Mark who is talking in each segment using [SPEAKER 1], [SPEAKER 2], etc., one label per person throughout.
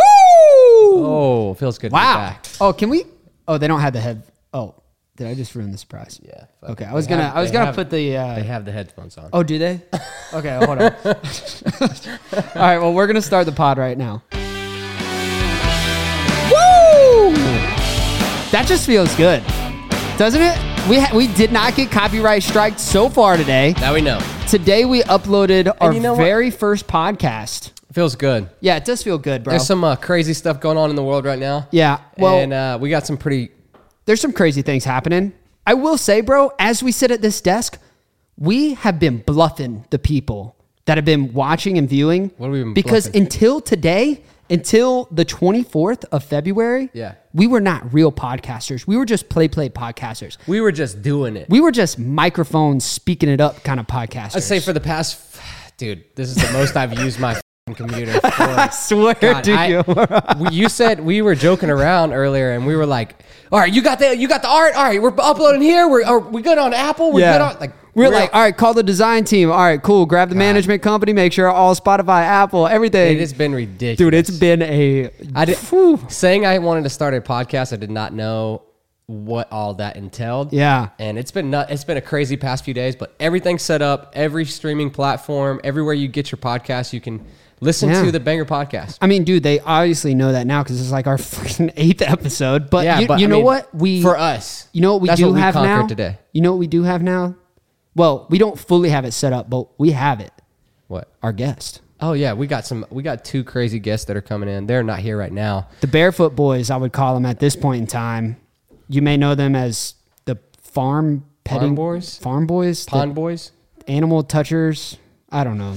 [SPEAKER 1] Oh, feels good. to be
[SPEAKER 2] Wow.
[SPEAKER 1] back.
[SPEAKER 3] Oh, can we? Oh, they don't have the head. Oh, did I just ruin the surprise?
[SPEAKER 1] Yeah. fuck
[SPEAKER 3] Okay,
[SPEAKER 1] it.
[SPEAKER 3] I was
[SPEAKER 1] They
[SPEAKER 3] gonna.
[SPEAKER 1] have-
[SPEAKER 3] I was
[SPEAKER 1] they
[SPEAKER 3] gonna
[SPEAKER 1] have-
[SPEAKER 3] put the.
[SPEAKER 1] They
[SPEAKER 3] Uh,
[SPEAKER 1] have the headphones on.
[SPEAKER 3] oh, do they? Okay, hold on. All right. Well, we're gonna start the pod right now. Woo! That just feels good, doesn't it? We ha- we did not get copyright striked so far today.
[SPEAKER 1] Now we know.
[SPEAKER 3] Today we uploaded our
[SPEAKER 1] you know what?
[SPEAKER 3] very first podcast.
[SPEAKER 1] Feels good.
[SPEAKER 3] Yeah, it does feel good, bro.
[SPEAKER 1] There's some uh, crazy stuff going on in the world right now.
[SPEAKER 3] yeah. Well,
[SPEAKER 1] and uh, we got some pretty.
[SPEAKER 3] there's some crazy things happening. I will say, bro, as we sit at this desk, we have been bluffing the people that have been watching and viewing.
[SPEAKER 1] What have we been
[SPEAKER 3] Because
[SPEAKER 1] bluffing?
[SPEAKER 3] until today, until the 24th of February,
[SPEAKER 1] Yeah.
[SPEAKER 3] we were not real podcasters. We were just play play podcasters.
[SPEAKER 1] We were just doing it.
[SPEAKER 3] We were just microphones speaking it up kind of podcasters.
[SPEAKER 1] I'd say for the past, dude, this is the most I've used my f***ing computer. For.
[SPEAKER 3] I swear
[SPEAKER 1] God,
[SPEAKER 3] to
[SPEAKER 1] I-
[SPEAKER 3] you.
[SPEAKER 1] we- you said we were joking around earlier, and we were like, "All right, you got the you got the art. All right, we're uploading here. We're are we good on Apple? We're good on like
[SPEAKER 3] we're, like, all right, call the design team. All right, cool. Grab the management company. Make sure all Spotify, Apple, everything.
[SPEAKER 1] it has been ridiculous,
[SPEAKER 3] Dude, it's been a.
[SPEAKER 1] I did,
[SPEAKER 3] Phew.
[SPEAKER 1] saying I wanted to start a podcast. I did not know what all that entailed.
[SPEAKER 3] Yeah.
[SPEAKER 1] and it's been nut. It's been a crazy past few days, but everything's set up. Every streaming platform, everywhere you get your podcast, you can listen
[SPEAKER 3] Yeah.
[SPEAKER 1] to the Banger Podcast.
[SPEAKER 3] I mean, dude, they obviously know that now because it's like our freaking eighth episode. But
[SPEAKER 1] Yeah,
[SPEAKER 3] Uh, you,
[SPEAKER 1] but
[SPEAKER 3] you
[SPEAKER 1] I
[SPEAKER 3] know
[SPEAKER 1] mean,
[SPEAKER 3] what we
[SPEAKER 1] for us,
[SPEAKER 3] you know what we
[SPEAKER 1] that's
[SPEAKER 3] do
[SPEAKER 1] what we
[SPEAKER 3] have
[SPEAKER 1] conquered
[SPEAKER 3] now
[SPEAKER 1] today.
[SPEAKER 3] You know what we do have now? Well, we don't fully have it set up, but we have it.
[SPEAKER 1] What?
[SPEAKER 3] Our guest,
[SPEAKER 1] Oh yeah, we got some. We got two crazy guests that are coming in. They're not here right now.
[SPEAKER 3] the Barefoot Boys, I would call them at this point in time. You may know them as the farm petting
[SPEAKER 1] Boys?
[SPEAKER 3] farm boys, the
[SPEAKER 1] Pond Boys.
[SPEAKER 3] animal touchers. I don't know.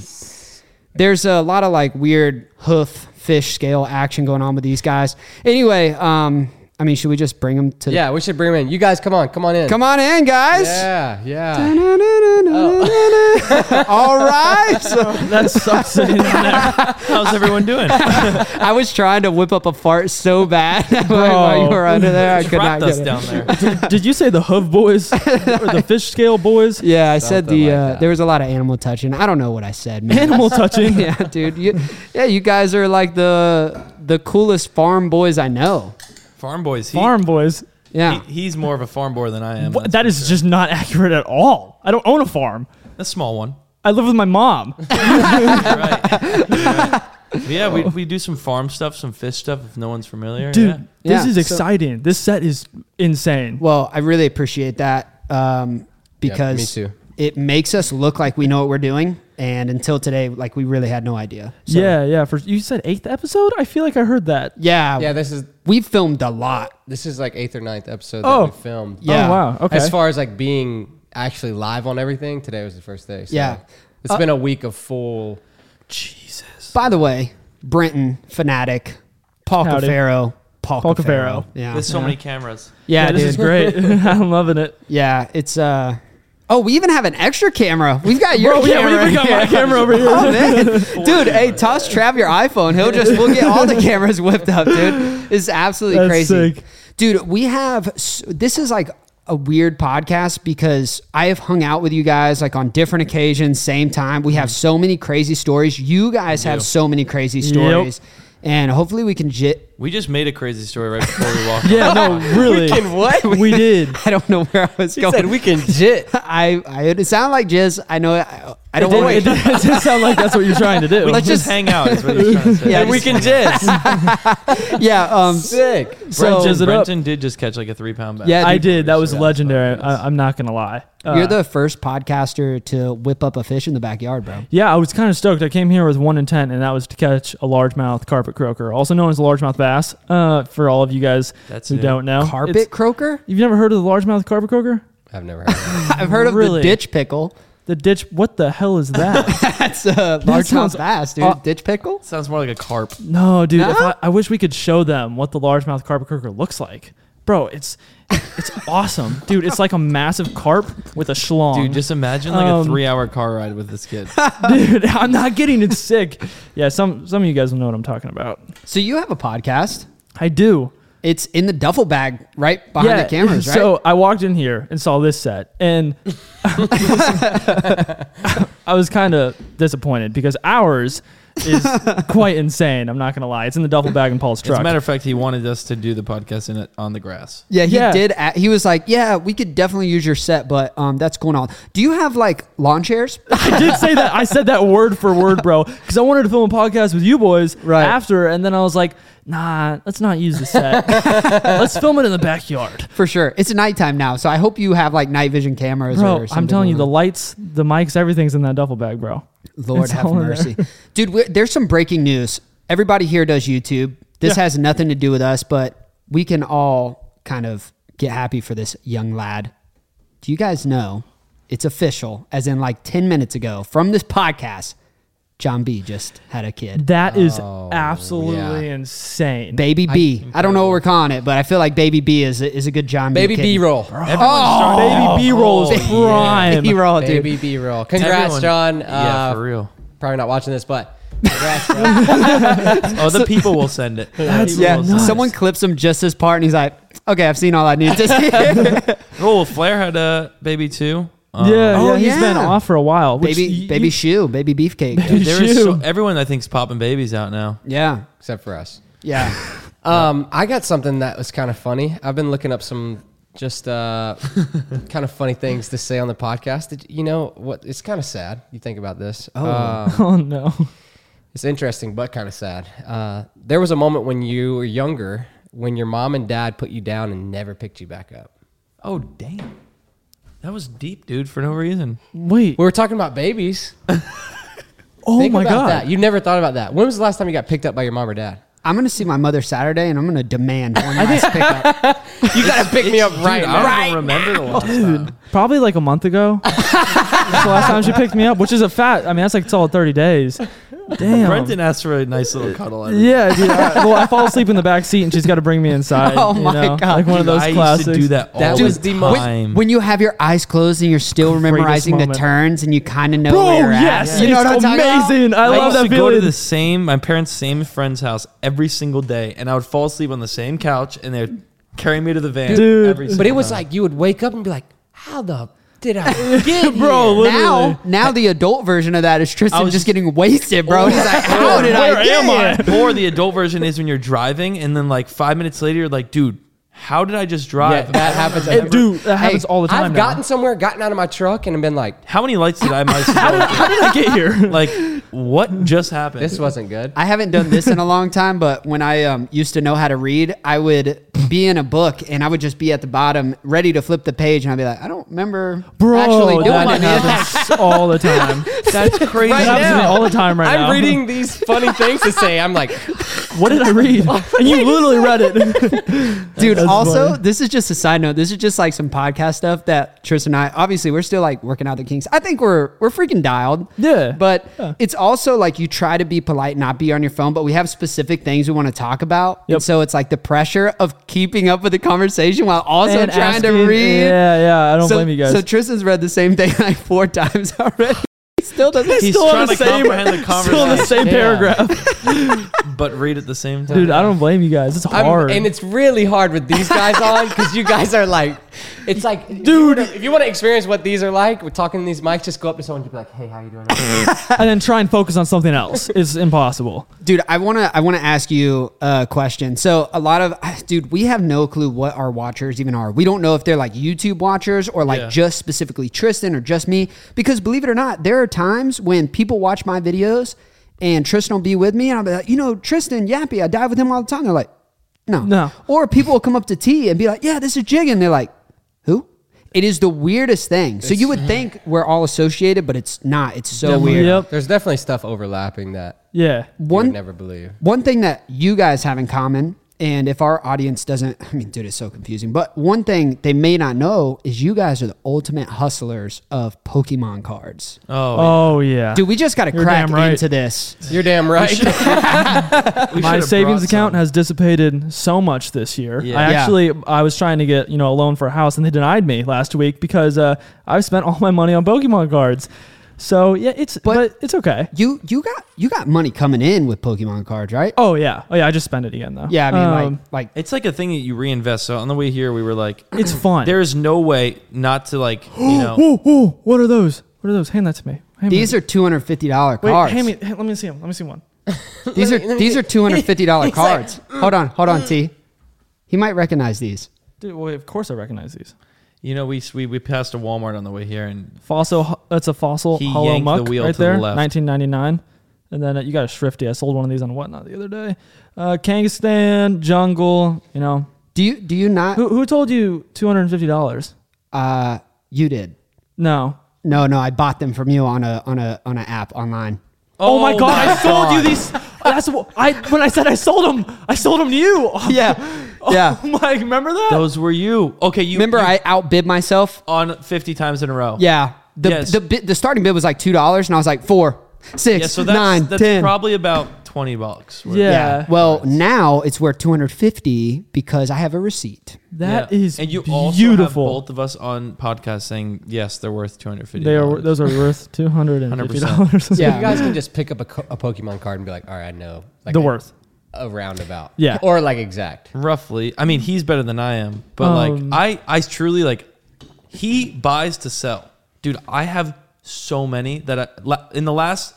[SPEAKER 3] There's a lot of like weird hoof fish scale action going on with these guys. Anyway, um, I mean, should we just bring them to?
[SPEAKER 1] Yeah, we should bring them in. You guys, come on, come on in.
[SPEAKER 3] Come on in, guys.
[SPEAKER 1] Yeah, Oh. yeah.
[SPEAKER 3] All right. So
[SPEAKER 2] That sucks. it in there. How's everyone doing?
[SPEAKER 3] I was trying to whip up a fart so bad while you
[SPEAKER 1] Oh.
[SPEAKER 3] were under there. I
[SPEAKER 2] Just
[SPEAKER 3] could not
[SPEAKER 2] wrapped
[SPEAKER 3] get
[SPEAKER 2] us
[SPEAKER 3] it.
[SPEAKER 2] down there. Did, did you say the Hoof Boys or the Fish Scale Boys?
[SPEAKER 3] Yeah, I said the
[SPEAKER 1] Something like
[SPEAKER 3] uh,
[SPEAKER 1] that.
[SPEAKER 3] there was a lot of animal touching. I don't know what I said, man.
[SPEAKER 2] Animal touching.
[SPEAKER 3] yeah, dude. You, yeah, you guys are like the the coolest farm boys I know.
[SPEAKER 4] Farm boys. He,
[SPEAKER 2] Farm Boys.
[SPEAKER 3] Yeah.
[SPEAKER 4] he- he's more of a farm boy than I am.
[SPEAKER 2] What,
[SPEAKER 4] that's
[SPEAKER 2] that
[SPEAKER 4] for
[SPEAKER 2] is
[SPEAKER 4] sure.
[SPEAKER 2] just not accurate at all. I don't own a farm.
[SPEAKER 4] a small one.
[SPEAKER 2] I live with my mom.
[SPEAKER 4] right. Yeah, we, we do some farm stuff, some fish stuff. If no one's familiar,
[SPEAKER 2] Oh. Dude,
[SPEAKER 4] Yeah.
[SPEAKER 2] this
[SPEAKER 3] Yeah,
[SPEAKER 2] is
[SPEAKER 3] so-
[SPEAKER 2] exciting. this set is insane.
[SPEAKER 3] Well, I really appreciate that um, because
[SPEAKER 1] me too.
[SPEAKER 3] it makes us look like we know what we're doing. And until today, like we really had no idea. So,
[SPEAKER 2] yeah, yeah. For you said eighth episode. I feel like I heard that.
[SPEAKER 3] yeah,
[SPEAKER 1] Yeah, this is
[SPEAKER 3] we filmed a lot.
[SPEAKER 1] this is like eighth or ninth episode
[SPEAKER 2] Oh.
[SPEAKER 1] that we filmed.
[SPEAKER 3] Yeah.
[SPEAKER 2] Oh wow. Okay.
[SPEAKER 1] As far as like being actually live on everything, today was the first day. So
[SPEAKER 3] Yeah.
[SPEAKER 1] It's been a week of full.
[SPEAKER 3] By the way, Brenton, fanatic, Paul
[SPEAKER 2] Howdy.
[SPEAKER 3] Cafaro, Paul,
[SPEAKER 2] Paul
[SPEAKER 3] Cafaro.
[SPEAKER 2] Cafaro.
[SPEAKER 3] Yeah,
[SPEAKER 4] There's so many cameras.
[SPEAKER 3] yeah,
[SPEAKER 2] yeah, this is
[SPEAKER 3] dude.
[SPEAKER 2] great. I'm loving it.
[SPEAKER 3] Yeah, it's uh. Oh, we even have an extra camera. We've got your
[SPEAKER 2] Bro, yeah,
[SPEAKER 3] camera.
[SPEAKER 2] we even got
[SPEAKER 3] here.
[SPEAKER 2] my camera over here.
[SPEAKER 3] Oh, man. dude, hey, toss Trav your iPhone. He'll just we'll get all the cameras whipped up, dude. It's absolutely
[SPEAKER 2] That's
[SPEAKER 3] crazy,
[SPEAKER 2] sick.
[SPEAKER 3] dude. We have s- this is like a weird podcast because I have hung out with you guys like on different occasions, same time. We have so many crazy stories. You guys have so many crazy stories, and hopefully we can jit.
[SPEAKER 4] We just made a crazy story right before we walked.
[SPEAKER 2] Yeah,
[SPEAKER 4] on.
[SPEAKER 2] no, really.
[SPEAKER 3] what
[SPEAKER 2] We did.
[SPEAKER 3] I don't know where I was going.
[SPEAKER 1] we can jit.
[SPEAKER 3] I, I it sounded like jizz. I know I, I don't want
[SPEAKER 2] It
[SPEAKER 3] to.
[SPEAKER 2] doesn't sound like that's what you're trying to do.
[SPEAKER 4] Let's just hang out. Is what he's trying to say.
[SPEAKER 3] Yeah,
[SPEAKER 4] and we can just.
[SPEAKER 3] Yeah. Um,
[SPEAKER 1] Sick.
[SPEAKER 3] so
[SPEAKER 2] Jizz it up.
[SPEAKER 4] Brenton did just catch like a three pound bag.
[SPEAKER 3] Yeah,
[SPEAKER 2] I
[SPEAKER 3] dude.
[SPEAKER 2] did. That was
[SPEAKER 4] Yeah,
[SPEAKER 2] legendary. I, I'm not gonna lie. Uh,
[SPEAKER 3] you're the first podcaster to whip up a fish in the backyard, bro.
[SPEAKER 2] Yeah, I was kind of stoked. I came here with one intent, and that was to catch a largemouth carpet croaker, also known as a largemouth bass. Uh, for all of you guys
[SPEAKER 4] That's
[SPEAKER 2] who
[SPEAKER 4] new.
[SPEAKER 2] don't know,
[SPEAKER 3] Carpet
[SPEAKER 2] It's-
[SPEAKER 3] croaker?
[SPEAKER 2] You've never heard of the largemouth carpet croaker?
[SPEAKER 1] I've never heard of
[SPEAKER 3] I've heard of
[SPEAKER 2] Really?
[SPEAKER 3] the ditch pickle.
[SPEAKER 2] The ditch. What the hell is that?
[SPEAKER 3] That's uh, a
[SPEAKER 2] sounds-
[SPEAKER 3] largemouth bass, dude.
[SPEAKER 2] uh,
[SPEAKER 3] ditch pickle?
[SPEAKER 4] Sounds more like a carp.
[SPEAKER 2] no, dude. If
[SPEAKER 3] No?
[SPEAKER 2] I, I wish we could show them what the largemouth carpet croaker looks like, bro. It's it's awesome, dude. It's like a massive carp with a schlong.
[SPEAKER 4] Dude, just imagine like
[SPEAKER 2] Um,
[SPEAKER 4] a three hour car ride with this kid.
[SPEAKER 2] dude, I'm not getting it sick. Yeah, some some of you guys will know what I'm talking about.
[SPEAKER 3] So you have a podcast.
[SPEAKER 2] I do.
[SPEAKER 3] It's in the duffel bag right behind the cameras, right?
[SPEAKER 2] So I walked in here and saw this set, and I was kind of disappointed because ours is quite insane. I'm not gonna lie; it's in the duffel bag in Paul's
[SPEAKER 4] As
[SPEAKER 2] truck.
[SPEAKER 4] a matter of fact, he wanted us to do the podcast in it on the grass.
[SPEAKER 3] yeah, he
[SPEAKER 2] yeah.
[SPEAKER 3] did. a he was like, "Yeah, we could definitely use your set, but um, that's going on. Do you have like lawn chairs?
[SPEAKER 2] I did say that. I said that word for word, bro, because I wanted to film a podcast with you boys
[SPEAKER 3] Right.
[SPEAKER 2] after, and then I was like, nah, let's not use the set. let's film it in the backyard.
[SPEAKER 3] For sure. It's nighttime now, so I hope you have like night vision cameras.
[SPEAKER 2] Bro,
[SPEAKER 3] or something
[SPEAKER 2] I'm telling you, the
[SPEAKER 3] going
[SPEAKER 2] lights, the mics, everything's in that duffel bag, bro.
[SPEAKER 3] on. Lord
[SPEAKER 2] it's
[SPEAKER 3] have
[SPEAKER 2] all in there.
[SPEAKER 3] mercy, dude. We're, there's some breaking news. Everybody here does YouTube. This
[SPEAKER 2] Yeah.
[SPEAKER 3] has nothing to do with us, but we can all kind of get happy for this young lad. Do you guys know? It's official, as in like 10 minutes ago from this podcast. John B just had a kid.
[SPEAKER 2] That is
[SPEAKER 1] Oh,
[SPEAKER 2] absolutely insane.
[SPEAKER 3] Baby B. I, don't know what we're calling it, but I feel like Baby B is a, is a good John B.
[SPEAKER 1] Baby
[SPEAKER 3] kid.
[SPEAKER 1] B roll.
[SPEAKER 3] Oh.
[SPEAKER 2] Baby B roll is
[SPEAKER 1] yeah.
[SPEAKER 2] prime.
[SPEAKER 3] B roll, dude.
[SPEAKER 1] Baby B roll. Congrats,
[SPEAKER 4] Everyone-
[SPEAKER 1] John. Uh,
[SPEAKER 4] yeah, for real.
[SPEAKER 1] Probably not watching this, but congrats, bro.
[SPEAKER 4] Oh, the people will send it.
[SPEAKER 2] That's
[SPEAKER 4] People
[SPEAKER 3] Yeah,
[SPEAKER 4] will send it.
[SPEAKER 3] someone clips him just this part, and he's like, "Okay, I've seen all I need to see."
[SPEAKER 4] Oh, well, Flair had a baby too. Um,
[SPEAKER 2] Yeah,
[SPEAKER 3] Oh,
[SPEAKER 2] yeah, he's been
[SPEAKER 3] yeah.
[SPEAKER 2] off for a while. Which
[SPEAKER 3] baby,
[SPEAKER 2] you-
[SPEAKER 3] baby shoe, baby beefcake.
[SPEAKER 2] Baby
[SPEAKER 4] There is so,
[SPEAKER 2] shoe.
[SPEAKER 4] everyone I think's popping babies out now.
[SPEAKER 3] yeah,
[SPEAKER 1] Except for us.
[SPEAKER 3] yeah.
[SPEAKER 1] Um, I got something that was kind of funny. I've been looking up some just uh, kind of funny things to say on the podcast. Did you know what? It's kind of sad. You think about this. Oh.
[SPEAKER 2] oh no,
[SPEAKER 1] It's interesting, but kind of sad. Uh, there was a moment when you were younger when your mom and dad put you down and never picked you back up.
[SPEAKER 4] Oh damn, that was deep, dude, for no reason.
[SPEAKER 2] wait.
[SPEAKER 1] We were talking about babies.
[SPEAKER 2] Oh
[SPEAKER 1] Think
[SPEAKER 2] my
[SPEAKER 1] about
[SPEAKER 2] god.
[SPEAKER 1] that. You never thought about that. When was the last time you got picked up by your mom or dad?
[SPEAKER 3] I'm gonna see my mother Saturday, and I'm gonna demand one last pickup.
[SPEAKER 1] You gotta pick me up
[SPEAKER 4] Dude,
[SPEAKER 1] right
[SPEAKER 4] I
[SPEAKER 1] now.
[SPEAKER 4] don't even remember the last time.
[SPEAKER 2] Probably like a month ago. That's the last time she picked me up, which is a fat. I mean, that's like solid thirty days. Damn.
[SPEAKER 4] Brenton asked for a nice little cuddle. every
[SPEAKER 2] Yeah, dude. I, well, I fall asleep in the back seat, and she's got to bring me inside.
[SPEAKER 3] Oh
[SPEAKER 2] you
[SPEAKER 3] my
[SPEAKER 2] know?
[SPEAKER 3] God,
[SPEAKER 2] Like one of
[SPEAKER 4] Dude,
[SPEAKER 2] those
[SPEAKER 4] I
[SPEAKER 2] classics.
[SPEAKER 4] used to do that all
[SPEAKER 1] That
[SPEAKER 4] the
[SPEAKER 1] was the
[SPEAKER 4] time.
[SPEAKER 1] most-
[SPEAKER 3] when you have your eyes closed and you're still memorizing the
[SPEAKER 2] moment.
[SPEAKER 3] turns, and you kind of know
[SPEAKER 2] Bro,
[SPEAKER 3] where you're
[SPEAKER 2] yes,
[SPEAKER 3] at. You know what I'm
[SPEAKER 2] it's
[SPEAKER 3] talking about?
[SPEAKER 2] amazing. I
[SPEAKER 4] I,
[SPEAKER 2] love
[SPEAKER 4] used
[SPEAKER 2] that
[SPEAKER 4] to go to
[SPEAKER 2] feeling.
[SPEAKER 4] the same my parents' same friend's house every single day, and I would fall asleep on the same couch, and they'd carry me to the van.
[SPEAKER 2] Dude.
[SPEAKER 4] every
[SPEAKER 1] But it
[SPEAKER 4] single
[SPEAKER 1] was
[SPEAKER 4] time.
[SPEAKER 1] like you would wake up and be like, "How the did I get
[SPEAKER 2] Bro,
[SPEAKER 1] here?"
[SPEAKER 2] literally.
[SPEAKER 3] Now, now the adult version of that is Tristan
[SPEAKER 4] was
[SPEAKER 3] just getting wasted, bro. He's like, "How did
[SPEAKER 2] Oh, Where
[SPEAKER 3] I get
[SPEAKER 2] am I?"
[SPEAKER 3] here?"
[SPEAKER 4] or the adult version is when you're driving, and then like five minutes later, you're like, dude, how did I just
[SPEAKER 1] Yeah,
[SPEAKER 4] drive?
[SPEAKER 1] that happens.
[SPEAKER 2] It- dude, that happens all the time.
[SPEAKER 1] I've
[SPEAKER 2] now.
[SPEAKER 1] gotten somewhere, gotten out of my truck, and been like,
[SPEAKER 4] how many lights did I miss?
[SPEAKER 2] How did I get here?
[SPEAKER 4] like, what just happened?
[SPEAKER 1] "This wasn't good."
[SPEAKER 3] I haven't done this in a long time, but when I um, used to know how to read, I would be in a book and I would just be at the bottom, ready to flip the page, and I'd be like, I don't remember
[SPEAKER 2] Bro,
[SPEAKER 3] actually doing
[SPEAKER 2] that
[SPEAKER 3] any of this.
[SPEAKER 2] happens all the time. That's crazy.
[SPEAKER 1] Right
[SPEAKER 2] that happens to me
[SPEAKER 1] now.
[SPEAKER 2] all the time right now.
[SPEAKER 1] I'm reading these funny things to say. I'm like,
[SPEAKER 2] What did I read? And you literally read it.
[SPEAKER 3] Dude,
[SPEAKER 2] That's
[SPEAKER 3] also,
[SPEAKER 2] funny.
[SPEAKER 3] this is just a side note. This is just like some podcast stuff that Tristan and I obviously we're still like working out the kinks. I think we're we're freaking dialed.
[SPEAKER 2] Yeah.
[SPEAKER 3] But it's also like you try to be polite, not be on your phone, but we have specific things we want to talk about.
[SPEAKER 2] Yep.
[SPEAKER 3] And so it's like the pressure of keeping up with the conversation while also
[SPEAKER 2] And
[SPEAKER 3] trying to
[SPEAKER 2] asking-
[SPEAKER 3] read.
[SPEAKER 2] Yeah, yeah. I don't
[SPEAKER 3] so,
[SPEAKER 2] blame you guys.
[SPEAKER 3] So Tristan's read the same thing like four times already. He still doesn't.
[SPEAKER 4] He's
[SPEAKER 2] still on
[SPEAKER 4] trying
[SPEAKER 2] the
[SPEAKER 4] to
[SPEAKER 2] same-
[SPEAKER 4] comprehend the conversation,
[SPEAKER 2] Still in the same
[SPEAKER 1] Yeah.
[SPEAKER 2] paragraph.
[SPEAKER 4] but read at the same time.
[SPEAKER 2] Dude, I don't blame you guys. It's
[SPEAKER 1] I'm-
[SPEAKER 2] hard.
[SPEAKER 1] and it's really hard with these guys on because you guys are like, it's like, dude, if you want to experience what these are like, we're talking to these mics. Just go up to someone and be like, "Hey, how you doing?"
[SPEAKER 2] and then try and focus on something else. It's impossible.
[SPEAKER 3] dude i want to i want to ask you a question so a lot of dude we have no clue what our watchers even are we don't know if they're like youtube watchers or like
[SPEAKER 4] Yeah.
[SPEAKER 3] just specifically tristan or just me because believe it or not there are times when people watch my videos and Tristan will be with me, and I'll be like, you know, Tristan Yappy, I dive with him all the time. They're like, no,
[SPEAKER 2] No.
[SPEAKER 3] Or people will come up to T and be like, yeah, this is Jiggin. They're like, who? It is the weirdest thing. so you would think we're all associated, but it's not. It's so weird.
[SPEAKER 2] Yep.
[SPEAKER 1] There's definitely stuff overlapping that
[SPEAKER 2] Yeah.
[SPEAKER 1] one, you
[SPEAKER 3] One
[SPEAKER 1] would never believe.
[SPEAKER 3] one thing that you guys have in common, and if our audience doesn't, I mean, dude, it's so confusing. But one thing they may not know is you guys are the ultimate hustlers of Pokemon cards.
[SPEAKER 4] Oh,
[SPEAKER 2] Oh yeah.
[SPEAKER 3] Dude, we just got to
[SPEAKER 2] You're
[SPEAKER 3] crack
[SPEAKER 2] damn right.
[SPEAKER 3] into this.
[SPEAKER 1] You're damn right.
[SPEAKER 4] we
[SPEAKER 2] my
[SPEAKER 4] should've
[SPEAKER 2] savings
[SPEAKER 4] brought
[SPEAKER 2] account
[SPEAKER 4] some.
[SPEAKER 2] has dissipated so much this year.
[SPEAKER 4] Yeah.
[SPEAKER 2] I
[SPEAKER 3] Yeah.
[SPEAKER 2] actually I was trying to get you know a loan for a house and they denied me last week because uh, I've spent all my money on Pokemon cards. So yeah, it's but, it's okay.
[SPEAKER 3] You you got you got money coming in with Pokemon cards, right?
[SPEAKER 2] Oh yeah, oh yeah, I just spent it again though.
[SPEAKER 3] yeah, I mean,
[SPEAKER 2] Um,
[SPEAKER 3] like like
[SPEAKER 4] It's like a thing that you reinvest. So on the way here, we were like,
[SPEAKER 2] it's fun.
[SPEAKER 4] there is no way not to like, you know,
[SPEAKER 2] Whoa, whoa, what are those? What are those? Hand that to me. Hand me
[SPEAKER 3] these
[SPEAKER 2] that.
[SPEAKER 3] are two hundred fifty dollar
[SPEAKER 2] Wait,
[SPEAKER 3] cards.
[SPEAKER 2] hand me. hand- let me see them. Let me see one.
[SPEAKER 3] these are these are two hundred fifty dollar cards.
[SPEAKER 2] mm.
[SPEAKER 3] hold on, hold on, T. He might recognize these.
[SPEAKER 2] Dude, well, of course I recognize these.
[SPEAKER 4] you know, we we, we passed a Walmart on the way here, and
[SPEAKER 2] Fossil. That's a fossil
[SPEAKER 4] He
[SPEAKER 2] hollow
[SPEAKER 4] yanked the
[SPEAKER 2] muck
[SPEAKER 4] wheel
[SPEAKER 2] right
[SPEAKER 4] to the
[SPEAKER 2] there.
[SPEAKER 4] left.
[SPEAKER 2] 1999. And then uh, you got a shrifty. I sold one of these on whatnot the other day. Uh, Kangastan jungle. You know
[SPEAKER 3] Do you do you not?
[SPEAKER 2] who who told you two hundred and fifty dollars?
[SPEAKER 3] Uh, you did.
[SPEAKER 2] No.
[SPEAKER 3] No, no, I bought them from you on a on a on an app online.
[SPEAKER 2] Oh, my
[SPEAKER 4] Oh
[SPEAKER 2] god!
[SPEAKER 4] my
[SPEAKER 2] I sold you these. That's what I when I said I sold them. I sold them to you.
[SPEAKER 3] Yeah,
[SPEAKER 2] Oh,
[SPEAKER 3] yeah.
[SPEAKER 2] my, remember that?
[SPEAKER 4] those were you. Okay, you
[SPEAKER 3] Remember,
[SPEAKER 4] you-
[SPEAKER 3] I outbid myself.
[SPEAKER 4] on fifty times in a row.
[SPEAKER 3] Yeah, the
[SPEAKER 4] Yes.
[SPEAKER 3] the bid, the starting bid was like two dollars, and I was like four, six,
[SPEAKER 4] yeah. So that's
[SPEAKER 3] nine,
[SPEAKER 4] that's
[SPEAKER 3] 10.
[SPEAKER 4] probably about twenty bucks. worth.
[SPEAKER 2] yeah.
[SPEAKER 3] yeah. Well, now it's worth two hundred fifty because I have a receipt.
[SPEAKER 2] That
[SPEAKER 4] Yeah.
[SPEAKER 2] is
[SPEAKER 4] and you also have
[SPEAKER 2] beautiful.
[SPEAKER 4] both of us on podcast saying yes, they're worth two hundred fifty.
[SPEAKER 2] they are those are worth two hundred and fifty dollars.
[SPEAKER 1] 100%.
[SPEAKER 3] Yeah.
[SPEAKER 1] You guys can just pick up a, co- a Pokemon card and be like, all right, I know. Like
[SPEAKER 2] the
[SPEAKER 1] a-
[SPEAKER 2] worth.
[SPEAKER 1] A roundabout.
[SPEAKER 2] Yeah.
[SPEAKER 1] Or like exact.
[SPEAKER 4] roughly. I mean, he's better than I am, but
[SPEAKER 2] Um,
[SPEAKER 4] like I, I truly like he buys to sell, dude. I have so many that I la- in the last,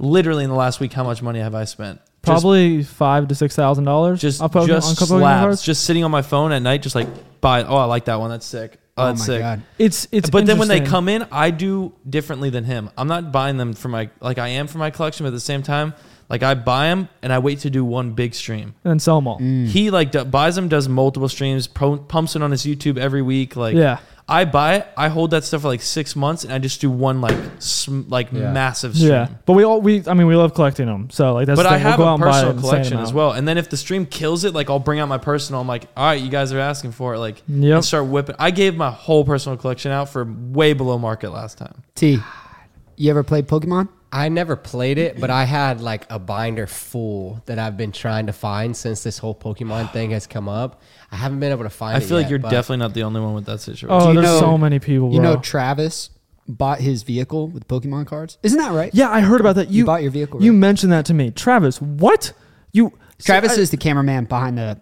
[SPEAKER 4] literally in the last week, how much money have I spent?
[SPEAKER 2] Probably five to six thousand dollars.
[SPEAKER 4] just
[SPEAKER 2] on
[SPEAKER 4] just,
[SPEAKER 2] Pokemon- on
[SPEAKER 4] just
[SPEAKER 2] Pokemon
[SPEAKER 4] slabs,
[SPEAKER 2] cards.
[SPEAKER 4] just sitting on my phone at night, just like buy. Oh, I like that one. That's sick. Oh,
[SPEAKER 3] Oh
[SPEAKER 4] that's
[SPEAKER 3] my
[SPEAKER 4] sick.
[SPEAKER 3] God.
[SPEAKER 2] It's it's.
[SPEAKER 4] But then when they
[SPEAKER 2] interesting.
[SPEAKER 4] come in, I do differently than him. I'm not buying them for my like I am for my collection, but at the same time, like I buy them and I wait to do one big stream.
[SPEAKER 2] and then sell them all.
[SPEAKER 4] He like d- buys them, does multiple streams, pro- pumps it on his YouTube every week. Like,
[SPEAKER 2] Yeah.
[SPEAKER 4] I buy it. I hold that stuff for like six months, and I just do one like sm- like
[SPEAKER 1] Yeah.
[SPEAKER 4] massive stream.
[SPEAKER 2] Yeah, but we all we I mean we love collecting them. So like that's.
[SPEAKER 4] But
[SPEAKER 2] the
[SPEAKER 4] I
[SPEAKER 2] thing. We'll
[SPEAKER 4] have
[SPEAKER 2] go out
[SPEAKER 4] a
[SPEAKER 2] and buy
[SPEAKER 4] personal
[SPEAKER 2] an insane
[SPEAKER 4] collection as
[SPEAKER 2] amount.
[SPEAKER 4] well, and then if the stream kills it, like I'll bring out my personal. I'm like, all right, you guys are asking for it, like,
[SPEAKER 2] Yep.
[SPEAKER 4] and start whipping. I gave my whole personal collection out for way below market last time.
[SPEAKER 3] T, you ever played Pokemon?
[SPEAKER 1] I never played it, but I had like a binder full that I've been trying to find since this whole Pokemon thing has come up. I haven't been able to find
[SPEAKER 4] I
[SPEAKER 1] it.
[SPEAKER 4] feel like
[SPEAKER 1] yet,
[SPEAKER 4] you're
[SPEAKER 1] but
[SPEAKER 4] definitely not the only one with that situation.
[SPEAKER 2] Oh,
[SPEAKER 3] you
[SPEAKER 2] there's
[SPEAKER 3] know-
[SPEAKER 2] so many people.
[SPEAKER 3] You
[SPEAKER 2] bro.
[SPEAKER 3] know, Travis bought his vehicle with Pokemon cards. Isn't that right?
[SPEAKER 2] yeah, I heard about that. You,
[SPEAKER 3] bought your vehicle,
[SPEAKER 2] You
[SPEAKER 3] right?
[SPEAKER 2] mentioned that to me, Travis. What you?
[SPEAKER 3] Travis
[SPEAKER 2] I-
[SPEAKER 3] is the cameraman behind the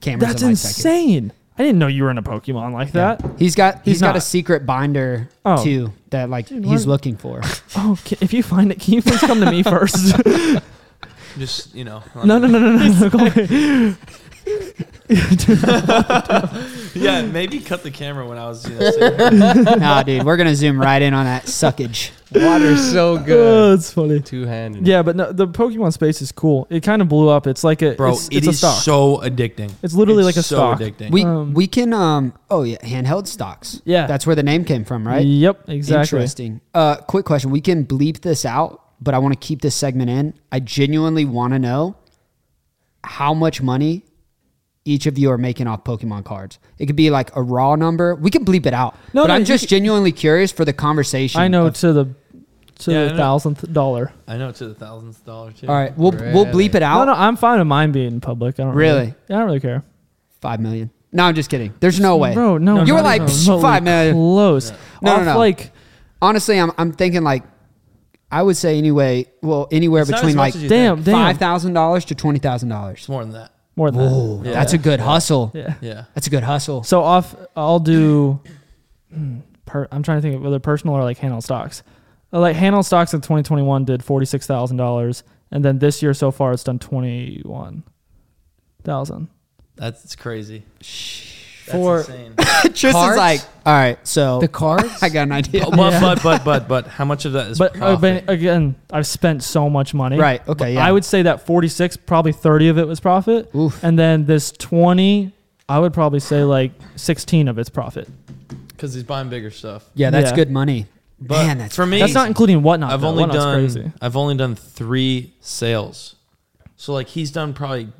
[SPEAKER 3] cameras.
[SPEAKER 2] That's
[SPEAKER 3] and light section.
[SPEAKER 2] insane. I didn't know you were in a Pokemon like that.
[SPEAKER 3] He's got
[SPEAKER 2] He's
[SPEAKER 3] he's got a
[SPEAKER 2] not.
[SPEAKER 3] secret binder
[SPEAKER 2] Oh.
[SPEAKER 3] too that like
[SPEAKER 2] what-
[SPEAKER 3] he's looking for.
[SPEAKER 2] Oh, ca- if you find it, can you please come to me first?
[SPEAKER 4] Just you know,
[SPEAKER 2] no, no, no, no, no. no, go away.
[SPEAKER 4] yeah, maybe cut the camera when I was. You know, sitting there.
[SPEAKER 3] nah, dude, we're gonna zoom right in on that suckage.
[SPEAKER 1] water's so
[SPEAKER 2] Oh,
[SPEAKER 1] good.
[SPEAKER 2] that's funny.
[SPEAKER 1] Two handed.
[SPEAKER 2] Yeah, but no, the Pokemon space is cool. It kind of blew up. It's like a
[SPEAKER 4] bro,
[SPEAKER 2] It's,
[SPEAKER 4] it
[SPEAKER 2] it's a
[SPEAKER 4] is
[SPEAKER 2] stock.
[SPEAKER 4] so addicting.
[SPEAKER 2] It's literally like a
[SPEAKER 4] so
[SPEAKER 2] stock.
[SPEAKER 4] addicting.
[SPEAKER 3] We
[SPEAKER 2] Um,
[SPEAKER 3] we can um oh yeah handheld stocks
[SPEAKER 2] Yeah.
[SPEAKER 3] that's where the name came from right
[SPEAKER 2] Yep, exactly.
[SPEAKER 3] interesting uh quick question we can bleep this out but I want to keep this segment in I genuinely want to know how much money each of you are making off Pokemon cards it could be like a raw number we can bleep it out
[SPEAKER 2] No,
[SPEAKER 3] but
[SPEAKER 2] no,
[SPEAKER 3] I'm
[SPEAKER 2] you
[SPEAKER 3] just genuinely curious for the conversation
[SPEAKER 2] I know
[SPEAKER 3] of-
[SPEAKER 2] to the to
[SPEAKER 4] Yeah, I
[SPEAKER 2] the
[SPEAKER 4] know.
[SPEAKER 2] thousandth dollar.
[SPEAKER 4] I know to the thousandth dollar too.
[SPEAKER 3] all right we'll we'll bleep
[SPEAKER 1] Really?
[SPEAKER 3] it out
[SPEAKER 2] No, no, I'm fine with mine being public. I don't
[SPEAKER 3] Really?
[SPEAKER 2] I don't really care,
[SPEAKER 3] Five million. No, I'm just kidding. There's no way,
[SPEAKER 2] bro. No,
[SPEAKER 3] you were
[SPEAKER 2] not
[SPEAKER 3] like
[SPEAKER 2] even
[SPEAKER 3] "Psh,
[SPEAKER 2] remotely
[SPEAKER 3] five million.
[SPEAKER 2] Close.
[SPEAKER 3] No,
[SPEAKER 2] Off
[SPEAKER 3] no, no.
[SPEAKER 2] Like
[SPEAKER 3] Honestly, I'm I'm thinking like, I would say anyway. Well, anywhere
[SPEAKER 4] It's not
[SPEAKER 3] between
[SPEAKER 4] as much
[SPEAKER 3] like
[SPEAKER 4] as you
[SPEAKER 2] damn, damn.
[SPEAKER 3] five thousand dollars to twenty thousand dollars.
[SPEAKER 4] It's more than that.
[SPEAKER 2] More than that.
[SPEAKER 3] Oh, that's a good hustle.
[SPEAKER 2] Yeah.
[SPEAKER 4] Yeah.
[SPEAKER 3] That's a good hustle.
[SPEAKER 2] So off, I'll do. hmm, Per, I'm trying to think of whether personal or like handle stocks. Uh, Like handle stocks in 2021 did forty six thousand dollars, and then this year so far it's done twenty one thousand.
[SPEAKER 4] That's it's crazy.
[SPEAKER 2] for
[SPEAKER 4] insane.
[SPEAKER 3] Tristan's
[SPEAKER 1] Cards?
[SPEAKER 3] like, all right, so
[SPEAKER 1] The cards?
[SPEAKER 3] I got an idea.
[SPEAKER 2] Oh.
[SPEAKER 4] but, but but but but how much of that is
[SPEAKER 2] but, uh,
[SPEAKER 4] profit?
[SPEAKER 2] but again, I've spent so much money.
[SPEAKER 3] Right, okay,
[SPEAKER 2] But
[SPEAKER 3] yeah.
[SPEAKER 2] I would say that 46, probably 30 of it was profit.
[SPEAKER 3] Oof.
[SPEAKER 2] And then this 20, I would probably say like 16 of it's profit.
[SPEAKER 4] Because he's buying bigger stuff.
[SPEAKER 3] Yeah, that's
[SPEAKER 2] Yeah.
[SPEAKER 3] good money.
[SPEAKER 4] But
[SPEAKER 3] Man, that's
[SPEAKER 4] for me,
[SPEAKER 2] That's not including whatnot.
[SPEAKER 4] I've
[SPEAKER 2] though.
[SPEAKER 4] only
[SPEAKER 2] Whatnot's
[SPEAKER 4] done
[SPEAKER 2] crazy.
[SPEAKER 4] I've only done three sales, so like he's done probably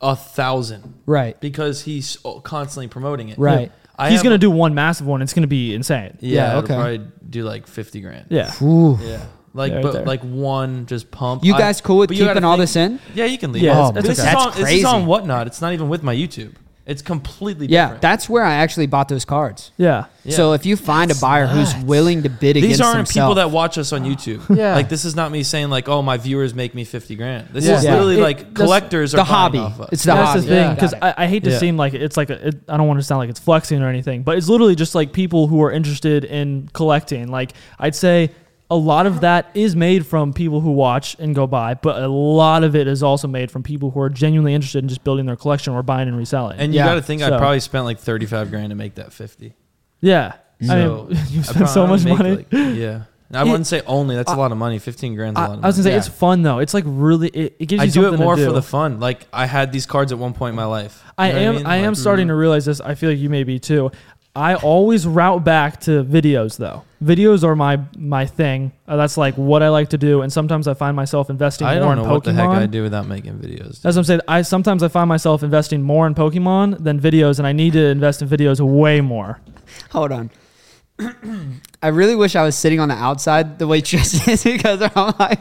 [SPEAKER 4] a thousand
[SPEAKER 3] right.
[SPEAKER 4] because he's constantly promoting it.
[SPEAKER 3] Right.
[SPEAKER 4] I
[SPEAKER 2] He's
[SPEAKER 4] have-
[SPEAKER 2] gonna do one massive one. It's gonna be insane.
[SPEAKER 4] Yeah,
[SPEAKER 3] Yeah,
[SPEAKER 4] okay.
[SPEAKER 3] okay.
[SPEAKER 4] Probably do like fifty grand.
[SPEAKER 2] Yeah.
[SPEAKER 3] Ooh.
[SPEAKER 4] yeah. Like,
[SPEAKER 2] Yeah, right
[SPEAKER 4] but
[SPEAKER 2] there.
[SPEAKER 4] like one just pump.
[SPEAKER 3] You
[SPEAKER 4] I-
[SPEAKER 3] guys cool with
[SPEAKER 4] but you gotta
[SPEAKER 3] keeping all
[SPEAKER 4] think-
[SPEAKER 3] this in?
[SPEAKER 4] Yeah, you can leave.
[SPEAKER 2] Yeah,
[SPEAKER 4] it.
[SPEAKER 2] Oh,
[SPEAKER 4] But this,
[SPEAKER 3] okay.
[SPEAKER 4] is
[SPEAKER 3] That's
[SPEAKER 4] on, this is on
[SPEAKER 3] crazy.
[SPEAKER 4] whatnot. It's not even with my YouTube. It's completely
[SPEAKER 3] Yeah,
[SPEAKER 4] different.
[SPEAKER 3] that's where I actually bought those cards.
[SPEAKER 2] Yeah.
[SPEAKER 4] Yeah.
[SPEAKER 3] So if you find a buyer who's willing to bid
[SPEAKER 4] These
[SPEAKER 3] against
[SPEAKER 4] aren't people
[SPEAKER 3] himself-
[SPEAKER 4] that watch us on YouTube.
[SPEAKER 1] Yeah.
[SPEAKER 4] Like this is not me saying like, oh, my viewers make me fifty grand. This is
[SPEAKER 3] Yeah.
[SPEAKER 4] literally
[SPEAKER 2] It-
[SPEAKER 4] like
[SPEAKER 2] that's
[SPEAKER 4] collectors are
[SPEAKER 3] the
[SPEAKER 4] buying
[SPEAKER 3] hobby.
[SPEAKER 4] Off us.
[SPEAKER 3] It's the
[SPEAKER 2] that's
[SPEAKER 3] hobby.
[SPEAKER 2] the thing
[SPEAKER 1] Yeah.
[SPEAKER 2] because
[SPEAKER 1] Got
[SPEAKER 2] I, I hate to
[SPEAKER 4] Yeah.
[SPEAKER 2] seem like it's like a, it, I don't want to sound like it's flexing or anything, but it's literally just like people who are interested in collecting. Like I'd say a lot of that is made from people who watch and go buy, but a lot of it is also made from people who are genuinely interested in just building their collection or buying and reselling.
[SPEAKER 4] And you
[SPEAKER 3] Yeah.
[SPEAKER 4] got to think I
[SPEAKER 2] So-
[SPEAKER 4] probably spent like thirty five grand to make that fifty.
[SPEAKER 2] yeah, I
[SPEAKER 4] So
[SPEAKER 2] mean, you
[SPEAKER 4] I
[SPEAKER 2] spend so much
[SPEAKER 4] probably make,
[SPEAKER 2] money.
[SPEAKER 4] like- yeah, And I
[SPEAKER 2] It-
[SPEAKER 4] wouldn't say only. That's a lot of money. Fifteen grand's a
[SPEAKER 2] I,
[SPEAKER 4] lot of
[SPEAKER 2] I was
[SPEAKER 4] money.
[SPEAKER 2] gonna say
[SPEAKER 3] Yeah.
[SPEAKER 2] it's fun though. It's like really it, it gives you
[SPEAKER 4] I do it
[SPEAKER 2] something to
[SPEAKER 4] more for
[SPEAKER 2] do.
[SPEAKER 4] the fun. Like I had these cards at one point in my life. You
[SPEAKER 2] I
[SPEAKER 4] know what
[SPEAKER 2] am I,
[SPEAKER 4] mean?
[SPEAKER 2] am
[SPEAKER 4] Like, mm.
[SPEAKER 2] starting to realize this. I feel like you may be too. I always route back to videos though. Videos are my my thing. Uh, that's like what I like to do. And sometimes I find myself investing
[SPEAKER 4] I
[SPEAKER 2] more in
[SPEAKER 4] don't know
[SPEAKER 2] Pokemon.
[SPEAKER 4] what the heck I do without making videos. dude.
[SPEAKER 2] That's what I'm saying. I sometimes I find myself investing more in Pokemon than videos, and I need to invest in videos way more.
[SPEAKER 3] Hold on. I really wish I was sitting on the outside the way Tristan is because I'm like,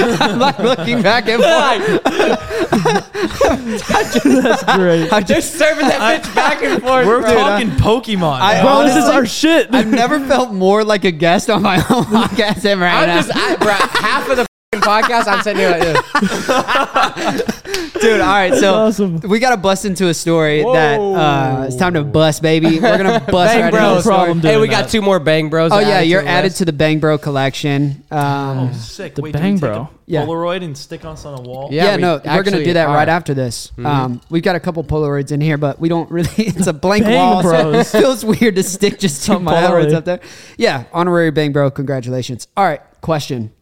[SPEAKER 3] I'm like looking back and forth.
[SPEAKER 2] That's great.
[SPEAKER 3] I'm just serving that bitch back and forth.
[SPEAKER 4] We're
[SPEAKER 3] bro.
[SPEAKER 4] talking Pokemon.
[SPEAKER 3] I-
[SPEAKER 4] bro.
[SPEAKER 2] Bro, this is
[SPEAKER 3] honestly,
[SPEAKER 2] our shit.
[SPEAKER 3] I've never felt more like a guest on my own podcast than right
[SPEAKER 1] I'm
[SPEAKER 3] now.
[SPEAKER 1] just, I, bro, half of the fucking podcast I'm sitting here like this.
[SPEAKER 3] Dude, all right, so
[SPEAKER 2] awesome.
[SPEAKER 3] we got to bust into a story that uh, it's time to bust, baby. We're going to bust
[SPEAKER 1] Bang
[SPEAKER 3] right
[SPEAKER 1] Bros.
[SPEAKER 3] into the story.
[SPEAKER 2] Problem
[SPEAKER 1] Hey,
[SPEAKER 2] doing
[SPEAKER 1] we
[SPEAKER 2] that.
[SPEAKER 1] got two more Bang Bros.
[SPEAKER 3] Oh, yeah, you're
[SPEAKER 1] the
[SPEAKER 3] added
[SPEAKER 1] list.
[SPEAKER 3] to the Bang Bro collection. Um,
[SPEAKER 4] sick.
[SPEAKER 2] The
[SPEAKER 4] Wait, do we
[SPEAKER 2] Bang
[SPEAKER 4] take a
[SPEAKER 2] Bro.
[SPEAKER 3] Yeah.
[SPEAKER 4] Polaroid and stick us on a wall.
[SPEAKER 1] Yeah.
[SPEAKER 3] Yeah,
[SPEAKER 1] we
[SPEAKER 3] no, we're gonna
[SPEAKER 1] actually
[SPEAKER 3] do that right
[SPEAKER 1] are.
[SPEAKER 3] after this.
[SPEAKER 2] Mm-hmm.
[SPEAKER 3] Um, we've got a couple Polaroids in here, but we don't really. It's a blank
[SPEAKER 2] Bang
[SPEAKER 3] wall. so it
[SPEAKER 2] Bros.
[SPEAKER 3] feels weird to stick just two
[SPEAKER 2] Up my
[SPEAKER 3] Polaroids
[SPEAKER 2] alley.
[SPEAKER 3] up there. Yeah, honorary Bang Bro, congratulations. All right, question.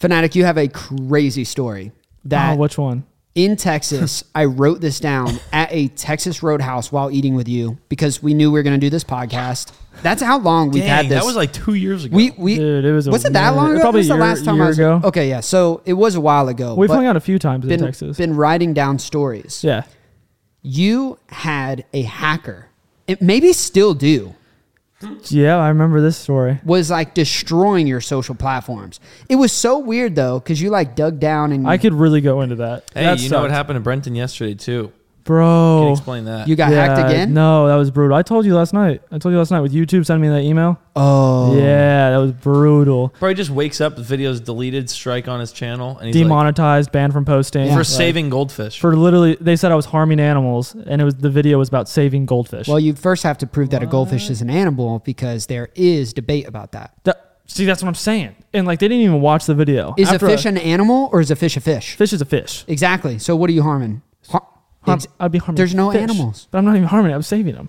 [SPEAKER 3] Fanatic, you have a crazy story that
[SPEAKER 2] Oh, which one?
[SPEAKER 3] in Texas, I wrote this down at a Texas Roadhouse while eating with you because we knew we were gonna do this podcast. That's how long we've
[SPEAKER 4] Dang,
[SPEAKER 3] had this.
[SPEAKER 4] that was like two years ago.
[SPEAKER 3] we we.
[SPEAKER 2] Dude, it was a
[SPEAKER 3] was it that
[SPEAKER 2] minute-
[SPEAKER 3] long ago?
[SPEAKER 2] Probably
[SPEAKER 3] That was
[SPEAKER 2] a
[SPEAKER 3] the
[SPEAKER 2] year-
[SPEAKER 3] last time I
[SPEAKER 2] year
[SPEAKER 3] was
[SPEAKER 2] ago.
[SPEAKER 3] Okay, yeah. So it was a while ago.
[SPEAKER 2] We've
[SPEAKER 3] but-
[SPEAKER 2] hung out a few times in Texas.
[SPEAKER 3] been writing down stories.
[SPEAKER 2] yeah.
[SPEAKER 3] You had a hacker, it maybe still do,
[SPEAKER 2] Yeah, I remember this story.
[SPEAKER 3] was like destroying your social platforms. It was so weird though, because you like dug down and
[SPEAKER 2] I could really go into that.
[SPEAKER 4] hey,
[SPEAKER 2] That
[SPEAKER 4] you know what
[SPEAKER 2] sucked. Oh,
[SPEAKER 4] happened to Brenton yesterday too? Can
[SPEAKER 2] Bro.
[SPEAKER 4] you explain that.
[SPEAKER 3] you got hacked again.
[SPEAKER 2] No, that was brutal. I told you last night. I told you last night with YouTube sending me that email.
[SPEAKER 3] Oh,
[SPEAKER 2] Yeah, that was brutal.
[SPEAKER 4] Probably just wakes up, the video's deleted, strike on his channel, and he's like,
[SPEAKER 2] Demonetized, banned from posting.
[SPEAKER 4] for
[SPEAKER 2] Like,
[SPEAKER 4] saving goldfish.
[SPEAKER 2] for literally, they said I was harming animals, and it was the video was about saving goldfish.
[SPEAKER 3] Well, you first have to prove that a goldfish is an animal because there is debate about that.
[SPEAKER 2] That- see, that's what I'm saying. And like, they didn't even watch the video.
[SPEAKER 3] Is
[SPEAKER 2] After
[SPEAKER 3] a fish an animal or is a fish a fish?
[SPEAKER 2] fish is a fish.
[SPEAKER 3] Exactly. So what are you harming? Har-
[SPEAKER 2] Harm-
[SPEAKER 3] ex-
[SPEAKER 2] I'd be harming.
[SPEAKER 3] there's no
[SPEAKER 2] fish.
[SPEAKER 3] animals.
[SPEAKER 2] but I'm not even harming. it, I'm saving them.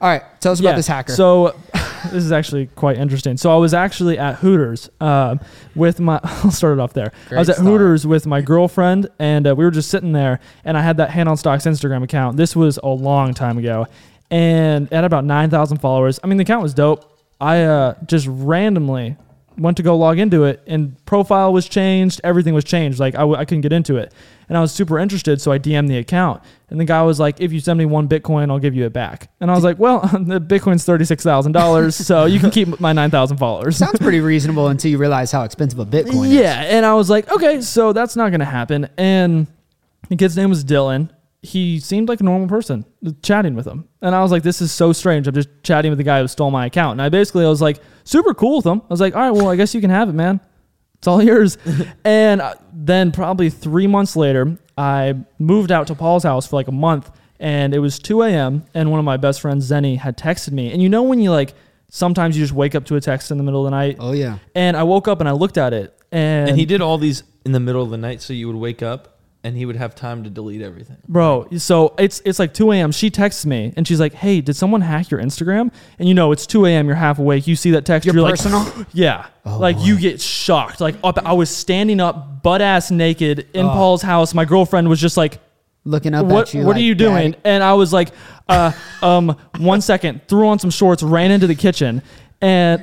[SPEAKER 3] All right, tell us about this hacker.
[SPEAKER 2] So this is actually quite interesting. So I was actually at Hooters um, with my. I'll start it off there. I
[SPEAKER 1] Great
[SPEAKER 2] was at
[SPEAKER 1] start.
[SPEAKER 2] Hooters with my girlfriend, and uh, we were just sitting there, and I had that hand on stocks Instagram account. This was a long time ago, and it had about nine thousand followers. I mean, the account was dope. I uh, just randomly went to go log into it and profile was changed everything was changed like I, w- I couldn't get into it and i was super interested so i dm'd the account and the guy was like if you send me one bitcoin i'll give you it back and i was like well the bitcoin's $36000 so you can keep my 9000 followers
[SPEAKER 3] Sounds pretty reasonable until you realize how expensive a Bitcoin is.
[SPEAKER 2] yeah, and I was like, okay, so that's not gonna happen. And the kid's name was Dylan. He seemed like a normal person, chatting with him, and I was like, this is so strange. I'm just chatting with the guy who stole my account, and I basically I was like, super cool with him. I was like, all right, well, I guess you can have it, man. It's all yours. and uh, then probably three months later, I moved out to Paul's house for like a month, and it was 2 a.m. And one of my best friends, Zenny, had texted me, and you know when you like. Sometimes you just wake up to a text in the middle of the night.
[SPEAKER 3] Oh yeah.
[SPEAKER 2] And I woke up and I looked at it, and,
[SPEAKER 4] and he did all these in the middle of the night, so you would wake up and he would have time to delete everything.
[SPEAKER 2] Bro, so it's it's like 2 a.m. She texts me and she's like, "Hey, did someone hack your Instagram?" And you know it's 2 a.m. You're half awake. You see that text.
[SPEAKER 3] Your
[SPEAKER 2] you're
[SPEAKER 3] personal?
[SPEAKER 2] like, "Yeah."
[SPEAKER 3] Oh
[SPEAKER 2] like you get shocked. Like up, I was standing up, butt ass naked in Paul's house. My girlfriend was just like,
[SPEAKER 3] Looking up
[SPEAKER 2] "What?
[SPEAKER 3] at Oh. you.
[SPEAKER 2] what
[SPEAKER 3] like,
[SPEAKER 2] are you doing?"
[SPEAKER 3] "Daddy."
[SPEAKER 2] And I was like, uh, "Um, one second. Threw on some shorts, ran into the kitchen, and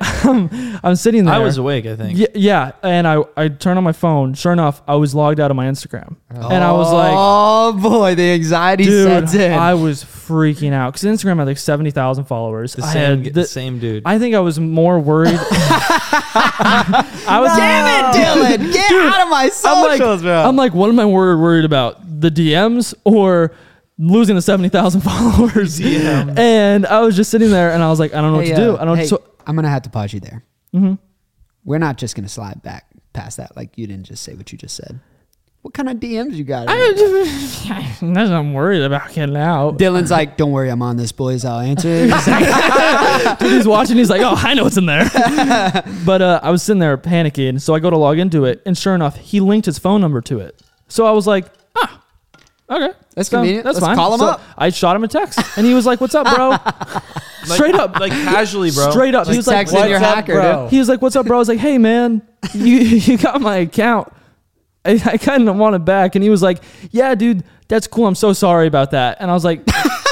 [SPEAKER 2] I'm sitting there.
[SPEAKER 4] I was awake, I think.
[SPEAKER 2] Yeah, yeah, and I I turn on my phone. Sure enough, I was logged out of my Instagram, and I was like,
[SPEAKER 3] oh boy, the anxiety sets
[SPEAKER 2] dude,
[SPEAKER 3] in.
[SPEAKER 2] I was freaking out because Instagram had like seventy thousand followers.
[SPEAKER 4] The
[SPEAKER 2] I
[SPEAKER 4] same,
[SPEAKER 2] had
[SPEAKER 4] the
[SPEAKER 2] the-
[SPEAKER 4] same dude.
[SPEAKER 2] I think I was more worried. I was.
[SPEAKER 3] Damn it, Dylan, get out of my
[SPEAKER 2] I'm like,
[SPEAKER 3] socials, bro.
[SPEAKER 2] I'm like, what am I worried worried about? The DMs or losing the seventy thousand followers? And I was just sitting there, and I was like, I don't know what
[SPEAKER 3] Hey,
[SPEAKER 2] to do.
[SPEAKER 3] uh,
[SPEAKER 2] I don't.
[SPEAKER 3] hey,
[SPEAKER 2] So, Mm-hmm.
[SPEAKER 3] I'm gonna have to pause you there. We're not just gonna slide back past that. Like you didn't just say what you just said. What kind of DMs you got?
[SPEAKER 2] that's what I'm worried about getting out.
[SPEAKER 3] Dylan's like, don't worry, I'm on this, boys. I'll answer. it."
[SPEAKER 2] he's watching. He's like, oh, I know what's in there. but uh, I was sitting there panicking. So I go to log into it, and sure enough, he linked his phone number to it. So I was like, ah, okay,
[SPEAKER 3] That's
[SPEAKER 2] So
[SPEAKER 3] convenient. Let's call him
[SPEAKER 2] So
[SPEAKER 3] up.
[SPEAKER 2] I shot him a text, and he was like, "What's up, bro?"
[SPEAKER 4] Like-
[SPEAKER 2] straight up,
[SPEAKER 4] like casually, bro.
[SPEAKER 2] straight up. he was like,
[SPEAKER 3] texting
[SPEAKER 2] "What?"
[SPEAKER 3] your
[SPEAKER 1] "What's up,
[SPEAKER 3] hacker,
[SPEAKER 1] bro?"
[SPEAKER 2] He was like, "What's up, bro?" I was like, "Hey, man, you you got my account. I, I kind of want it back." And he was like, "Yeah, dude, that's cool. I'm so sorry about that." And I was like,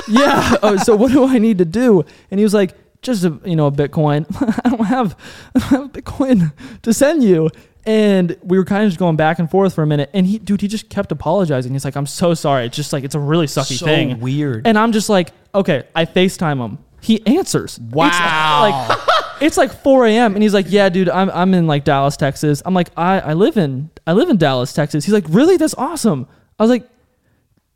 [SPEAKER 2] "Yeah. Oh, so what do I need to do?" And he was like, "Just a, you know, a Bitcoin. I don't have I don't have Bitcoin to send you." And we were kind of just going back and forth for a minute. And he, dude, he just kept apologizing. He's like, "I'm so sorry. It's just like it's a really sucky
[SPEAKER 4] So
[SPEAKER 2] thing.
[SPEAKER 4] weird.
[SPEAKER 2] And I'm just like, okay, I FaceTime him. He answers. Wow. It's like, it's like 4 a.m. and he's like, yeah, dude, I'm, I'm in like Dallas, Texas. I'm like, I, I live in I live in Dallas, Texas. He's like, really? That's awesome. I was like,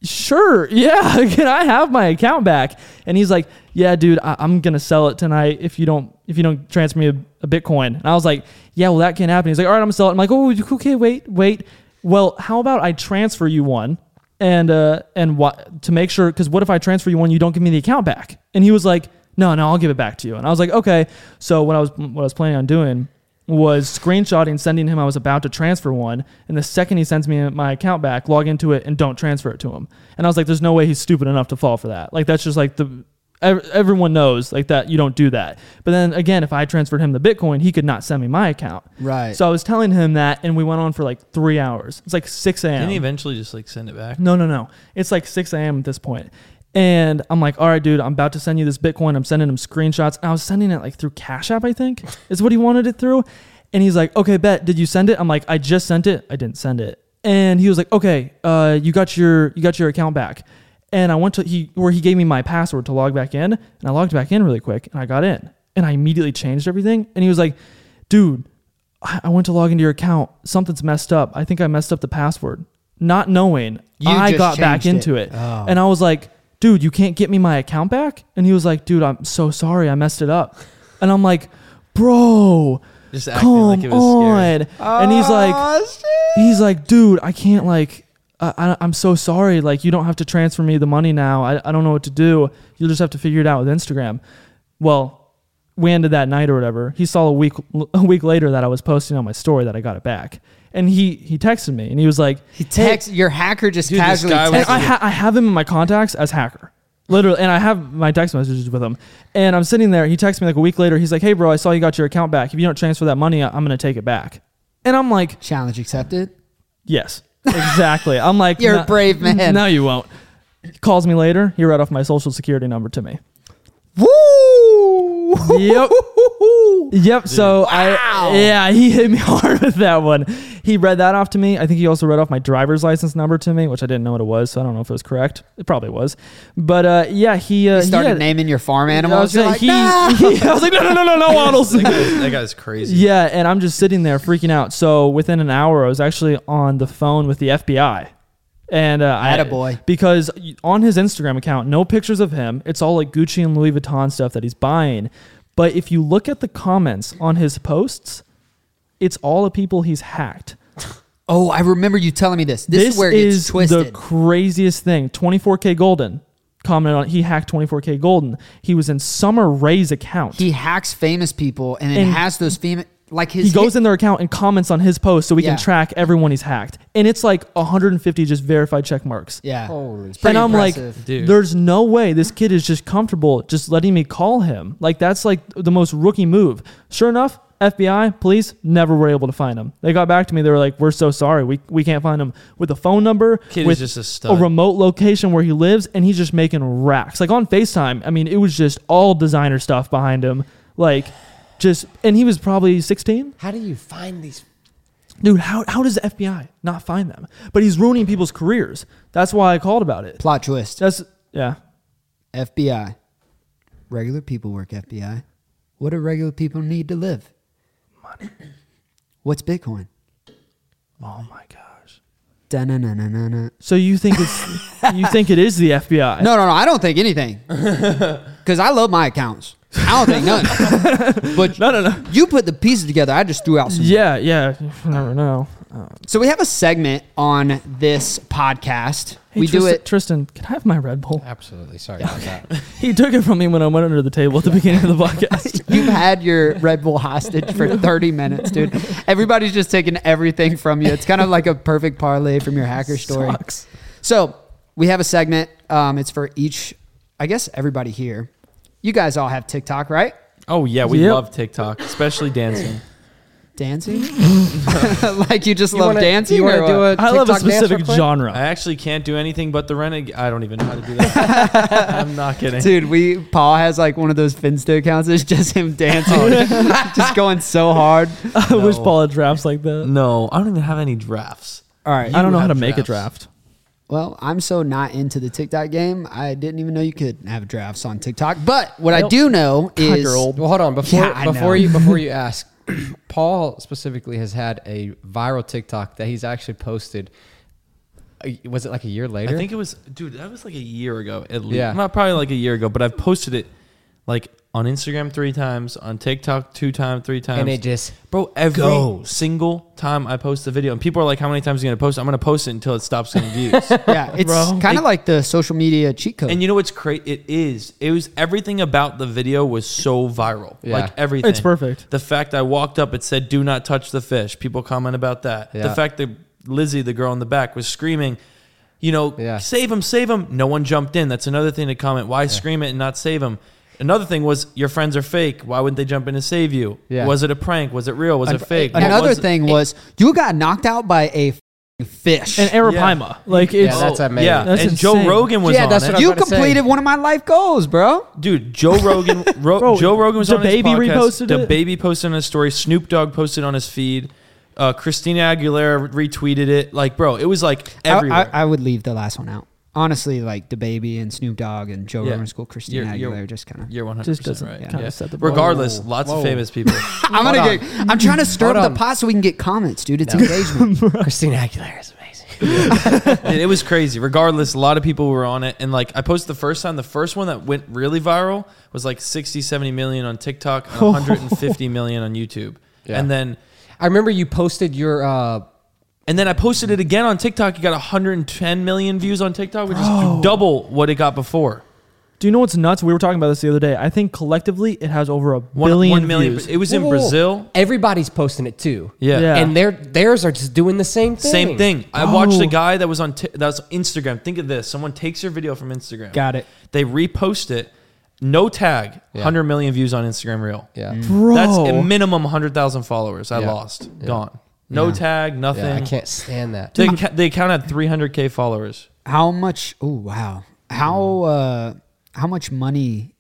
[SPEAKER 2] sure, yeah. Can I have my account back? And he's like, yeah, dude, I, I'm gonna sell it tonight if you don't if you don't transfer me a, a Bitcoin. And I was like, yeah, well that can't happen. He's like, all right, I'm gonna sell it. I'm like, oh, okay, wait, wait. Well, how about I transfer you one? and uh and what to make sure because what if I transfer you one you don't give me the account back and he was like no no I'll give it back to you and I was like okay so what I was what I was planning on doing was screenshotting sending him I was about to transfer one and the second he sends me my account back log into it and don't transfer it to him and I was like there's no way he's stupid enough to fall for that like that's just like the ev- everyone knows like that you don't do that but then again if I transferred him the Bitcoin he could not send me my account
[SPEAKER 3] Right.
[SPEAKER 2] so I was telling him that and we went on for like three hours it's like 6 a.m.
[SPEAKER 4] Didn't he eventually just like send it back?
[SPEAKER 2] No, no, no. It's like 6 a.m. at this point. And I'm like, all right, dude, I'm about to send you this Bitcoin. I'm sending him screenshots. And I was sending it like through Cash App, I think, is what he wanted it through. And he's like, okay, bet. Did you send it? I'm like, I just sent it. I didn't send it. And he was like, okay, uh, you got your you got your account back. And I went to he where he gave me my password to log back in, and I logged back in really quick, and I got in, and I immediately changed everything. And he was like, dude, I I went to log into your account. Something's messed up. I think I messed up the password. Not knowing,
[SPEAKER 3] You
[SPEAKER 2] I
[SPEAKER 3] just
[SPEAKER 2] got back
[SPEAKER 3] changed
[SPEAKER 2] into
[SPEAKER 3] it.
[SPEAKER 2] it.
[SPEAKER 4] Oh.
[SPEAKER 2] And I was like, dude, you can't get me my account back? And he was like, dude, I'm so sorry. I messed it up. And I'm like, bro,
[SPEAKER 4] Just acting
[SPEAKER 2] come
[SPEAKER 4] like it was
[SPEAKER 2] on.
[SPEAKER 4] scary.
[SPEAKER 2] And he's like, he's like, dude, I can't like, I, I, I'm so sorry. Like, you don't have to transfer me the money now. I, I don't know what to do. You'll just have to figure it out with Instagram. Well, we ended that night or whatever. He saw a week a week later that I was posting on my story that I got it back, and he he texted me and he was like,
[SPEAKER 3] He text your hacker just
[SPEAKER 4] Dude, this
[SPEAKER 3] casually.
[SPEAKER 4] guy was-
[SPEAKER 3] Text,
[SPEAKER 2] and I, ha- I have him in my contacts as hacker, literally, and I have my text messages with him. And I'm sitting there. He texts me like a week later. He's like, "Hey, bro, I saw you got your account back. If you don't transfer that money, I- I'm gonna take it back." And I'm like,
[SPEAKER 3] Challenge accepted.
[SPEAKER 2] Yes, exactly. I'm like,
[SPEAKER 3] You're a
[SPEAKER 2] "No-
[SPEAKER 3] brave man."
[SPEAKER 2] No, you won't. He calls me later. He read off my social security number to me.
[SPEAKER 3] Woo!
[SPEAKER 2] Yep. Yep. So I, yeah, he hit me hard with that one. He read that off to me. I think he also read off my driver's license number to me, which I didn't know what it was, so I don't know if it was correct. It probably was, but uh, yeah, he, uh,
[SPEAKER 3] He started
[SPEAKER 2] had-
[SPEAKER 3] naming your farm
[SPEAKER 2] I
[SPEAKER 3] animals.
[SPEAKER 2] was,
[SPEAKER 3] You're
[SPEAKER 2] like,
[SPEAKER 3] like,
[SPEAKER 2] he,
[SPEAKER 3] "Nah."
[SPEAKER 2] he- I was like, no, no, no, no, no, Waddles.
[SPEAKER 4] That guy's, that guy's crazy.
[SPEAKER 2] Yeah, and I'm just sitting there freaking out. So within an hour, I was actually on the phone with the FBI, and uh, I
[SPEAKER 3] Attaboy.
[SPEAKER 2] because on his Instagram account, no pictures of him. It's all like Gucci and Louis Vuitton stuff that he's buying. But if you look at the comments on his posts, it's all the people he's hacked.
[SPEAKER 3] Oh, I remember you telling me this. This, is where it gets
[SPEAKER 2] is
[SPEAKER 3] twisted.
[SPEAKER 2] the craziest thing. 24K Golden commented on he hacked 24K Golden. He was in Summer Ray's account.
[SPEAKER 3] he hacks famous people and then
[SPEAKER 2] And-
[SPEAKER 3] has those famous. like his
[SPEAKER 2] He goes
[SPEAKER 3] hit-
[SPEAKER 2] in their account and comments on his post so we
[SPEAKER 3] Yeah.
[SPEAKER 2] can track everyone he's hacked. And it's like 150 just verified check marks.
[SPEAKER 3] yeah.
[SPEAKER 1] Holy
[SPEAKER 3] It's pretty
[SPEAKER 2] and I'm
[SPEAKER 3] impressive.
[SPEAKER 2] like,
[SPEAKER 4] Dude.
[SPEAKER 2] there's no way this kid is just comfortable just letting me call him. Like that's like the most rookie move. Sure enough, FBI, police never were able to find him. They got back to me. They were like, "We're so sorry. We, we can't find him with a phone number,
[SPEAKER 4] Kid is
[SPEAKER 2] with
[SPEAKER 4] just a stud.
[SPEAKER 2] remote location where he lives, and he's just making racks. Like on Facetime. I mean, it was just all designer stuff behind him. Like, just and he was probably 16.
[SPEAKER 1] How do you find these?
[SPEAKER 2] Dude, how, how does the FBI not find them? But he's ruining people's careers. That's why I called about it.
[SPEAKER 3] plot twist.
[SPEAKER 2] That's yeah.
[SPEAKER 3] FBI. Regular people work FBI. What do regular people need to live? Money. What's Bitcoin?
[SPEAKER 2] Oh my gosh.
[SPEAKER 3] Da-na-na-na-na-na.
[SPEAKER 2] So you think it's you think it is the FBI?
[SPEAKER 3] No, no, no. I don't think anything. Because I love my accounts. I don't think none. but
[SPEAKER 2] no, no, no.
[SPEAKER 3] you put the pieces together. I just threw out some.
[SPEAKER 2] Yeah, yeah. You never know.
[SPEAKER 3] So we have a segment on this podcast.
[SPEAKER 2] Hey,
[SPEAKER 3] we do
[SPEAKER 2] Tristan-
[SPEAKER 3] it.
[SPEAKER 2] Tristan, can I have my Red Bull?
[SPEAKER 1] Absolutely. Sorry about that.
[SPEAKER 2] He took it from me when I went under the table at the beginning of the podcast.
[SPEAKER 3] You've had your Red Bull hostage for 30 minutes, dude. Everybody's just taking everything from you. It's kind of like a perfect parlay from your hacker story.
[SPEAKER 2] Sucks.
[SPEAKER 3] So we have a segment. Um, it's for each, I guess, everybody here. You guys all have TikTok, right?
[SPEAKER 4] Oh yeah, we
[SPEAKER 2] Yep.
[SPEAKER 4] love TikTok, especially dancing.
[SPEAKER 3] Dancing? like you just
[SPEAKER 1] You
[SPEAKER 3] love
[SPEAKER 1] wanna-
[SPEAKER 3] dancing?
[SPEAKER 1] you wanna
[SPEAKER 3] or
[SPEAKER 1] do
[SPEAKER 3] what?
[SPEAKER 1] a
[SPEAKER 2] I love a
[SPEAKER 1] TikTok dance real
[SPEAKER 2] specific
[SPEAKER 1] quick?
[SPEAKER 4] I
[SPEAKER 2] genre.
[SPEAKER 4] actually can't do anything but the renegade. I don't even know how to do that. I'm not kidding.
[SPEAKER 3] Dude, we Paul has like one of those Finsta accounts. It's just him dancing, just going so hard.
[SPEAKER 2] I wish
[SPEAKER 4] No.
[SPEAKER 2] Paul had drafts like that.
[SPEAKER 4] No, I don't even have any drafts.
[SPEAKER 3] All right.
[SPEAKER 2] I don't know how to
[SPEAKER 4] have
[SPEAKER 2] make a
[SPEAKER 4] drafts.
[SPEAKER 2] draft.
[SPEAKER 3] Well, I'm so not into the TikTok game. I didn't even know you could have drafts on TikTok. But what I do know is
[SPEAKER 2] you're old.
[SPEAKER 1] well, hold on before
[SPEAKER 3] Yeah, I know.
[SPEAKER 1] before you before you ask. Paul specifically has had a viral TikTok that he's actually posted. uh, Was it like a year
[SPEAKER 4] I
[SPEAKER 1] later?
[SPEAKER 4] think it was, dude. That was like a year ago at least.
[SPEAKER 1] Yeah.
[SPEAKER 4] Not probably like a year ago, but I've posted it like on Instagram three times, on TikTok two times, three times,
[SPEAKER 1] and it just
[SPEAKER 4] Bro, every
[SPEAKER 1] Goes.
[SPEAKER 4] single time I post a video, and people are like, "How many times are you gonna post?" it?" I'm gonna post it until it stops getting views.
[SPEAKER 3] yeah, it's
[SPEAKER 4] Bro.
[SPEAKER 3] kind
[SPEAKER 4] It-
[SPEAKER 3] of like the social media cheat code.
[SPEAKER 4] and you know what's crazy? It is. It was everything about the video was so viral.
[SPEAKER 1] Yeah.
[SPEAKER 4] Like everything.
[SPEAKER 2] It's perfect.
[SPEAKER 4] The fact I walked up, it said, "Do not touch the fish." People comment about that.
[SPEAKER 1] Yeah.
[SPEAKER 4] The fact that Lizzie, the girl in the back, was screaming, you know,
[SPEAKER 1] Yeah.
[SPEAKER 4] save him, save him. No one jumped in. That's another thing to comment. Why scream it and not save him? Another thing was your friends are fake. Why wouldn't they jump in to save you?
[SPEAKER 1] Yeah.
[SPEAKER 4] Was it a prank? Was it real? Was it fake? What
[SPEAKER 3] Another
[SPEAKER 4] was it?
[SPEAKER 3] thing was you got knocked out by a f***ing fish.
[SPEAKER 2] And Arapaima. Like
[SPEAKER 1] Yeah,
[SPEAKER 2] it's
[SPEAKER 1] that's amazing.
[SPEAKER 4] Oh, Yeah,
[SPEAKER 2] That's
[SPEAKER 4] and Joe
[SPEAKER 2] insane.
[SPEAKER 4] Rogan was
[SPEAKER 1] Yeah,
[SPEAKER 4] on
[SPEAKER 1] that's
[SPEAKER 4] it.
[SPEAKER 1] what I
[SPEAKER 3] you
[SPEAKER 1] was about to say.
[SPEAKER 3] completed one of my life goals, bro.
[SPEAKER 4] Dude, Joe Rogan, Ro-
[SPEAKER 2] Bro,
[SPEAKER 4] Joe Rogan was on his
[SPEAKER 2] DaBaby
[SPEAKER 4] podcast.
[SPEAKER 2] reposted it?
[SPEAKER 4] DaBaby posted on his story. Snoop Dogg posted on his feed. Uh, Christina Aguilera retweeted it. Like, bro, it was like
[SPEAKER 3] I- I,
[SPEAKER 4] everywhere.
[SPEAKER 3] I, would leave the last one out. Honestly, like the baby and Snoop Dogg and Joe
[SPEAKER 4] Yeah.
[SPEAKER 3] Rogan School, Christina
[SPEAKER 4] You're- you're-
[SPEAKER 3] Aguilera, just kind of.
[SPEAKER 4] You're 100
[SPEAKER 2] Just doesn't
[SPEAKER 4] right.
[SPEAKER 2] kinda set the bar.
[SPEAKER 4] Regardless,
[SPEAKER 1] Whoa.
[SPEAKER 4] lots
[SPEAKER 1] Whoa.
[SPEAKER 4] of famous people.
[SPEAKER 3] I'm gonna
[SPEAKER 1] Hold
[SPEAKER 3] get. I'm trying to stir
[SPEAKER 1] Hold
[SPEAKER 3] up
[SPEAKER 1] on.
[SPEAKER 3] the pot so we can get comments, dude. It's engagement.
[SPEAKER 1] Christina Aguilera is amazing.
[SPEAKER 4] and it was crazy. Regardless, a lot of people were on it. And like, I posted the first time. The first one that went really viral was like 60, 70 million on TikTok
[SPEAKER 2] Oh.
[SPEAKER 4] and 150 million on YouTube.
[SPEAKER 1] Yeah.
[SPEAKER 4] And then
[SPEAKER 1] I remember you posted your uh,
[SPEAKER 4] And then I posted it again on TikTok. It got 110 million views on TikTok, which is double what it got before.
[SPEAKER 2] Do you know what's nuts? We were talking about this the other day. I think collectively it has over a
[SPEAKER 4] One,
[SPEAKER 2] billion
[SPEAKER 4] one million.
[SPEAKER 2] views.
[SPEAKER 4] It was in
[SPEAKER 1] Whoa, whoa, whoa.
[SPEAKER 4] Brazil.
[SPEAKER 1] Everybody's posting it too.
[SPEAKER 4] Yeah.
[SPEAKER 2] Yeah.
[SPEAKER 1] and their theirs are just doing the same thing.
[SPEAKER 4] Same thing. I watched
[SPEAKER 2] Oh.
[SPEAKER 4] a guy that was on t- that was on Instagram. Think of this: someone takes your video from Instagram.
[SPEAKER 3] Got it.
[SPEAKER 4] They repost it, no tag,
[SPEAKER 1] Yeah.
[SPEAKER 4] 100 million views on Instagram Reel.
[SPEAKER 1] Yeah,
[SPEAKER 2] Bro.
[SPEAKER 4] That's a minimum 100,000 followers. I
[SPEAKER 1] Yeah.
[SPEAKER 4] lost. Gone. No tag. Nothing.
[SPEAKER 1] yeah. I can't stand that.
[SPEAKER 4] They, ca- they account had 300k followers.
[SPEAKER 3] How much? Oh wow. How uh, how much money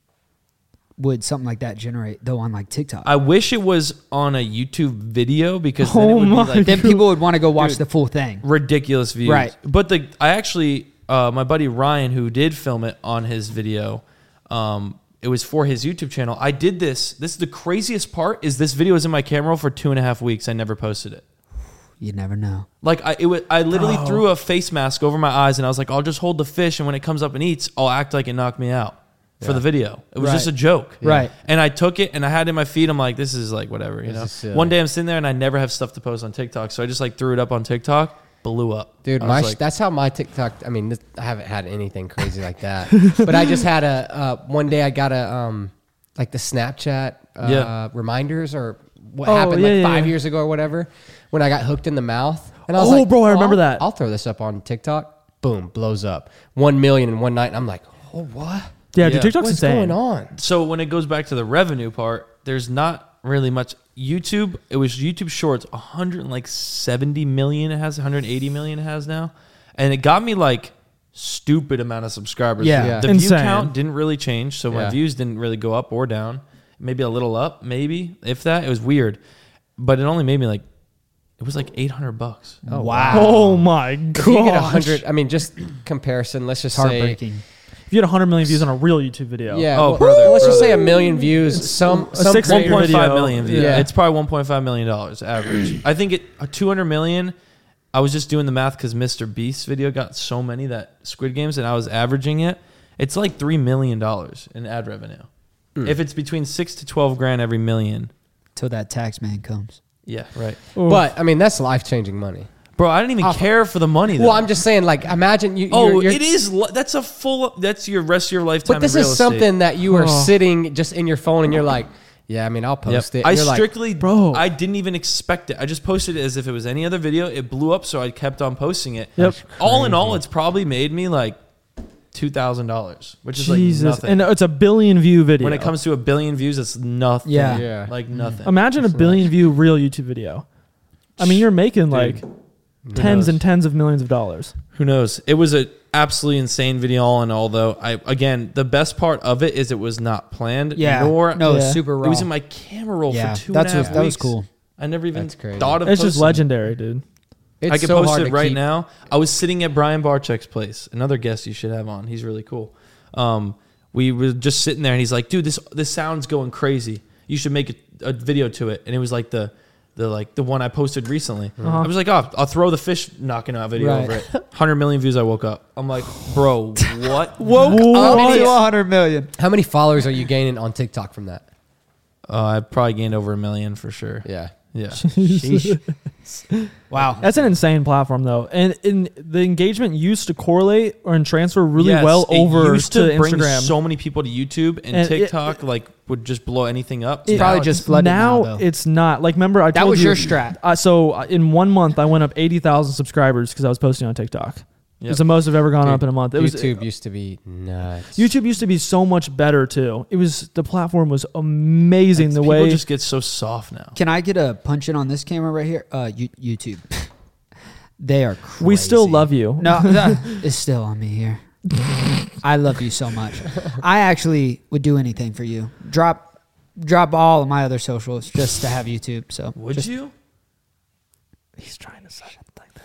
[SPEAKER 3] would something like that generate though on like TikTok?
[SPEAKER 4] I wish it was on a YouTube video because then it
[SPEAKER 2] Oh
[SPEAKER 4] would
[SPEAKER 2] my
[SPEAKER 4] be like
[SPEAKER 3] then people would want to go watch the full thing.
[SPEAKER 4] ridiculous views.
[SPEAKER 3] Right.
[SPEAKER 4] But the I actually uh, my buddy Ryan who did film it on his video, um, it was for his YouTube channel. I did this. This is the craziest part is this video was in my camera roll for two and a half weeks. I never posted it.
[SPEAKER 3] You never know.
[SPEAKER 4] Like I it was, I literally
[SPEAKER 3] Oh.
[SPEAKER 4] threw a face mask over my eyes and I was like, I'll just hold the fish and when it comes up and eats, I'll act like it knocked me out for the video. It was just a
[SPEAKER 3] Right.
[SPEAKER 4] joke.
[SPEAKER 3] Right.
[SPEAKER 4] And I took it and I had it in my feed. I'm like, this is like whatever, you
[SPEAKER 1] This is
[SPEAKER 4] know.
[SPEAKER 1] silly.
[SPEAKER 4] One day I'm sitting there and I never have stuff to post on TikTok. So I just like threw it up on TikTok, blew up.
[SPEAKER 1] Dude,
[SPEAKER 4] I
[SPEAKER 1] my
[SPEAKER 4] was
[SPEAKER 1] sh
[SPEAKER 4] like,
[SPEAKER 1] that's how my TikTok. I mean, this, I haven't had anything crazy like that, but I just had a uh, one day I got a um like the Snapchat uh,
[SPEAKER 4] Yeah.
[SPEAKER 1] reminders or what
[SPEAKER 2] Oh,
[SPEAKER 1] happened
[SPEAKER 2] yeah,
[SPEAKER 1] like
[SPEAKER 2] yeah,
[SPEAKER 1] five
[SPEAKER 2] yeah.
[SPEAKER 1] years ago or whatever when I got hooked in the mouth. And I was
[SPEAKER 2] Oh,
[SPEAKER 1] like,
[SPEAKER 2] bro, I
[SPEAKER 1] "Well,
[SPEAKER 2] remember
[SPEAKER 1] I'll-
[SPEAKER 2] that."
[SPEAKER 1] I'll throw this up on TikTok. Boom, blows up. One million in one night. And I'm like, oh, what?
[SPEAKER 2] Yeah, dude,
[SPEAKER 4] Yeah.
[SPEAKER 2] TikTok's
[SPEAKER 1] What's
[SPEAKER 2] insane.
[SPEAKER 1] going on?
[SPEAKER 4] so when it goes back to the revenue part, there's not really much YouTube. It was YouTube Shorts, 170 million it has, 180 million it has now, and it got me like stupid amount of subscribers.
[SPEAKER 3] Yeah.
[SPEAKER 1] Yeah.
[SPEAKER 4] the view
[SPEAKER 2] Insane.
[SPEAKER 4] count didn't really change, so my
[SPEAKER 1] Yeah.
[SPEAKER 4] views didn't really go up or down. Maybe a little up, maybe if that. It was weird, but it only made me like it was like 800 bucks.
[SPEAKER 3] wow.
[SPEAKER 2] Oh my
[SPEAKER 1] If you get a
[SPEAKER 2] god!
[SPEAKER 1] hundred. I mean, just comparison. Let's just say
[SPEAKER 3] Heartbreaking.
[SPEAKER 2] If you had 100 million views on a real YouTube video,
[SPEAKER 1] Yeah.
[SPEAKER 4] Oh,
[SPEAKER 1] well,
[SPEAKER 4] brother,
[SPEAKER 1] let's just
[SPEAKER 4] brother.
[SPEAKER 1] say a million views. Some, some
[SPEAKER 2] six
[SPEAKER 1] creators-
[SPEAKER 2] million
[SPEAKER 4] 1.5
[SPEAKER 2] video.
[SPEAKER 4] million views.
[SPEAKER 1] Yeah.
[SPEAKER 4] It's probably 1.5 million dollars average. I think it uh, 200 million. I was just doing the math because Mr. Beast's video got so many that Squid Games, and I was averaging it. It's like three million dollars in ad revenue.
[SPEAKER 1] Hmm.
[SPEAKER 4] If it's between six to 12 grand every million,
[SPEAKER 3] Till that tax man comes.
[SPEAKER 4] yeah, right,
[SPEAKER 2] Oof.
[SPEAKER 1] But I mean, that's life changing money.
[SPEAKER 4] bro. I didn't even care for the money.
[SPEAKER 1] Well,
[SPEAKER 4] though.
[SPEAKER 1] I'm just saying, like, imagine you.
[SPEAKER 4] Oh,
[SPEAKER 1] you're- you're-
[SPEAKER 4] it is. li- That's a full. That's your rest of your lifetime.
[SPEAKER 1] But this
[SPEAKER 4] in real
[SPEAKER 1] is
[SPEAKER 4] estate.
[SPEAKER 1] something that you are sitting just in your phone, and you're like, yeah. I mean, I'll
[SPEAKER 4] Yep.
[SPEAKER 1] post it. And
[SPEAKER 4] I
[SPEAKER 1] you're like,
[SPEAKER 4] strictly,
[SPEAKER 2] Bro.
[SPEAKER 4] I didn't even expect it. I just posted it as if it was any other video. It blew up, so I kept on posting it.
[SPEAKER 2] Yep. That's
[SPEAKER 4] All in all, it's probably made me like two thousand dollars, which is
[SPEAKER 2] Jesus,
[SPEAKER 4] like nothing.
[SPEAKER 2] and uh, it's a billion view video.
[SPEAKER 4] when it comes to a billion views, it's nothing.
[SPEAKER 3] Yeah.
[SPEAKER 1] Yeah. Mm-hmm.
[SPEAKER 4] like nothing.
[SPEAKER 2] imagine a billion view real YouTube video. I mean, you're making like tens
[SPEAKER 4] knows?
[SPEAKER 2] and tens of millions of dollars.
[SPEAKER 4] Who knows? It was a absolutely insane video. All in all, though, I again the best part of it is it was not planned.
[SPEAKER 3] Yeah.
[SPEAKER 4] nor
[SPEAKER 3] no, it's
[SPEAKER 2] Yeah.
[SPEAKER 3] super raw.
[SPEAKER 4] It was in my camera roll
[SPEAKER 3] Yeah,
[SPEAKER 4] for two
[SPEAKER 3] that's
[SPEAKER 4] and a
[SPEAKER 3] what-
[SPEAKER 4] half
[SPEAKER 3] that was
[SPEAKER 4] weeks.
[SPEAKER 3] cool.
[SPEAKER 4] I never even
[SPEAKER 1] That's crazy.
[SPEAKER 4] thought of
[SPEAKER 2] It's just
[SPEAKER 4] posting it.
[SPEAKER 2] legendary, dude.
[SPEAKER 1] It's
[SPEAKER 4] I can
[SPEAKER 1] so
[SPEAKER 4] post
[SPEAKER 1] hard
[SPEAKER 4] it
[SPEAKER 1] to
[SPEAKER 4] right
[SPEAKER 1] keep-
[SPEAKER 4] now. I was sitting at Brian Barchek's place, another guest you should have on. He's really cool. Um, we were just sitting there, and he's like, "Dude, this this sound's going crazy. You should make a, a video to it." And it was like the the like the one I posted recently. I was like, "Oh, I'll throw the fish knocking out video
[SPEAKER 3] Right.
[SPEAKER 4] over it." Hundred million views. I woke up. I'm like, "Bro, what?
[SPEAKER 3] Up
[SPEAKER 2] Oh,
[SPEAKER 1] What?
[SPEAKER 3] to 100 million.
[SPEAKER 1] How many followers are you gaining on TikTok from that?
[SPEAKER 4] Uh, I probably gained over a million for sure.
[SPEAKER 1] Yeah.
[SPEAKER 4] yeah.
[SPEAKER 3] Wow.
[SPEAKER 2] That's an insane platform, though, and in the engagement used to correlate or and transfer really
[SPEAKER 4] Yes,
[SPEAKER 2] well
[SPEAKER 4] it
[SPEAKER 2] over
[SPEAKER 4] used
[SPEAKER 2] to,
[SPEAKER 4] bring
[SPEAKER 2] Instagram.
[SPEAKER 4] So many people to YouTube and,
[SPEAKER 2] And it-
[SPEAKER 4] TikTok like would just blow anything up.
[SPEAKER 3] It's
[SPEAKER 4] Now
[SPEAKER 3] probably just flooded now,
[SPEAKER 2] now
[SPEAKER 3] though.
[SPEAKER 2] it's not. Like, remember, I
[SPEAKER 3] That
[SPEAKER 2] told
[SPEAKER 3] was
[SPEAKER 2] you-
[SPEAKER 3] your strat.
[SPEAKER 2] Uh, so uh, in one month, I went up eighty thousand subscribers because I was posting on TikTok.
[SPEAKER 4] Yep.
[SPEAKER 2] It's the most I've ever gone up in a month. It was
[SPEAKER 1] YouTube used to be nuts.
[SPEAKER 2] YouTube used to be so much better too. It was the platform was amazing. the
[SPEAKER 4] people
[SPEAKER 2] way
[SPEAKER 4] just get so soft now.
[SPEAKER 3] Can I get a punch in on this camera right here? Uh, you, YouTube. they are crazy.
[SPEAKER 2] we still love you.
[SPEAKER 3] No, no, it's still on me here. I love you so much. I actually would do anything for you. Drop, drop all of my other socials just to have YouTube. So
[SPEAKER 4] Would
[SPEAKER 3] just,
[SPEAKER 4] you?
[SPEAKER 2] he's trying to say it like that.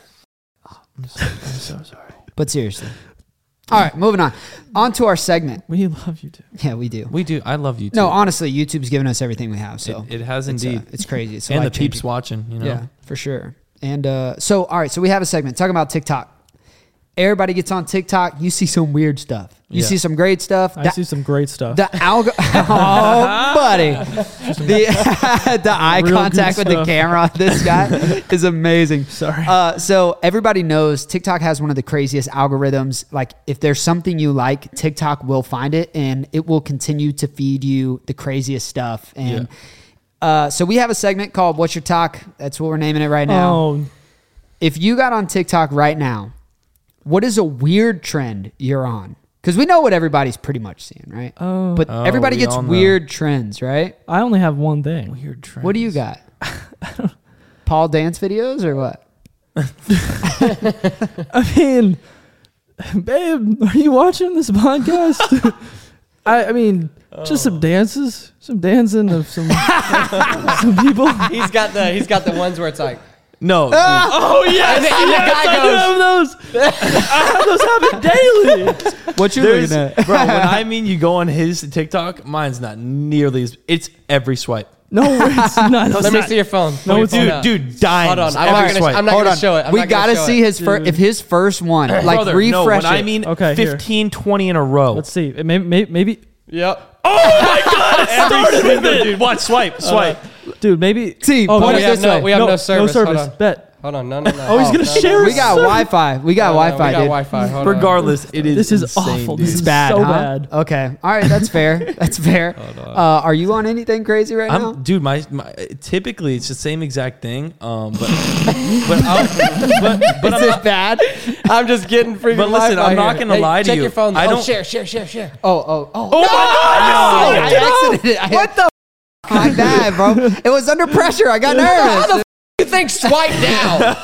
[SPEAKER 2] Oh,
[SPEAKER 4] I'm so sorry.
[SPEAKER 3] But seriously. All right, moving on. On to our segment.
[SPEAKER 2] We love you too.
[SPEAKER 3] Yeah, we do.
[SPEAKER 4] We do. I love YouTube.
[SPEAKER 3] No, honestly, YouTube's given us everything we have. So
[SPEAKER 4] it, it has
[SPEAKER 3] it's, uh,
[SPEAKER 4] indeed.
[SPEAKER 3] it's crazy. It's
[SPEAKER 4] and the
[SPEAKER 3] life-changing.
[SPEAKER 4] peeps watching. You know.
[SPEAKER 3] Yeah, for sure. And uh, so, all right, so we have a segment talking about TikTok. Everybody gets on TikTok. You see some weird stuff. You
[SPEAKER 4] Yeah.
[SPEAKER 3] see some great stuff.
[SPEAKER 2] I
[SPEAKER 3] The-
[SPEAKER 2] see some great stuff.
[SPEAKER 3] the algo, oh buddy, the the eye
[SPEAKER 2] Real good
[SPEAKER 3] contact with the
[SPEAKER 2] stuff.
[SPEAKER 3] camera on this guy is amazing.
[SPEAKER 2] Sorry.
[SPEAKER 3] Uh, so everybody knows TikTok has one of the craziest algorithms. Like if there's something you like, TikTok will find it and it will continue to feed you the craziest stuff. And uh, so we have a segment called "What's Your Talk." That's what we're naming it right now.
[SPEAKER 2] oh,
[SPEAKER 3] If you got on TikTok right now, what is a weird trend you're on? Because we know what everybody's pretty much seeing, right? Oh, but
[SPEAKER 4] Oh,
[SPEAKER 3] everybody
[SPEAKER 4] we
[SPEAKER 3] gets
[SPEAKER 4] all know.
[SPEAKER 3] weird trends, right?
[SPEAKER 2] I only have one thing.
[SPEAKER 4] Weird trend.
[SPEAKER 3] What do you got? Paul dance videos or what?
[SPEAKER 2] I mean, babe, are you watching this podcast? I, I mean, just some dances, some dancing of some some people.
[SPEAKER 1] He's got the he's got the ones where it's like
[SPEAKER 4] No.
[SPEAKER 2] Oh yes,
[SPEAKER 1] And the- and the guy goes-
[SPEAKER 2] I do have those. I have those happen daily.
[SPEAKER 3] What you
[SPEAKER 4] There's, bro, when I mean you go on his TikTok, mine's not nearly as. It's every swipe.
[SPEAKER 2] No, it's not.
[SPEAKER 1] let me see your phone. Pull your
[SPEAKER 2] it's-
[SPEAKER 1] phone
[SPEAKER 4] Dude,
[SPEAKER 1] out.
[SPEAKER 4] dude, dying.
[SPEAKER 1] Hold on, I'm
[SPEAKER 4] every
[SPEAKER 1] not gonna-
[SPEAKER 4] swipe.
[SPEAKER 1] I'm not
[SPEAKER 3] Hold
[SPEAKER 1] gonna
[SPEAKER 3] on.
[SPEAKER 1] show it. I'm
[SPEAKER 3] we
[SPEAKER 1] not gonna
[SPEAKER 3] gotta
[SPEAKER 1] show
[SPEAKER 3] see
[SPEAKER 1] it.
[SPEAKER 3] his first. If his first one, like
[SPEAKER 4] Brother,
[SPEAKER 3] refresh
[SPEAKER 4] no, when
[SPEAKER 3] it.
[SPEAKER 4] I mean
[SPEAKER 2] Okay, here.
[SPEAKER 4] 15, 20 in a row.
[SPEAKER 2] Let's see. It may, may, maybe,
[SPEAKER 1] Yep.
[SPEAKER 4] Every single dude. Watch, swipe, swipe.
[SPEAKER 2] dude, maybe.
[SPEAKER 3] See,
[SPEAKER 2] oh,
[SPEAKER 3] point
[SPEAKER 2] no,
[SPEAKER 3] it
[SPEAKER 1] we have
[SPEAKER 3] this
[SPEAKER 1] no,
[SPEAKER 3] way.
[SPEAKER 1] we have no, service.
[SPEAKER 2] No service.
[SPEAKER 1] Hold on.
[SPEAKER 2] Bet.
[SPEAKER 1] Hold on. No, no, no.
[SPEAKER 2] Oh, he's gonna
[SPEAKER 1] no,
[SPEAKER 2] share
[SPEAKER 3] We got
[SPEAKER 2] Sorry.
[SPEAKER 3] Wi-Fi. We got
[SPEAKER 1] Oh, no, no,
[SPEAKER 3] Wi-Fi,
[SPEAKER 1] We got
[SPEAKER 3] dude.
[SPEAKER 1] Wi-Fi. Hold on.
[SPEAKER 4] Regardless, it is
[SPEAKER 2] This is
[SPEAKER 4] insane,
[SPEAKER 2] awful.
[SPEAKER 4] dude.
[SPEAKER 2] This
[SPEAKER 3] It's bad,
[SPEAKER 2] So
[SPEAKER 3] huh?
[SPEAKER 2] bad.
[SPEAKER 3] Okay. All right. That's fair. That's fair. Uh, are you on anything crazy right
[SPEAKER 4] I'm,
[SPEAKER 3] now?
[SPEAKER 4] dude. My, my typically it's the same exact thing. Um, but but, I'll, but but I'm not,
[SPEAKER 3] bad?
[SPEAKER 1] I'm just getting freaking.
[SPEAKER 4] But listen,
[SPEAKER 1] Wi-Fi
[SPEAKER 4] I'm not
[SPEAKER 1] here.
[SPEAKER 4] gonna
[SPEAKER 1] Hey,
[SPEAKER 4] lie to
[SPEAKER 1] check
[SPEAKER 4] you.
[SPEAKER 1] your phone.
[SPEAKER 4] I
[SPEAKER 1] Oh,
[SPEAKER 4] don't-
[SPEAKER 1] share, share, share, share.
[SPEAKER 3] Oh, oh, oh.
[SPEAKER 4] oh my god!
[SPEAKER 3] I exited it. I-
[SPEAKER 1] What the? F-
[SPEAKER 3] My bad, bro. It was under pressure. I got nervous.
[SPEAKER 1] how the f- you think swipe now?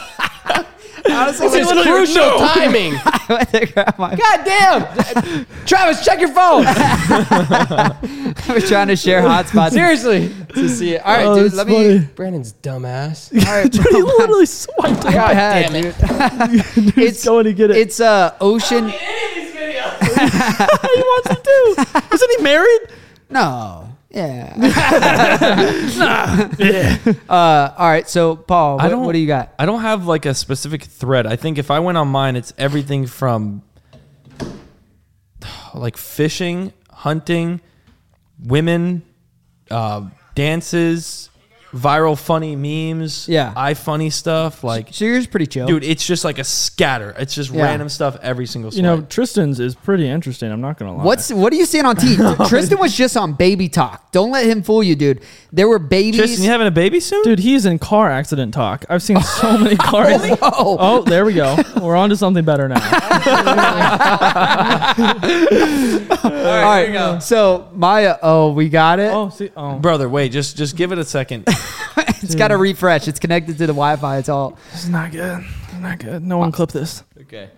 [SPEAKER 3] Honestly,
[SPEAKER 1] This is
[SPEAKER 3] when-
[SPEAKER 1] crucial timing. God
[SPEAKER 3] I went to grab my-
[SPEAKER 1] damn. Travis, check your phone.
[SPEAKER 3] I was trying to share hotspots.
[SPEAKER 1] Seriously. to see it. All right,
[SPEAKER 2] Oh,
[SPEAKER 1] dude.
[SPEAKER 2] that's
[SPEAKER 1] Let
[SPEAKER 2] funny.
[SPEAKER 1] me. Brandon's dumbass.
[SPEAKER 3] All right,
[SPEAKER 2] Dude, he literally swiped.
[SPEAKER 1] God
[SPEAKER 3] bad,
[SPEAKER 1] damn it.
[SPEAKER 2] It's going to get it.
[SPEAKER 3] It's uh, ocean.
[SPEAKER 2] he wants to do. Isn't he married?
[SPEAKER 3] No. Yeah. Uh, all right. So, Paul,
[SPEAKER 4] I
[SPEAKER 3] what,
[SPEAKER 4] don't.
[SPEAKER 3] what do you got?
[SPEAKER 4] I don't have like a specific thread. I think if I went on mine, it's everything from like fishing, hunting, women, uh, dances, viral funny memes,
[SPEAKER 3] Yeah.
[SPEAKER 4] i funny stuff. Like,
[SPEAKER 3] So yours pretty chill,
[SPEAKER 4] dude, it's just like a scatter. It's just
[SPEAKER 3] Yeah.
[SPEAKER 4] random stuff every single.
[SPEAKER 2] You know,
[SPEAKER 4] swipe.
[SPEAKER 2] Tristan's is pretty interesting. I'm not going to lie.
[SPEAKER 3] What's what are you seeing on TV? Tristan was just on baby talk. Don't let him fool you, dude. There were babies.
[SPEAKER 4] Tristan, you having a baby soon?
[SPEAKER 2] Dude, he's in car accident talk. I've seen so many cars. Oh, there we go. We're on to something better now.
[SPEAKER 3] All right. So Maya, oh, we got it.
[SPEAKER 2] Oh, see, oh.
[SPEAKER 4] brother, wait, just just give it a second.
[SPEAKER 3] it's got to refresh. It's connected to the Wi-Fi. It's all.
[SPEAKER 2] This is not good. This is Not good.
[SPEAKER 4] Uh,
[SPEAKER 2] No one clip this.
[SPEAKER 4] okay.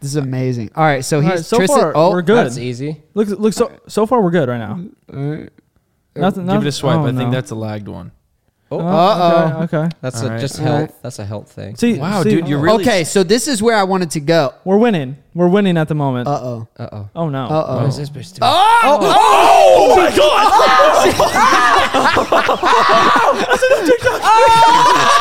[SPEAKER 3] This is amazing. All right. So
[SPEAKER 2] All
[SPEAKER 3] he's
[SPEAKER 2] right, so
[SPEAKER 3] Tristan.
[SPEAKER 2] far
[SPEAKER 3] oh,
[SPEAKER 2] we're good.
[SPEAKER 1] That's easy.
[SPEAKER 2] Look, look. So so far we're good right now. Nothing.
[SPEAKER 4] Uh, Give it a swipe.
[SPEAKER 2] oh,
[SPEAKER 4] I
[SPEAKER 2] no.
[SPEAKER 4] think that's a lagged one.
[SPEAKER 1] Oh,
[SPEAKER 3] Uh-oh.
[SPEAKER 2] Okay. okay.
[SPEAKER 1] that's
[SPEAKER 4] All
[SPEAKER 1] a,
[SPEAKER 4] right.
[SPEAKER 1] just
[SPEAKER 3] All
[SPEAKER 1] health.
[SPEAKER 3] right.
[SPEAKER 1] That's a health thing.
[SPEAKER 2] See,
[SPEAKER 4] Wow,
[SPEAKER 2] see-
[SPEAKER 4] dude, you're really
[SPEAKER 3] Okay. So this is where I wanted to go.
[SPEAKER 2] We're winning. We're winning at the moment.
[SPEAKER 3] Uh oh.
[SPEAKER 1] Uh oh.
[SPEAKER 2] oh no.
[SPEAKER 1] What
[SPEAKER 3] Uh
[SPEAKER 1] is
[SPEAKER 3] oh.
[SPEAKER 1] this bitch doing?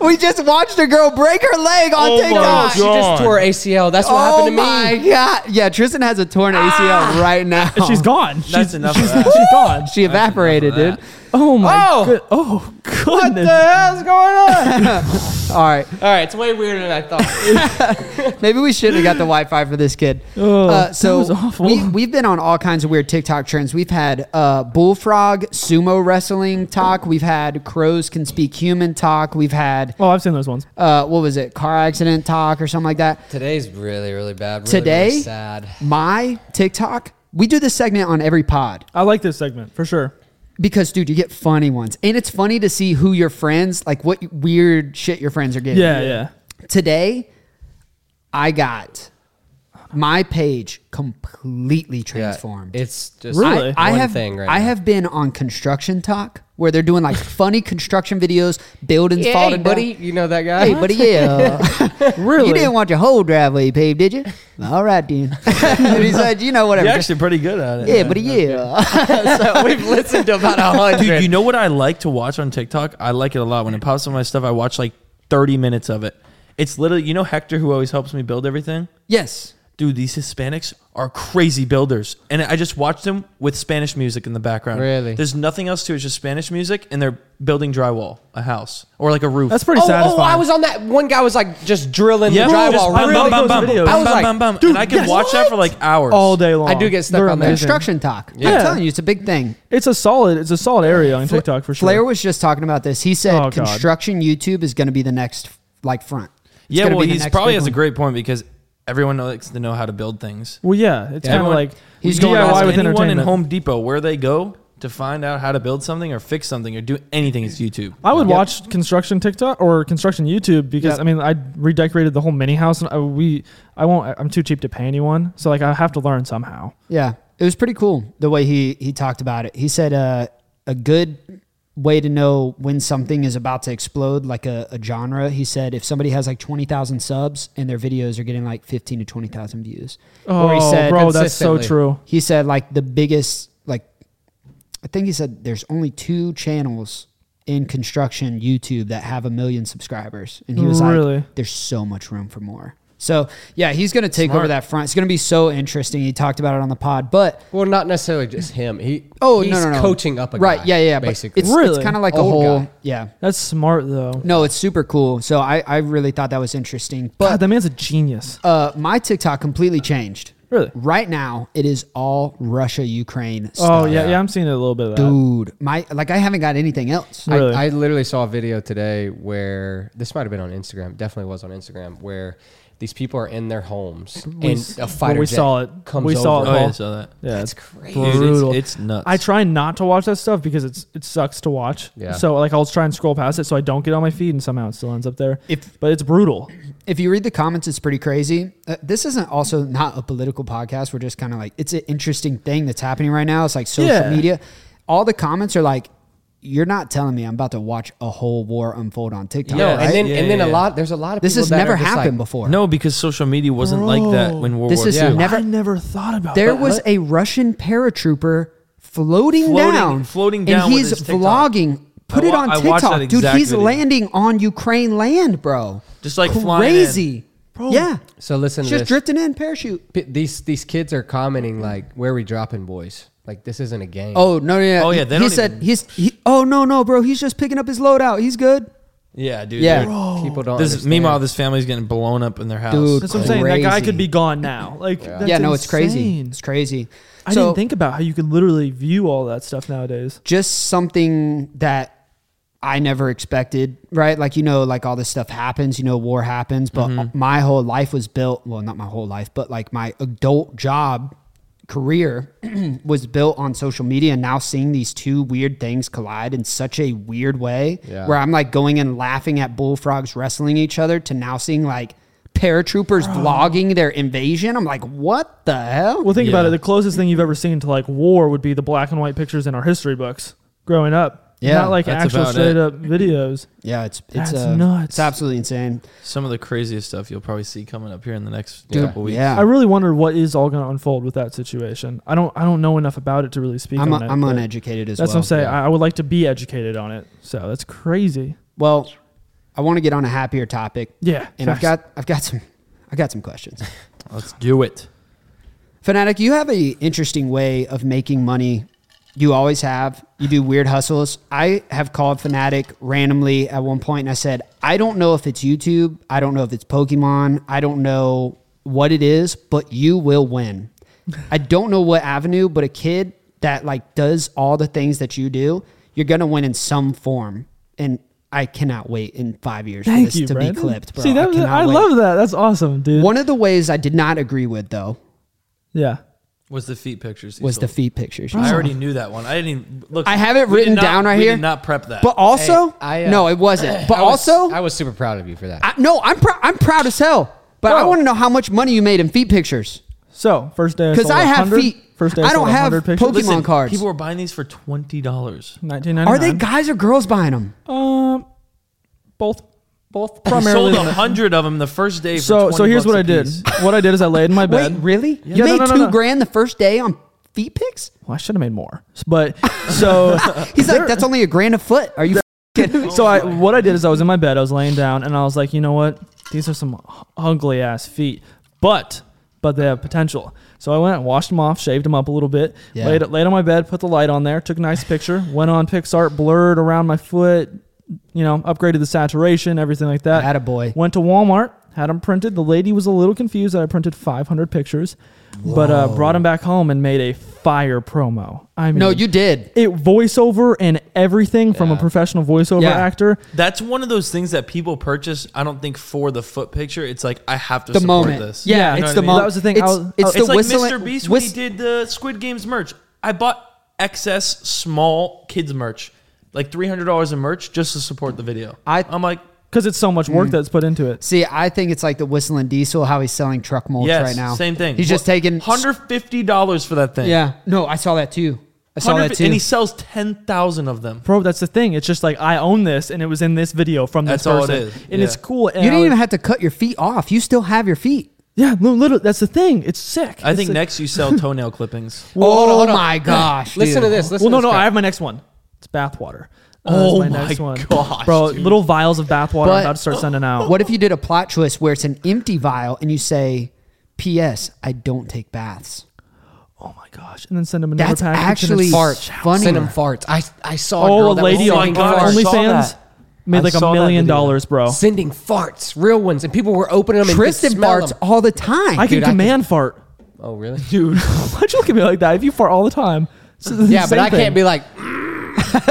[SPEAKER 3] We just watched a girl break her leg on
[SPEAKER 4] Oh my
[SPEAKER 3] TikTok.
[SPEAKER 1] She just tore ACL. That's what
[SPEAKER 3] Oh
[SPEAKER 1] happened to me.
[SPEAKER 3] my god! Yeah, Tristan has a torn ACL right now.
[SPEAKER 2] She's gone. She's,
[SPEAKER 4] enough of
[SPEAKER 2] She's,
[SPEAKER 4] that.
[SPEAKER 2] she's gone.
[SPEAKER 3] She evaporated, dude.
[SPEAKER 4] that.
[SPEAKER 2] Oh my.
[SPEAKER 1] Oh!
[SPEAKER 2] good- oh goodness.
[SPEAKER 1] hell's going on?
[SPEAKER 3] All right,
[SPEAKER 1] All right, it's way weirder than I thought.
[SPEAKER 3] maybe we shouldn't have got the Wi-Fi for this kid. uh,
[SPEAKER 2] Oh, that
[SPEAKER 3] so
[SPEAKER 2] was awful.
[SPEAKER 3] We, we've been on all kinds of weird TikTok trends. We've had uh, bullfrog sumo wrestling talk. We've had crows can speak human talk. We've had
[SPEAKER 2] Oh, I've seen those ones.
[SPEAKER 3] uh, what was it? Car accident talk or something like that.
[SPEAKER 1] Today's really, really bad. Really,
[SPEAKER 3] Today,
[SPEAKER 1] really sad.
[SPEAKER 3] my TikTok. We do this segment on every pod.
[SPEAKER 2] I like this segment for sure.
[SPEAKER 3] because dude you get funny ones and it's funny to see who your friends like what weird shit your friends are getting
[SPEAKER 2] Yeah, yeah.
[SPEAKER 3] today i got my page completely transformed
[SPEAKER 1] It's just
[SPEAKER 2] Really?
[SPEAKER 3] I, I
[SPEAKER 1] one
[SPEAKER 3] have
[SPEAKER 1] thing right
[SPEAKER 3] I
[SPEAKER 1] now.
[SPEAKER 3] have been on construction talk where they're doing like funny construction videos, buildings
[SPEAKER 1] Hey,
[SPEAKER 3] falling
[SPEAKER 1] buddy,
[SPEAKER 3] down.
[SPEAKER 1] you know that guy?
[SPEAKER 3] Hey buddy, yeah.
[SPEAKER 2] Really?
[SPEAKER 3] You didn't want your whole driveway paved, did you? All right, dude. and he's like, you know, whatever.
[SPEAKER 4] You're
[SPEAKER 3] just-
[SPEAKER 4] actually pretty good at it.
[SPEAKER 3] yeah, buddy, yeah. so we've listened to about a hundred.
[SPEAKER 4] Dude, you know what I like to watch on TikTok? I like it a lot. When it pops on my stuff, I watch like 30 minutes of it. It's literally, you know, Hector, who always helps me build everything?
[SPEAKER 3] Yes.
[SPEAKER 4] Dude, these Hispanics are crazy builders. And I just watched them with Spanish music in the background.
[SPEAKER 1] Really?
[SPEAKER 4] There's nothing else to it. It's just Spanish music, and they're building drywall, a house, or like a roof.
[SPEAKER 2] That's pretty
[SPEAKER 1] oh,
[SPEAKER 2] satisfying.
[SPEAKER 1] oh, I was on that. One guy was like just drilling
[SPEAKER 4] yeah,
[SPEAKER 1] the
[SPEAKER 4] just
[SPEAKER 1] drywall.
[SPEAKER 4] bum,
[SPEAKER 1] really
[SPEAKER 4] bum,
[SPEAKER 2] those
[SPEAKER 4] bum, bum,
[SPEAKER 2] videos.
[SPEAKER 4] bum,
[SPEAKER 1] I was
[SPEAKER 4] bum,
[SPEAKER 1] like,
[SPEAKER 4] bum, bum.
[SPEAKER 2] dude,
[SPEAKER 4] and I can
[SPEAKER 2] yes,
[SPEAKER 4] watch that for like hours.
[SPEAKER 2] all day long.
[SPEAKER 1] I do get stuck
[SPEAKER 2] They're
[SPEAKER 1] on that.
[SPEAKER 2] amazing.
[SPEAKER 3] construction talk.
[SPEAKER 2] Yeah.
[SPEAKER 3] I'm telling you, it's a big thing.
[SPEAKER 2] It's a solid. It's a solid area on TikTok for sure.
[SPEAKER 3] Flair was just talking about this. He said
[SPEAKER 2] Oh, God.
[SPEAKER 3] construction YouTube is going to be the next like front. It's
[SPEAKER 4] Yeah,
[SPEAKER 3] gonna
[SPEAKER 4] well,
[SPEAKER 3] be the
[SPEAKER 4] he's
[SPEAKER 3] next
[SPEAKER 4] probably
[SPEAKER 3] big
[SPEAKER 4] has a
[SPEAKER 3] one.
[SPEAKER 4] great point because everyone likes to know how to build things.
[SPEAKER 2] well, yeah. It's kind of
[SPEAKER 4] Everyone-
[SPEAKER 2] like
[SPEAKER 3] He's
[SPEAKER 2] he's
[SPEAKER 3] going
[SPEAKER 2] DIY
[SPEAKER 3] all
[SPEAKER 4] Ask
[SPEAKER 2] with
[SPEAKER 4] anyone in
[SPEAKER 2] entertainment.
[SPEAKER 4] Home Depot where they go to find out how to build something or fix something or do anything is YouTube.
[SPEAKER 2] I would watch construction TikTok or construction YouTube because
[SPEAKER 3] Yeah.
[SPEAKER 2] I mean I redecorated the whole mini house and I, we I won't I'm too cheap to pay anyone so like I have to learn somehow.
[SPEAKER 3] Yeah, it was pretty cool the way he he talked about it. He said uh, a good way to know when something is about to explode, like a, a genre. He said if somebody has like twenty thousand subs and their videos are getting like fifteen to twenty thousand views,
[SPEAKER 2] Oh,
[SPEAKER 3] he said
[SPEAKER 2] bro, that's so
[SPEAKER 1] consistently.
[SPEAKER 2] true.
[SPEAKER 3] he said like the biggest like i think he said there's only two channels in construction youtube that have a million subscribers and he was
[SPEAKER 2] Really?
[SPEAKER 3] like there's so much room for more So yeah, he's going to take
[SPEAKER 4] Smart.
[SPEAKER 3] over that front. It's going to be so interesting. He talked about it on the pod, but
[SPEAKER 1] Well, not necessarily just him. He
[SPEAKER 3] oh
[SPEAKER 1] he's
[SPEAKER 3] no no no,
[SPEAKER 1] coaching up a
[SPEAKER 3] right?
[SPEAKER 1] guy,
[SPEAKER 3] yeah yeah. but
[SPEAKER 1] basically.
[SPEAKER 3] it's,
[SPEAKER 2] Really?
[SPEAKER 3] kind of like a
[SPEAKER 1] Old
[SPEAKER 3] whole
[SPEAKER 1] guy.
[SPEAKER 3] yeah.
[SPEAKER 2] That's smart though.
[SPEAKER 3] No, it's super cool. So I I really thought that was interesting. But
[SPEAKER 2] God, that man's a genius.
[SPEAKER 3] uh, my TikTok completely changed.
[SPEAKER 2] Really?
[SPEAKER 3] Right now, it is all Russia Ukraine.
[SPEAKER 2] Oh
[SPEAKER 3] Stuff.
[SPEAKER 2] yeah, yeah. I'm seeing a little bit of that.
[SPEAKER 3] dude, my like I haven't got anything else.
[SPEAKER 2] Really?
[SPEAKER 1] I, I literally saw a video today where this might have been on Instagram. Definitely was on Instagram where these people are in their homes and a fighter
[SPEAKER 2] we
[SPEAKER 1] jet
[SPEAKER 2] saw it.
[SPEAKER 1] comes
[SPEAKER 2] We saw
[SPEAKER 1] over.
[SPEAKER 2] it.
[SPEAKER 4] Oh, yeah,
[SPEAKER 2] Paul.
[SPEAKER 4] I saw that.
[SPEAKER 2] Yeah,
[SPEAKER 1] That's
[SPEAKER 2] it's
[SPEAKER 1] crazy.
[SPEAKER 4] Dude, it's-
[SPEAKER 2] brutal.
[SPEAKER 4] it's, nuts.
[SPEAKER 2] I try not to watch that stuff because it's it sucks to watch.
[SPEAKER 1] Yeah.
[SPEAKER 2] So like I'll try and scroll past it so I don't get on my feed and somehow it still ends up there.
[SPEAKER 3] If-
[SPEAKER 2] but it's brutal.
[SPEAKER 3] If you read the comments, it's pretty crazy. Uh, this isn't also not a political podcast. We're just kind of like it's an interesting thing that's happening right now. It's like social
[SPEAKER 2] Yeah.
[SPEAKER 3] media. All the comments are like, "You're not telling me I'm about to watch a whole war unfold on TikTok."
[SPEAKER 1] No,
[SPEAKER 4] Yeah,
[SPEAKER 3] right?
[SPEAKER 1] and then
[SPEAKER 4] yeah,
[SPEAKER 1] and then a
[SPEAKER 4] yeah.
[SPEAKER 1] lot. There's a lot of
[SPEAKER 3] this
[SPEAKER 1] people
[SPEAKER 3] has
[SPEAKER 1] that
[SPEAKER 3] never
[SPEAKER 1] are just like,
[SPEAKER 3] happened before.
[SPEAKER 4] no, because social media wasn't like that
[SPEAKER 2] Bro,
[SPEAKER 4] when World
[SPEAKER 3] this
[SPEAKER 4] War
[SPEAKER 3] is
[SPEAKER 4] II.
[SPEAKER 3] never-
[SPEAKER 2] I never thought about
[SPEAKER 3] There
[SPEAKER 2] that.
[SPEAKER 3] was a Russian paratrooper floating,
[SPEAKER 4] Floating-
[SPEAKER 3] down,
[SPEAKER 4] floating
[SPEAKER 3] and
[SPEAKER 4] down with
[SPEAKER 3] he's
[SPEAKER 4] his TikTok.
[SPEAKER 3] vlogging. Put
[SPEAKER 4] I
[SPEAKER 3] it
[SPEAKER 4] wa-
[SPEAKER 3] on
[SPEAKER 4] I watched that
[SPEAKER 3] TikTok, dude.
[SPEAKER 4] exact
[SPEAKER 3] He's
[SPEAKER 4] video.
[SPEAKER 3] landing on Ukraine land, bro.
[SPEAKER 4] Just, like, flying in.
[SPEAKER 3] crazy,
[SPEAKER 2] Bro.
[SPEAKER 3] Yeah,
[SPEAKER 1] So listen to
[SPEAKER 3] just
[SPEAKER 1] this.
[SPEAKER 3] drifting in parachute.
[SPEAKER 1] P- these these kids are commenting like, "Where we dropping, boys? Like this isn't a game."
[SPEAKER 3] Oh no, no, yeah.
[SPEAKER 4] Oh, yeah, they
[SPEAKER 3] he
[SPEAKER 4] don't
[SPEAKER 3] said
[SPEAKER 4] even-
[SPEAKER 3] he's. He, oh no, no, bro. He's just picking up his loadout. He's good.
[SPEAKER 4] Yeah, dude.
[SPEAKER 3] Yeah.
[SPEAKER 4] they're-
[SPEAKER 1] people don't.
[SPEAKER 4] This,
[SPEAKER 1] understand.
[SPEAKER 4] meanwhile, this family's getting blown up in their house.
[SPEAKER 3] Dude.
[SPEAKER 2] That's what I'm saying. That guy
[SPEAKER 3] Crazy.
[SPEAKER 2] could be gone now. Like yeah,
[SPEAKER 3] yeah, no, it's crazy. It's crazy.
[SPEAKER 2] I
[SPEAKER 3] So,
[SPEAKER 2] didn't think about how you could literally view all that stuff nowadays.
[SPEAKER 3] just something that I never expected, right? Like you know, like all this stuff happens. You know, war happens, but my whole life was built. Well, not my whole life, but like my adult job career was built on social media and now seeing these two weird things collide in such a weird way
[SPEAKER 1] Yeah.
[SPEAKER 3] where i'm like going and laughing at bullfrogs wrestling each other to now seeing like paratroopers vlogging their invasion i'm like what the hell
[SPEAKER 2] Well, think about
[SPEAKER 4] Yeah.
[SPEAKER 2] it. The closest thing you've ever seen to like war would be the black and white pictures in our history books growing up.
[SPEAKER 3] Yeah,
[SPEAKER 2] not like
[SPEAKER 4] that's
[SPEAKER 2] actual
[SPEAKER 4] about
[SPEAKER 2] straight
[SPEAKER 4] it.
[SPEAKER 2] up videos.
[SPEAKER 3] Yeah, it's it's
[SPEAKER 2] That's
[SPEAKER 3] uh,
[SPEAKER 2] nuts.
[SPEAKER 3] It's absolutely insane.
[SPEAKER 4] Some of the craziest stuff you'll probably see coming up here in the next
[SPEAKER 1] Dude,
[SPEAKER 4] couple weeks.
[SPEAKER 3] Yeah,
[SPEAKER 2] I really wonder what is all going to unfold with that situation. I don't. I don't know enough about it to really speak
[SPEAKER 3] I'm
[SPEAKER 2] on it.
[SPEAKER 3] I'm
[SPEAKER 2] but
[SPEAKER 3] uneducated as
[SPEAKER 2] That's
[SPEAKER 3] well.
[SPEAKER 2] what I'm saying. I, I would like to be educated on it. So that's crazy.
[SPEAKER 3] Well, I want to get on a happier topic,
[SPEAKER 2] Yeah.
[SPEAKER 3] and I've
[SPEAKER 2] facts.
[SPEAKER 3] got I've got some I got some questions.
[SPEAKER 4] Let's do it.
[SPEAKER 3] Fanatic, you have a interesting way of making money. You always have. You do weird hustles. I have called Fanatic randomly at one point and I said, I don't know if it's YouTube. I don't know if it's Pokemon. I don't know what it is, but you will win. I don't know what avenue, but a kid that like does all the things that you do, you're gonna win in some form. And I cannot wait in five years for
[SPEAKER 2] Thank
[SPEAKER 3] this
[SPEAKER 2] you,
[SPEAKER 3] to
[SPEAKER 2] Brandon.
[SPEAKER 3] be clipped, bro.
[SPEAKER 2] See, that was,
[SPEAKER 3] cannot
[SPEAKER 2] I
[SPEAKER 3] wait.
[SPEAKER 2] love that. That's awesome, dude.
[SPEAKER 3] one of the ways I did not agree with though
[SPEAKER 2] yeah.
[SPEAKER 4] Was the feet pictures? he
[SPEAKER 3] was the
[SPEAKER 4] sold.
[SPEAKER 3] feet pictures. you
[SPEAKER 4] I
[SPEAKER 3] saw.
[SPEAKER 4] already knew that one. I didn't even look.
[SPEAKER 3] I have it
[SPEAKER 4] we did
[SPEAKER 3] written
[SPEAKER 4] not-
[SPEAKER 3] down right
[SPEAKER 4] we
[SPEAKER 3] here.
[SPEAKER 4] Did not prep that.
[SPEAKER 3] But also,
[SPEAKER 1] I, uh,
[SPEAKER 3] no, it wasn't. But
[SPEAKER 1] I was-
[SPEAKER 3] also,
[SPEAKER 1] I was super proud of you for that.
[SPEAKER 3] I- no, I'm prou- I'm proud as hell. But I
[SPEAKER 2] Bro.
[SPEAKER 3] want to know how much money you made in feet pictures.
[SPEAKER 2] So first day,
[SPEAKER 3] Because
[SPEAKER 2] because
[SPEAKER 3] I have feet.
[SPEAKER 2] First day,
[SPEAKER 3] I don't have
[SPEAKER 2] pictures.
[SPEAKER 3] Pokemon cards.
[SPEAKER 4] People were buying these for twenty dollars.
[SPEAKER 2] Nineteen ninety
[SPEAKER 3] Are they
[SPEAKER 2] nine.
[SPEAKER 3] guys or girls buying them?
[SPEAKER 2] Um, both, both
[SPEAKER 4] Sold
[SPEAKER 2] primarily.
[SPEAKER 4] a hundred of them the first day. For
[SPEAKER 2] so,
[SPEAKER 4] 20
[SPEAKER 2] so here's
[SPEAKER 4] bucks
[SPEAKER 2] what I
[SPEAKER 4] a
[SPEAKER 2] did.
[SPEAKER 4] piece.
[SPEAKER 2] What I did is I laid in my bed.
[SPEAKER 3] Wait, really?
[SPEAKER 2] Yeah.
[SPEAKER 3] You
[SPEAKER 2] No,
[SPEAKER 3] made
[SPEAKER 2] no, no,
[SPEAKER 3] two
[SPEAKER 2] no, no.
[SPEAKER 3] grand the first day on feet pics?
[SPEAKER 2] Well, I should have made more, but so
[SPEAKER 3] He's
[SPEAKER 2] There-
[SPEAKER 3] like, that's only a grand a foot. Are you? f- kidding me?
[SPEAKER 2] so I what I did is I was in my bed, I was laying down, and I was like, you know what? These are some ugly ass feet, but but they have potential. So I went, washed them off, shaved them up a little bit,
[SPEAKER 3] Yeah.
[SPEAKER 2] laid laid on my bed, put the light on there, took a nice picture, went on Pixart, blurred around my foot, you know, upgraded the saturation, everything like that.
[SPEAKER 3] Attaboy.
[SPEAKER 2] Went to Walmart, had them printed. The lady was a little confused that I printed 500 pictures, but uh, brought them back home and made a fire promo. I mean,
[SPEAKER 3] No, you did.
[SPEAKER 2] it voiceover and everything from a professional voiceover
[SPEAKER 3] Yeah.
[SPEAKER 2] actor.
[SPEAKER 4] That's one of those things that people purchase. I don't think for the foot picture. It's like I have to
[SPEAKER 3] The
[SPEAKER 4] support
[SPEAKER 3] moment.
[SPEAKER 4] this.
[SPEAKER 3] Yeah,
[SPEAKER 2] Yeah,
[SPEAKER 3] it's
[SPEAKER 2] you
[SPEAKER 3] the
[SPEAKER 2] know what I mean?
[SPEAKER 3] moment.
[SPEAKER 2] That was the thing.
[SPEAKER 3] It's,
[SPEAKER 2] I was-
[SPEAKER 3] it's
[SPEAKER 2] I
[SPEAKER 3] the
[SPEAKER 4] It's like
[SPEAKER 3] whistling.
[SPEAKER 4] Mr. Beast when
[SPEAKER 3] whist-
[SPEAKER 4] he did the Squid Games merch. I bought excess small kids merch, like three hundred dollars in merch, just to support the video.
[SPEAKER 3] I-
[SPEAKER 4] I'm like,
[SPEAKER 2] because it's so much
[SPEAKER 4] Mm.
[SPEAKER 2] work that's put into it.
[SPEAKER 3] See, I think it's like the whistling diesel, how he's selling truck mulch
[SPEAKER 4] yes,
[SPEAKER 3] right now.
[SPEAKER 4] same thing.
[SPEAKER 3] He's just taking
[SPEAKER 4] hundred fifty dollars for that thing.
[SPEAKER 3] Yeah. No, I saw that too. I saw that
[SPEAKER 4] 150
[SPEAKER 3] too.
[SPEAKER 4] and he sells ten thousand of them.
[SPEAKER 2] Bro, that's the thing. It's just like I own this, and it was in this video from this
[SPEAKER 4] That's all it
[SPEAKER 2] person,
[SPEAKER 4] is.
[SPEAKER 2] and
[SPEAKER 4] Yeah.
[SPEAKER 2] it's cool. And
[SPEAKER 3] you
[SPEAKER 2] I
[SPEAKER 3] didn't
[SPEAKER 2] was-
[SPEAKER 3] even have to cut your feet off. You still have your feet.
[SPEAKER 2] yeah, no, literally, that's the thing. It's sick.
[SPEAKER 4] I
[SPEAKER 2] It's
[SPEAKER 4] think
[SPEAKER 2] sick.
[SPEAKER 4] next you sell toenail clippings.
[SPEAKER 3] oh my gosh.
[SPEAKER 1] Listen
[SPEAKER 3] dude.
[SPEAKER 1] to this. Listen
[SPEAKER 2] Well, no,
[SPEAKER 1] to
[SPEAKER 2] no,
[SPEAKER 1] this
[SPEAKER 2] I
[SPEAKER 1] guy.
[SPEAKER 2] have my next one. It's bathwater. Uh, is
[SPEAKER 4] Oh
[SPEAKER 2] my,
[SPEAKER 4] my
[SPEAKER 2] next one.
[SPEAKER 4] gosh,
[SPEAKER 2] bro!
[SPEAKER 4] dude.
[SPEAKER 2] Little vials of bathwater.
[SPEAKER 3] But-
[SPEAKER 2] I'm about to start sending out.
[SPEAKER 3] What if you did a plot twist where it's an empty vial and you say, "P.S. I don't take baths."
[SPEAKER 2] Oh my gosh! And then send them another
[SPEAKER 3] That's
[SPEAKER 2] package.
[SPEAKER 3] actually
[SPEAKER 2] And it's-
[SPEAKER 3] fart. Funny.
[SPEAKER 1] Send him farts. I I saw a
[SPEAKER 2] oh,
[SPEAKER 1] girl
[SPEAKER 2] a
[SPEAKER 1] that was
[SPEAKER 2] lady
[SPEAKER 4] Oh my
[SPEAKER 2] on
[SPEAKER 1] sending
[SPEAKER 4] God, I
[SPEAKER 1] farts.
[SPEAKER 4] saw
[SPEAKER 2] OnlyFans
[SPEAKER 4] that.
[SPEAKER 2] made
[SPEAKER 4] I
[SPEAKER 2] like
[SPEAKER 4] saw
[SPEAKER 2] a
[SPEAKER 4] that
[SPEAKER 2] million
[SPEAKER 4] video.
[SPEAKER 2] dollars, bro.
[SPEAKER 1] sending farts, real ones, and people were opening them.
[SPEAKER 3] Tristan
[SPEAKER 1] and could smell
[SPEAKER 3] farts
[SPEAKER 1] them.
[SPEAKER 3] all the time.
[SPEAKER 2] I can
[SPEAKER 1] Dude, I
[SPEAKER 2] command fart,
[SPEAKER 1] Oh, really?
[SPEAKER 2] dude. Why'd you look at me like that? If you fart all the time, it's the
[SPEAKER 1] Yeah, but
[SPEAKER 2] same
[SPEAKER 1] I
[SPEAKER 2] thing.
[SPEAKER 1] can't be like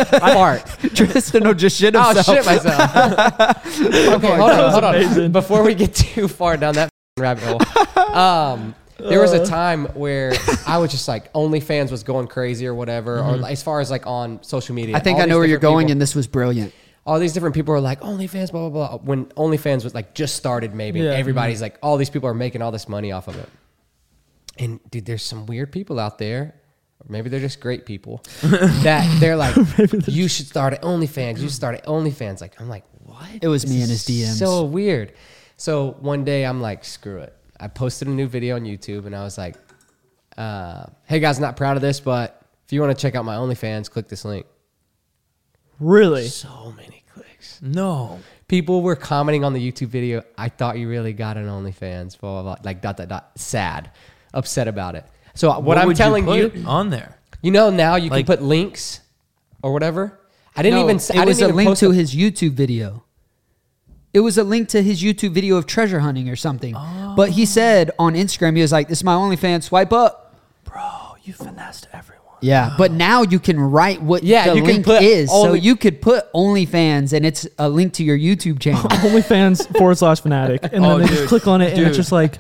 [SPEAKER 1] fart.
[SPEAKER 3] Tristan will just shit
[SPEAKER 1] Oh
[SPEAKER 3] himself.
[SPEAKER 1] shit myself. okay, hold on, hold
[SPEAKER 2] amazing.
[SPEAKER 1] on. Before we get too far down that rabbit hole, um, there was a time where I was just like OnlyFans was going crazy or whatever, or like, as far as like on social media.
[SPEAKER 3] I think
[SPEAKER 1] All
[SPEAKER 3] I know
[SPEAKER 1] these
[SPEAKER 3] where you're
[SPEAKER 1] different
[SPEAKER 3] going,
[SPEAKER 1] people-
[SPEAKER 3] and this was brilliant.
[SPEAKER 1] all these different people are like OnlyFans, blah blah blah. When OnlyFans was like just started, maybe
[SPEAKER 2] Yeah.
[SPEAKER 1] everybody's like, all these people are making all this money off of it. And dude, there's some weird people out there. Or maybe they're just great people that they're like, you should start at OnlyFans. You should start at OnlyFans. Like I'm like, what?
[SPEAKER 3] It was me
[SPEAKER 1] is
[SPEAKER 3] and his DMs.
[SPEAKER 1] So weird. So one day I'm like, screw it. I posted a new video on YouTube and I was like, uh, hey guys, not proud of this, but if you want to check out my OnlyFans, click this link.
[SPEAKER 2] really.
[SPEAKER 3] Oh,
[SPEAKER 1] So many clicks
[SPEAKER 4] No.
[SPEAKER 1] people were commenting on the YouTube video. I thought you really got an OnlyFans. Blah blah blah. Like dot dot dot. Sad, upset about it. So what, I'm
[SPEAKER 4] would
[SPEAKER 1] telling you,
[SPEAKER 4] put on there.
[SPEAKER 1] you know now you
[SPEAKER 4] Like-
[SPEAKER 1] can put links or whatever. I didn't
[SPEAKER 3] No,
[SPEAKER 1] even. s- I
[SPEAKER 3] It
[SPEAKER 1] didn't
[SPEAKER 3] was a
[SPEAKER 1] even
[SPEAKER 3] link
[SPEAKER 1] post
[SPEAKER 3] to his YouTube video. It was a link to his YouTube video of treasure hunting or something. But he said on Instagram, he was like, "This is my OnlyFans. Swipe up."
[SPEAKER 2] Bro, you finessed everyone.
[SPEAKER 3] Yeah. But now you can write what
[SPEAKER 1] Yeah,
[SPEAKER 3] the
[SPEAKER 1] you can
[SPEAKER 3] link
[SPEAKER 1] put
[SPEAKER 3] is, so
[SPEAKER 1] only-
[SPEAKER 3] you could put OnlyFans, and it's a link to your YouTube channel.
[SPEAKER 2] OnlyFans forward slash fanatic, and then
[SPEAKER 4] Oh,
[SPEAKER 2] they just
[SPEAKER 4] dude.
[SPEAKER 2] click on it, and
[SPEAKER 4] Dude.
[SPEAKER 2] it's just like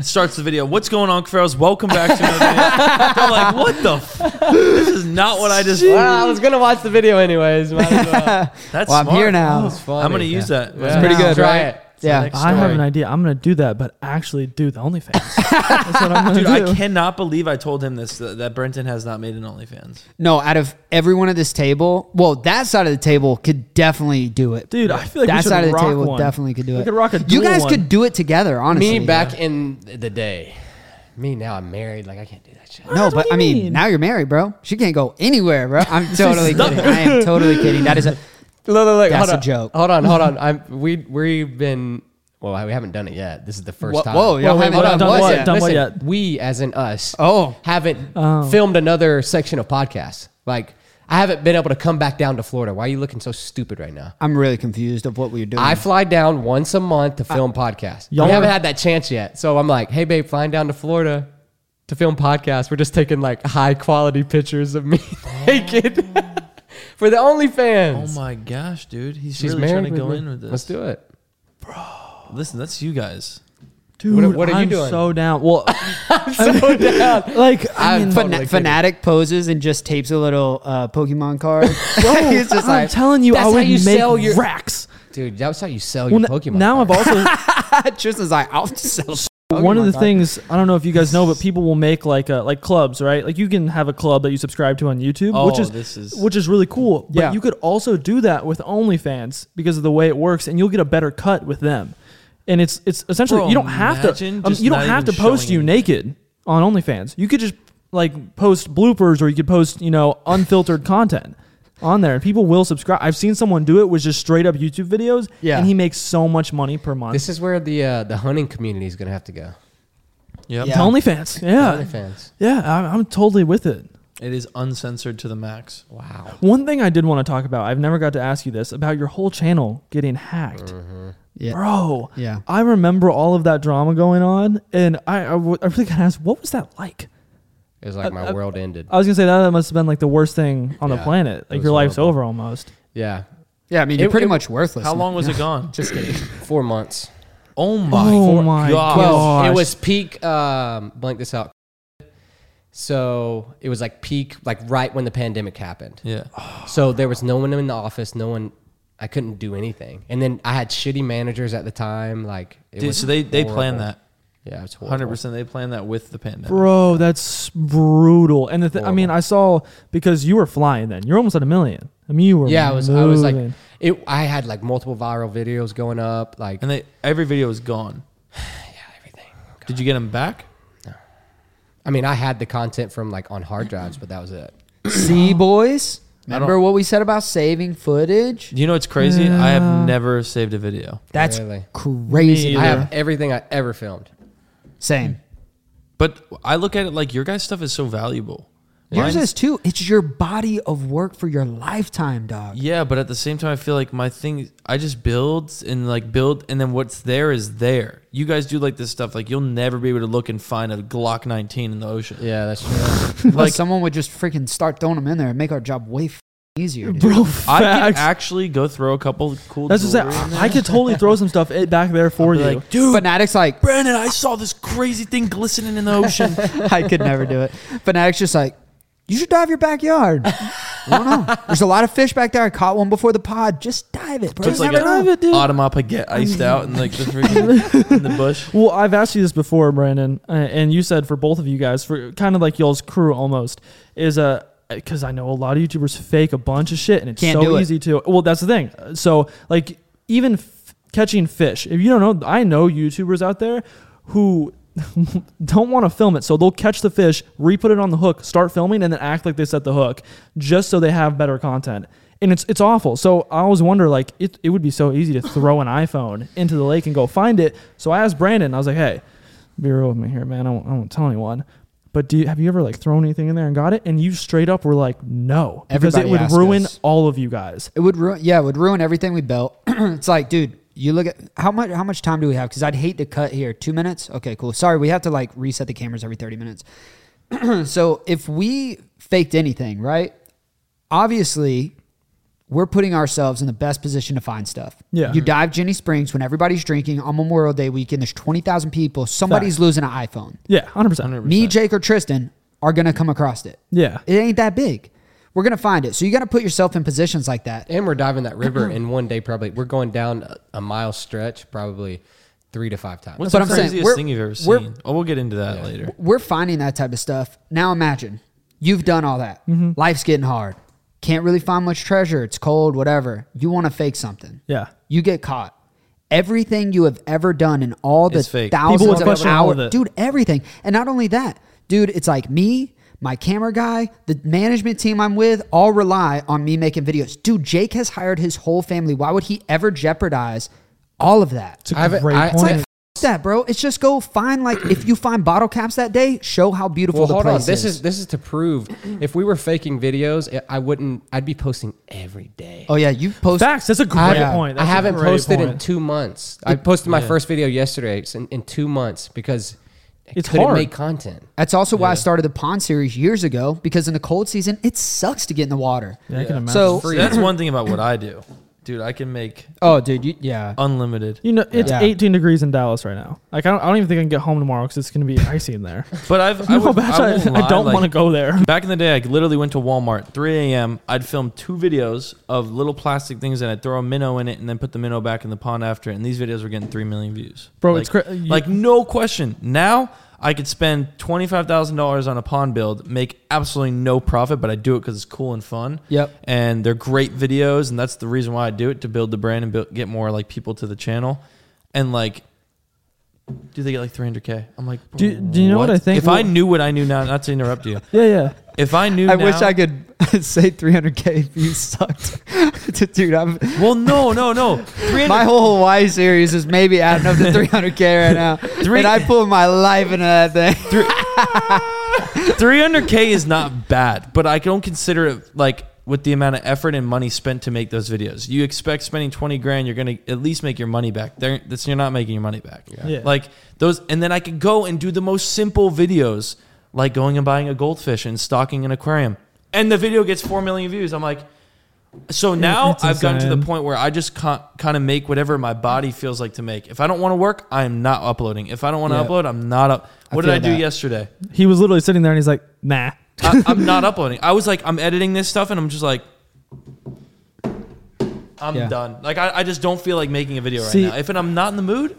[SPEAKER 4] Starts the video. What's going on, Ferrells? Welcome back to another video. I'm like, what the? F- this is not what I just.
[SPEAKER 1] Well, I was gonna watch the video anyways. Might as well.
[SPEAKER 4] That's
[SPEAKER 3] well, I'm
[SPEAKER 4] smart.
[SPEAKER 3] here now.
[SPEAKER 1] It's funny.
[SPEAKER 4] I'm gonna use that.
[SPEAKER 1] Yeah.
[SPEAKER 3] pretty good,
[SPEAKER 1] Try
[SPEAKER 3] right?
[SPEAKER 1] it. It's the
[SPEAKER 3] Yeah.
[SPEAKER 1] next
[SPEAKER 2] I have
[SPEAKER 1] story.
[SPEAKER 2] an idea. I'm gonna do that, but actually do the OnlyFans. That's what I'm gonna
[SPEAKER 4] Dude,
[SPEAKER 2] do.
[SPEAKER 4] I cannot believe I told him this that, that Brenton has not made an OnlyFans.
[SPEAKER 3] No, out of everyone at this table, well, that side of the table could definitely do it.
[SPEAKER 2] Dude, I feel like we
[SPEAKER 3] that
[SPEAKER 2] should
[SPEAKER 3] side of the
[SPEAKER 2] rock
[SPEAKER 3] table
[SPEAKER 2] one.
[SPEAKER 3] definitely could do it.
[SPEAKER 2] We could rock a
[SPEAKER 3] you
[SPEAKER 2] dual
[SPEAKER 3] guys
[SPEAKER 2] one.
[SPEAKER 3] could do it together, honestly.
[SPEAKER 1] Me back in the day. Me now. I'm married. Like I can't do that shit.
[SPEAKER 3] No, but
[SPEAKER 2] do
[SPEAKER 3] I
[SPEAKER 2] you
[SPEAKER 3] mean,
[SPEAKER 2] mean?
[SPEAKER 3] now you're married, bro. She can't go anywhere, bro. I'm totally kidding. I am totally kidding. That is a
[SPEAKER 1] Look, look, look,
[SPEAKER 3] That's
[SPEAKER 1] hold
[SPEAKER 3] a
[SPEAKER 1] on.
[SPEAKER 3] joke.
[SPEAKER 1] Hold on, hold on. I'm we we've been well, we haven't done it yet. This is the first
[SPEAKER 3] Whoa-
[SPEAKER 1] time.
[SPEAKER 3] whoa, y'all
[SPEAKER 1] Well,
[SPEAKER 3] haven't
[SPEAKER 1] hold on,
[SPEAKER 3] done what?
[SPEAKER 1] listen,
[SPEAKER 2] Done what
[SPEAKER 1] listen.
[SPEAKER 2] yet?
[SPEAKER 1] We, as in us,
[SPEAKER 3] Oh.
[SPEAKER 1] haven't filmed another section of podcasts. Like I haven't been able to come back down to Florida. Why are you looking so stupid right now?
[SPEAKER 3] I'm really confused of what we're doing.
[SPEAKER 1] I fly down once a month to film podcasts. You
[SPEAKER 2] Mm. Y'all
[SPEAKER 1] haven't
[SPEAKER 2] are-
[SPEAKER 1] had that chance yet. So I'm like, hey babe, flying down to Florida to film podcasts. We're just taking like high quality pictures of me naked for the OnlyFans.
[SPEAKER 4] Oh my gosh, dude, he's
[SPEAKER 1] She's
[SPEAKER 4] really trying
[SPEAKER 1] married
[SPEAKER 4] to
[SPEAKER 1] with
[SPEAKER 4] go
[SPEAKER 1] me.
[SPEAKER 4] in with this.
[SPEAKER 1] Let's do it.
[SPEAKER 4] Listen, that's you guys.
[SPEAKER 2] Dude,
[SPEAKER 1] What- what are you
[SPEAKER 2] I'm
[SPEAKER 1] doing?
[SPEAKER 2] so down. Well, I'm
[SPEAKER 1] Oh,
[SPEAKER 2] so down. Like, I
[SPEAKER 1] I'm fucking
[SPEAKER 2] mean,
[SPEAKER 3] Fana-
[SPEAKER 1] totally kidding.
[SPEAKER 3] fanatic poses and just tapes a little uh, Pokemon card. He's just
[SPEAKER 2] I'm
[SPEAKER 3] like
[SPEAKER 2] telling you,
[SPEAKER 1] that's
[SPEAKER 2] I
[SPEAKER 1] how
[SPEAKER 2] would
[SPEAKER 1] you
[SPEAKER 2] make
[SPEAKER 1] sell your-
[SPEAKER 2] racks.
[SPEAKER 1] Dude, that was how you sell
[SPEAKER 2] Well,
[SPEAKER 1] your
[SPEAKER 2] n-
[SPEAKER 1] Pokemon.
[SPEAKER 2] now I've also
[SPEAKER 3] Tristan's like, I'll just sell.
[SPEAKER 2] one of
[SPEAKER 3] Pokemon
[SPEAKER 2] the
[SPEAKER 3] card.
[SPEAKER 2] things I don't know if you guys know, but people will make like uh, like clubs, right? Like you can have a club that you subscribe to on YouTube, which
[SPEAKER 4] Oh,
[SPEAKER 2] is,
[SPEAKER 4] this is-
[SPEAKER 2] which is really cool. But
[SPEAKER 3] Yeah.
[SPEAKER 2] you could also do that with OnlyFans because of the way it works, and you'll get a better cut with them. And it's it's essentially
[SPEAKER 4] Bro,
[SPEAKER 2] you don't have to
[SPEAKER 4] imagine
[SPEAKER 2] um,
[SPEAKER 4] just
[SPEAKER 2] you don't
[SPEAKER 4] not
[SPEAKER 2] have to
[SPEAKER 4] even
[SPEAKER 2] post
[SPEAKER 4] showing
[SPEAKER 2] you naked on OnlyFans. You could just like post bloopers or you could post you know unfiltered content on there and people will subscribe i've seen someone do it with just straight up youtube videos
[SPEAKER 3] Yeah.
[SPEAKER 2] and he makes so much money per month
[SPEAKER 1] This is where the uh, the hunting community is gonna have to go.
[SPEAKER 4] Yep.
[SPEAKER 3] Yeah.
[SPEAKER 2] To OnlyFans. Yeah.
[SPEAKER 1] OnlyFans.
[SPEAKER 2] Yeah, I'm, I'm totally with it.
[SPEAKER 4] It is uncensored to the max.
[SPEAKER 1] Wow.
[SPEAKER 2] One thing I did want to talk about, I've never got to ask you this, about your whole channel getting hacked.
[SPEAKER 1] Mm-hmm.
[SPEAKER 3] Yeah.
[SPEAKER 2] Bro,
[SPEAKER 3] Yeah.
[SPEAKER 2] I remember all of that drama going on, and I, I, w- I really got to ask, what was that like?
[SPEAKER 1] It was like
[SPEAKER 4] Uh,
[SPEAKER 1] my world ended.
[SPEAKER 2] I was going to say, that must have been like the worst thing on the
[SPEAKER 1] Yeah,
[SPEAKER 2] planet.
[SPEAKER 1] it
[SPEAKER 2] Like
[SPEAKER 1] was
[SPEAKER 2] your life's
[SPEAKER 1] horrible.
[SPEAKER 2] over almost.
[SPEAKER 1] yeah.
[SPEAKER 3] Yeah, I mean, you're
[SPEAKER 1] It-
[SPEAKER 3] pretty
[SPEAKER 1] it-
[SPEAKER 3] much worthless.
[SPEAKER 4] How
[SPEAKER 3] now.
[SPEAKER 4] long was it gone?
[SPEAKER 1] Just kidding. Four months.
[SPEAKER 4] Oh my.
[SPEAKER 2] Oh my
[SPEAKER 1] Well,
[SPEAKER 2] Gosh.
[SPEAKER 1] it was peak. Um, blank this out. So it was like peak, like right when the pandemic happened.
[SPEAKER 4] Yeah. Oh,
[SPEAKER 1] So there was no one in the office. No one. I couldn't do anything. And then I had shitty managers at the time. Like, it
[SPEAKER 4] Dude,
[SPEAKER 1] was
[SPEAKER 4] so they they
[SPEAKER 1] horrible.
[SPEAKER 4] planned that.
[SPEAKER 1] Yeah, it's horrible.
[SPEAKER 4] Hundred percent. They planned that with the pandemic.
[SPEAKER 2] Bro, that's brutal. And the th- I mean, I saw because you were flying then. You're almost at a million. I mean, you were.
[SPEAKER 1] Yeah, I was. I was like,
[SPEAKER 2] moving.
[SPEAKER 1] it. I had like multiple viral videos going up. Like,
[SPEAKER 4] And they every video is gone.
[SPEAKER 1] yeah, everything.
[SPEAKER 4] Did you get them back?
[SPEAKER 1] I mean, I had the content from like on hard drives, but that was it.
[SPEAKER 3] See, boys, Remember what we said about saving footage?
[SPEAKER 4] You know what's crazy? I have never saved a video.
[SPEAKER 3] That's
[SPEAKER 1] Really?
[SPEAKER 3] crazy.
[SPEAKER 2] Me
[SPEAKER 1] I
[SPEAKER 3] I
[SPEAKER 1] have everything I ever filmed.
[SPEAKER 3] Same.
[SPEAKER 4] But I look at it like your guys' stuff is so valuable.
[SPEAKER 3] Yours
[SPEAKER 4] Mine's-
[SPEAKER 3] is too. It's your body of work for your lifetime, dog.
[SPEAKER 4] Yeah, but at the same time, I feel like my thing, I just build and like build, and then what's there is there. You guys do like this stuff, like you'll never be able to look and find a Glock 19 in the ocean.
[SPEAKER 1] Yeah, that's true.
[SPEAKER 3] Like
[SPEAKER 4] Like-
[SPEAKER 3] someone would just freaking start throwing them in there and make our job way f- easier. dude.
[SPEAKER 2] bro.
[SPEAKER 4] I can
[SPEAKER 2] facts.
[SPEAKER 4] actually go throw a couple cool.
[SPEAKER 2] That's just it.
[SPEAKER 4] jewelry in there.
[SPEAKER 2] I could totally throw some stuff it back there for you.
[SPEAKER 4] Be like, dude,
[SPEAKER 3] Fanatic's like,
[SPEAKER 4] Brandon, I saw this crazy thing glistening in the ocean.
[SPEAKER 3] I could never do it. Fanatic's just like, you should dive your backyard. I don't know. There's a lot of fish back there. I caught one before the pod. Just dive it, bro.
[SPEAKER 4] Just like
[SPEAKER 3] Never know.
[SPEAKER 4] an
[SPEAKER 2] it, dude.
[SPEAKER 4] Audemars Piguet iced out and like just freaking in the bush.
[SPEAKER 2] Well, I've asked you this before, Brandon, uh, and you said for both of you guys, for kind of like y'all's crew almost, is a because I know a lot of YouTubers fake a bunch of shit, and it's
[SPEAKER 3] Can't do
[SPEAKER 2] so
[SPEAKER 3] it.
[SPEAKER 2] easy to. Well, that's the thing. Uh, So, like, even f- catching fish, if you don't know, I know YouTubers out there who don't want to film it, so they'll catch the fish, re-put it on the hook, start filming, and then act like they set the hook, just so they have better content. And it's it's awful. So I always wonder, like, it, it would be so easy to throw an iPhone into the lake and go find it. So I asked Brandon, I was like, hey, be real with me here, man. I won't, I won't tell anyone. But do you, have you ever like thrown anything in there and got it? And you straight up were like, no, because
[SPEAKER 3] Everybody
[SPEAKER 2] it would
[SPEAKER 3] asked
[SPEAKER 2] ruin
[SPEAKER 3] us.
[SPEAKER 2] all of you guys.
[SPEAKER 3] It would ruin. Yeah, it would ruin everything we built. it's like, dude, you look at how much how much time do we have? Because I'd hate to cut here. Two minutes. Okay, cool. Sorry, we have to like reset the cameras every thirty minutes. so if we faked anything, right? Obviously, we're putting ourselves in the best position to find stuff.
[SPEAKER 2] Yeah.
[SPEAKER 3] You dive Jenny Springs when everybody's drinking on Memorial Day weekend. There's twenty thousand people. Somebody's losing an iPhone.
[SPEAKER 2] Yeah, hundred percent.
[SPEAKER 3] Me, Jake, or Tristan are gonna come across it.
[SPEAKER 2] Yeah,
[SPEAKER 3] It ain't that big. We're gonna find it. So you got to put yourself in positions like that.
[SPEAKER 1] and we're diving that river in one day. Probably we're going down a, a mile stretch, probably three to five times.
[SPEAKER 4] What's
[SPEAKER 3] But
[SPEAKER 4] the
[SPEAKER 3] I'm saying,
[SPEAKER 4] craziest
[SPEAKER 3] we're-
[SPEAKER 4] thing you've ever
[SPEAKER 3] we're-
[SPEAKER 4] seen? Oh, we'll get into that later.
[SPEAKER 3] we're finding that type of stuff. Now imagine you've done all that.
[SPEAKER 2] Mm-hmm.
[SPEAKER 3] Life's getting hard. Can't really find much treasure. It's cold, whatever. You want to fake something.
[SPEAKER 2] yeah.
[SPEAKER 3] You get caught. Everything you have ever done in all the
[SPEAKER 4] It's fake. People
[SPEAKER 2] would
[SPEAKER 3] thousands of
[SPEAKER 2] question all
[SPEAKER 3] hours,
[SPEAKER 2] of it.
[SPEAKER 3] dude, everything. And not only that, dude, it's like me, my camera guy, the management team I'm with all rely on me making videos. Dude, Jake has hired his whole family. Why would he ever jeopardize all of that?
[SPEAKER 2] It's a
[SPEAKER 1] I haven't-
[SPEAKER 2] great
[SPEAKER 1] I- it's
[SPEAKER 3] It's
[SPEAKER 2] point.
[SPEAKER 3] like "F- that, bro. It's just go find like if you find bottle caps that day, show how beautiful
[SPEAKER 1] Well,
[SPEAKER 3] the
[SPEAKER 1] hold on.
[SPEAKER 3] place
[SPEAKER 1] This
[SPEAKER 3] is.
[SPEAKER 1] is this is to prove if we were faking videos, I- I wouldn't. I'd be posting every day.
[SPEAKER 3] Oh yeah, you post.
[SPEAKER 2] Facts. That's a
[SPEAKER 1] I,
[SPEAKER 2] great
[SPEAKER 1] yeah.
[SPEAKER 2] point.
[SPEAKER 1] I
[SPEAKER 2] That's a
[SPEAKER 1] haven't
[SPEAKER 2] great
[SPEAKER 1] posted in
[SPEAKER 2] point.
[SPEAKER 1] two months. I posted my first video yesterday it's in, in two months because I
[SPEAKER 2] It's
[SPEAKER 1] couldn't
[SPEAKER 2] hard.
[SPEAKER 1] make content.
[SPEAKER 3] That's also why I started the pond series years ago because in the cold season it sucks to get in the water.
[SPEAKER 2] Yeah, I can imagine.
[SPEAKER 3] So
[SPEAKER 4] See, that's one thing about what I do, dude. I can make
[SPEAKER 3] oh dude, you, yeah.
[SPEAKER 4] unlimited,
[SPEAKER 2] You know, it's
[SPEAKER 3] Yeah.
[SPEAKER 2] 18 degrees in Dallas right now. Like, I don't, I don't even think I can get home tomorrow because it's going to be icy in there.
[SPEAKER 4] but I've I,
[SPEAKER 2] No,
[SPEAKER 4] would,
[SPEAKER 2] Bash,
[SPEAKER 4] I,
[SPEAKER 2] I,
[SPEAKER 4] won't
[SPEAKER 2] I
[SPEAKER 4] lie,
[SPEAKER 2] don't
[SPEAKER 4] like,
[SPEAKER 2] want to go there.
[SPEAKER 4] Back in the day, I literally went to Walmart 3 a.m. I'd film two videos of little plastic things, and I'd throw a minnow in it, and then put the minnow back in the pond after. it. And these videos were getting three million views,
[SPEAKER 2] Bro,
[SPEAKER 4] Like,
[SPEAKER 2] it's cra- you-
[SPEAKER 4] like no question. Now I could spend twenty five thousand dollars on a pond build, make absolutely no profit, but I do it because it's cool and fun.
[SPEAKER 3] Yep.
[SPEAKER 4] And they're great videos, and that's the reason why I do it to build the brand and build, get more like people to the channel, and like. Do they get like 300k? I'm like,
[SPEAKER 2] Do- do you know what I think
[SPEAKER 4] If I
[SPEAKER 2] will-
[SPEAKER 4] knew what I knew now, not to interrupt you,
[SPEAKER 2] Yeah, yeah.
[SPEAKER 4] if I knew,
[SPEAKER 3] I wish
[SPEAKER 4] now-
[SPEAKER 3] I could say 300k views sucked. dude, I'm,
[SPEAKER 4] Well, no, no, no. 300
[SPEAKER 3] my whole Hawaii series is maybe adding up to 300k right now,
[SPEAKER 4] Three-
[SPEAKER 3] and I pulled my life into that thing.
[SPEAKER 4] 300k is not bad, but I don't consider it like with the amount of effort and money spent to make those videos. You expect spending 20 grand, you're gonna at least make your money back. There, that's you're not making your money back.
[SPEAKER 2] Yeah.
[SPEAKER 4] Like those, and then I could go and do the most simple videos, like going and buying a goldfish and stocking an aquarium, and the video gets four million views. I'm like. So now
[SPEAKER 2] it's
[SPEAKER 4] I've gotten to the
[SPEAKER 2] insane.
[SPEAKER 4] point where I just con- kind of make whatever my body feels like to make. If I don't want to work, I am not uploading. If I don't want to
[SPEAKER 3] Yeah.
[SPEAKER 4] upload, I'm not up. What did
[SPEAKER 3] feel
[SPEAKER 4] I do
[SPEAKER 3] that.
[SPEAKER 4] yesterday?
[SPEAKER 2] He was literally sitting there and he's like, nah.
[SPEAKER 4] I, I'm not uploading. I was like, I'm editing this stuff, and I'm just like, I'm
[SPEAKER 3] Yeah.
[SPEAKER 4] done. Like, I, I just don't feel like making a video
[SPEAKER 2] See-
[SPEAKER 4] right now. If and I'm not in the mood,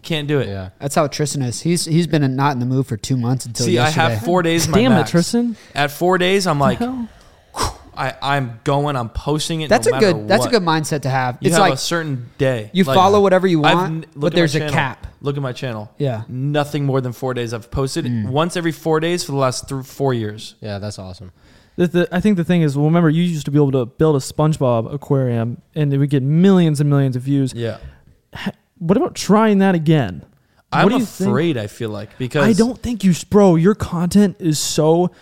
[SPEAKER 4] can't do it.
[SPEAKER 1] Yeah.
[SPEAKER 3] That's how Tristan is. He's he's been in- not in the mood for two months until
[SPEAKER 4] See,
[SPEAKER 3] yesterday.
[SPEAKER 4] I have four days. My
[SPEAKER 2] Damn it,
[SPEAKER 4] max.
[SPEAKER 2] Tristan.
[SPEAKER 4] At four days, I'm like,
[SPEAKER 2] hell?
[SPEAKER 4] I, I'm going. I'm posting it.
[SPEAKER 3] That's
[SPEAKER 4] no
[SPEAKER 3] a
[SPEAKER 4] matter
[SPEAKER 3] good. That's a
[SPEAKER 4] what.
[SPEAKER 3] good mindset to have.
[SPEAKER 4] You
[SPEAKER 3] it's
[SPEAKER 4] have
[SPEAKER 3] like
[SPEAKER 4] a certain day.
[SPEAKER 3] you follow whatever you want,
[SPEAKER 4] n-
[SPEAKER 3] but
[SPEAKER 4] look at my
[SPEAKER 3] there's a
[SPEAKER 4] channel.
[SPEAKER 3] cap.
[SPEAKER 4] Look at my channel.
[SPEAKER 3] Yeah. Mm.
[SPEAKER 4] nothing more than four days. I've posted once every four days for the last three, four years.
[SPEAKER 1] Yeah, that's awesome.
[SPEAKER 2] The, the, I think the thing is, well, remember, you used to be able to build a SpongeBob aquarium and it would get millions and millions of views.
[SPEAKER 4] Yeah.
[SPEAKER 2] What about trying that again?
[SPEAKER 4] I'm
[SPEAKER 2] what do you think?
[SPEAKER 4] afraid. I feel like because
[SPEAKER 2] I don't think you, sh- bro. Your content is so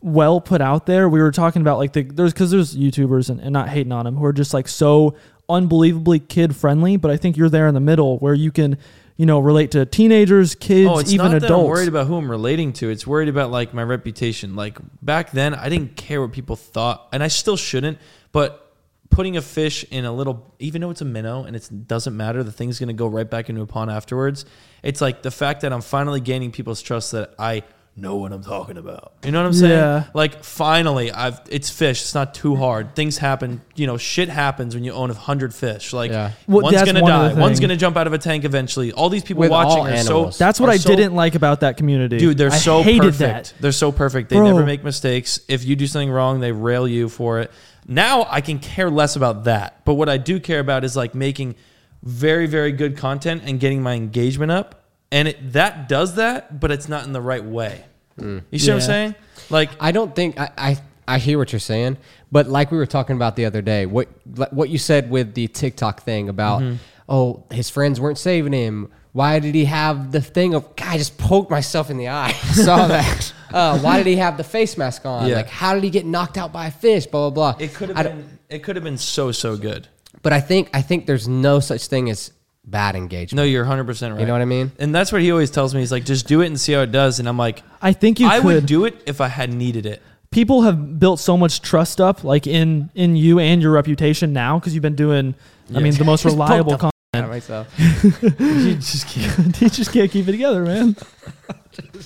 [SPEAKER 2] well put out there. We were talking about like the there's because there's YouTubers and, and not hating on them who are just like so unbelievably kid friendly. But I think you're there in the middle where you can, you know, relate to teenagers, kids,
[SPEAKER 4] Oh, it's
[SPEAKER 2] even
[SPEAKER 4] not
[SPEAKER 2] adults.
[SPEAKER 4] that I'm worried about who I'm relating to. It's worried about like my reputation. Like back then, I didn't care what people thought, and I still shouldn't. But putting a fish in a little, even though it's a minnow and it doesn't matter, the thing's gonna go right back into a pond afterwards. It's like the fact that I'm finally gaining people's trust that I know what I'm talking about. You know what I'm saying?
[SPEAKER 2] Yeah.
[SPEAKER 4] Like finally, I've it's fish. It's not too hard. Things happen. You know, shit happens when you own a hundred fish. Like
[SPEAKER 1] Yeah.
[SPEAKER 2] Well,
[SPEAKER 4] one's
[SPEAKER 2] that's
[SPEAKER 4] gonna
[SPEAKER 2] one of
[SPEAKER 4] die.
[SPEAKER 2] the
[SPEAKER 4] One's
[SPEAKER 2] thing.
[SPEAKER 4] gonna jump out of a tank eventually. All these people
[SPEAKER 1] With
[SPEAKER 4] watching
[SPEAKER 1] all
[SPEAKER 4] are so
[SPEAKER 1] animals.
[SPEAKER 2] That's what
[SPEAKER 4] are
[SPEAKER 2] I
[SPEAKER 4] so-
[SPEAKER 2] didn't like about that community,
[SPEAKER 4] Dude, they're
[SPEAKER 2] I
[SPEAKER 4] so
[SPEAKER 2] hated
[SPEAKER 4] perfect.
[SPEAKER 2] That.
[SPEAKER 4] They're so perfect. They
[SPEAKER 2] Bro.
[SPEAKER 4] never make mistakes. If you do something wrong, they rail you for it. Now I can care less about that. But what I do care about is like making very, very good content and getting my engagement up. And it, that does that, but it's not in the right way.
[SPEAKER 2] Mm.
[SPEAKER 4] You see what I'm
[SPEAKER 2] Yeah.
[SPEAKER 4] saying? Like,
[SPEAKER 1] I don't think I, I I hear what you're saying, but like we were talking about the other day, what like what you said with the TikTok thing about oh his friends weren't saving him. Why did he have the thing of God? I just poked myself in the eye.
[SPEAKER 3] Saw that.
[SPEAKER 1] uh, why did he have the face mask on?
[SPEAKER 4] Yeah.
[SPEAKER 1] Like how did he get knocked out by a fish? Blah blah blah.
[SPEAKER 4] it could
[SPEAKER 1] I
[SPEAKER 4] have
[SPEAKER 1] don't-
[SPEAKER 4] been. It could have been so so good.
[SPEAKER 1] But I think I think there's no such thing as bad engagement.
[SPEAKER 4] No, you're 100 percent right.
[SPEAKER 1] know what I mean?
[SPEAKER 4] And that's what he always tells me. He's like, just do it and see how it does. And I'm like,
[SPEAKER 2] I think you
[SPEAKER 4] I
[SPEAKER 2] could.
[SPEAKER 4] would do it if I had needed it.
[SPEAKER 2] people have built so much trust up like in in you and your reputation now because you've been doing i mean the most
[SPEAKER 1] Just poked
[SPEAKER 2] reliable
[SPEAKER 1] the
[SPEAKER 2] content
[SPEAKER 1] Not myself.
[SPEAKER 4] You just can't.
[SPEAKER 2] you just can't keep it together man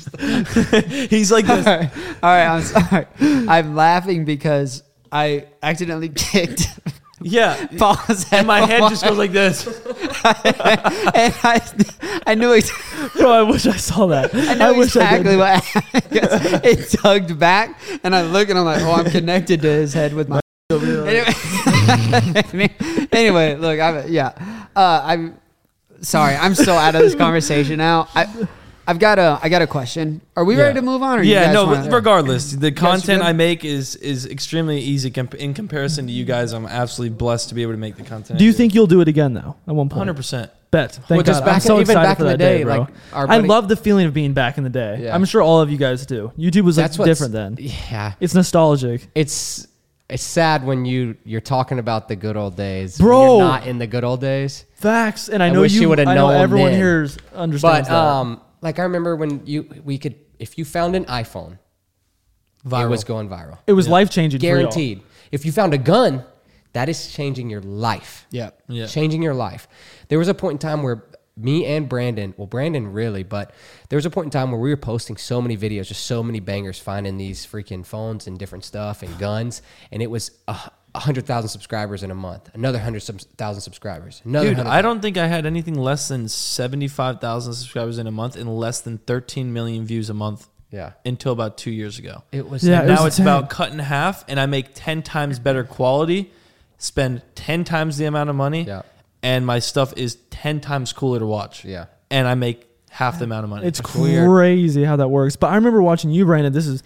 [SPEAKER 4] He's like this.
[SPEAKER 3] All right, I'm sorry. I'm laughing because I accidentally kicked
[SPEAKER 4] Yeah.
[SPEAKER 3] Paul's head.
[SPEAKER 4] And my head
[SPEAKER 3] forward,
[SPEAKER 4] just goes like this.
[SPEAKER 3] and I, I knew exactly.
[SPEAKER 2] bro i wish i saw that
[SPEAKER 3] I know
[SPEAKER 2] wish
[SPEAKER 3] exactly
[SPEAKER 2] i did
[SPEAKER 3] what happened. 'cause it tugged back, and I look and I'm like, oh, I'm connected to his head with my. anyway, anyway, look, I'm yeah, uh, I'm sorry, I'm so out of this conversation now. I, I've got a, I got a question. Are we ready
[SPEAKER 4] Yeah.
[SPEAKER 3] to move on? Or you
[SPEAKER 4] yeah,
[SPEAKER 3] guys
[SPEAKER 4] no.
[SPEAKER 3] wanna-
[SPEAKER 4] but Regardless, the content
[SPEAKER 3] good?
[SPEAKER 4] I make is is extremely easy comp- in comparison to you guys. I'm absolutely blessed to be able to make the content.
[SPEAKER 2] do you think you'll do it again though at one point
[SPEAKER 4] 100? percent
[SPEAKER 2] bet thank
[SPEAKER 1] Well, just
[SPEAKER 2] god
[SPEAKER 1] back-
[SPEAKER 2] i'm so
[SPEAKER 1] even
[SPEAKER 2] excited
[SPEAKER 1] back
[SPEAKER 2] for
[SPEAKER 1] in the
[SPEAKER 2] that day,
[SPEAKER 1] day,
[SPEAKER 2] bro
[SPEAKER 1] like, our
[SPEAKER 2] i
[SPEAKER 1] buddy-
[SPEAKER 2] love the feeling of being back in the day
[SPEAKER 1] Yeah.
[SPEAKER 2] i'm sure all of you guys do youtube was like
[SPEAKER 1] That's what's-
[SPEAKER 2] different then
[SPEAKER 1] Yeah.
[SPEAKER 2] it's nostalgic
[SPEAKER 1] it's it's sad when you you're talking about the good old days, when
[SPEAKER 2] Bro.
[SPEAKER 1] You're not in the good old days,
[SPEAKER 2] facts and i,
[SPEAKER 1] I
[SPEAKER 2] know
[SPEAKER 1] wish you
[SPEAKER 2] you
[SPEAKER 1] would've
[SPEAKER 2] i know
[SPEAKER 1] known
[SPEAKER 2] everyone
[SPEAKER 1] then.
[SPEAKER 2] here is- understands
[SPEAKER 1] but
[SPEAKER 2] that.
[SPEAKER 1] um, like I remember when you we could if you found an iPhone, it was going viral,
[SPEAKER 2] it was life-changing for y'all.
[SPEAKER 1] guaranteed. If you found a gun, that is changing your life.
[SPEAKER 3] Yeah.
[SPEAKER 4] Yeah.
[SPEAKER 1] changing your life. There was a point in time where me and Brandon, well, Brandon really, but there was a point in time where we were posting so many videos, just so many bangers, finding these freaking phones and different stuff and guns, and it was a hu- a hundred thousand subscribers in a month, another hundred sub- thousand subscribers, another.
[SPEAKER 4] Dude,
[SPEAKER 1] 100,000.
[SPEAKER 4] I don't think I had anything less than 75,000 subscribers in a month and less than 13 million views a month
[SPEAKER 1] Yeah,
[SPEAKER 4] until about two years ago.
[SPEAKER 1] it was.
[SPEAKER 2] Yeah,
[SPEAKER 1] like-
[SPEAKER 2] it was
[SPEAKER 4] now it's
[SPEAKER 2] insane.
[SPEAKER 4] about cut in half, and I make 10 times better quality, spend 10 times the amount of money,
[SPEAKER 1] Yeah.
[SPEAKER 4] and my stuff is 10 times cooler to watch.
[SPEAKER 1] Yeah.
[SPEAKER 4] And I make half the amount of money.
[SPEAKER 2] It's crazy how that works. But I remember watching you, Brandon. This is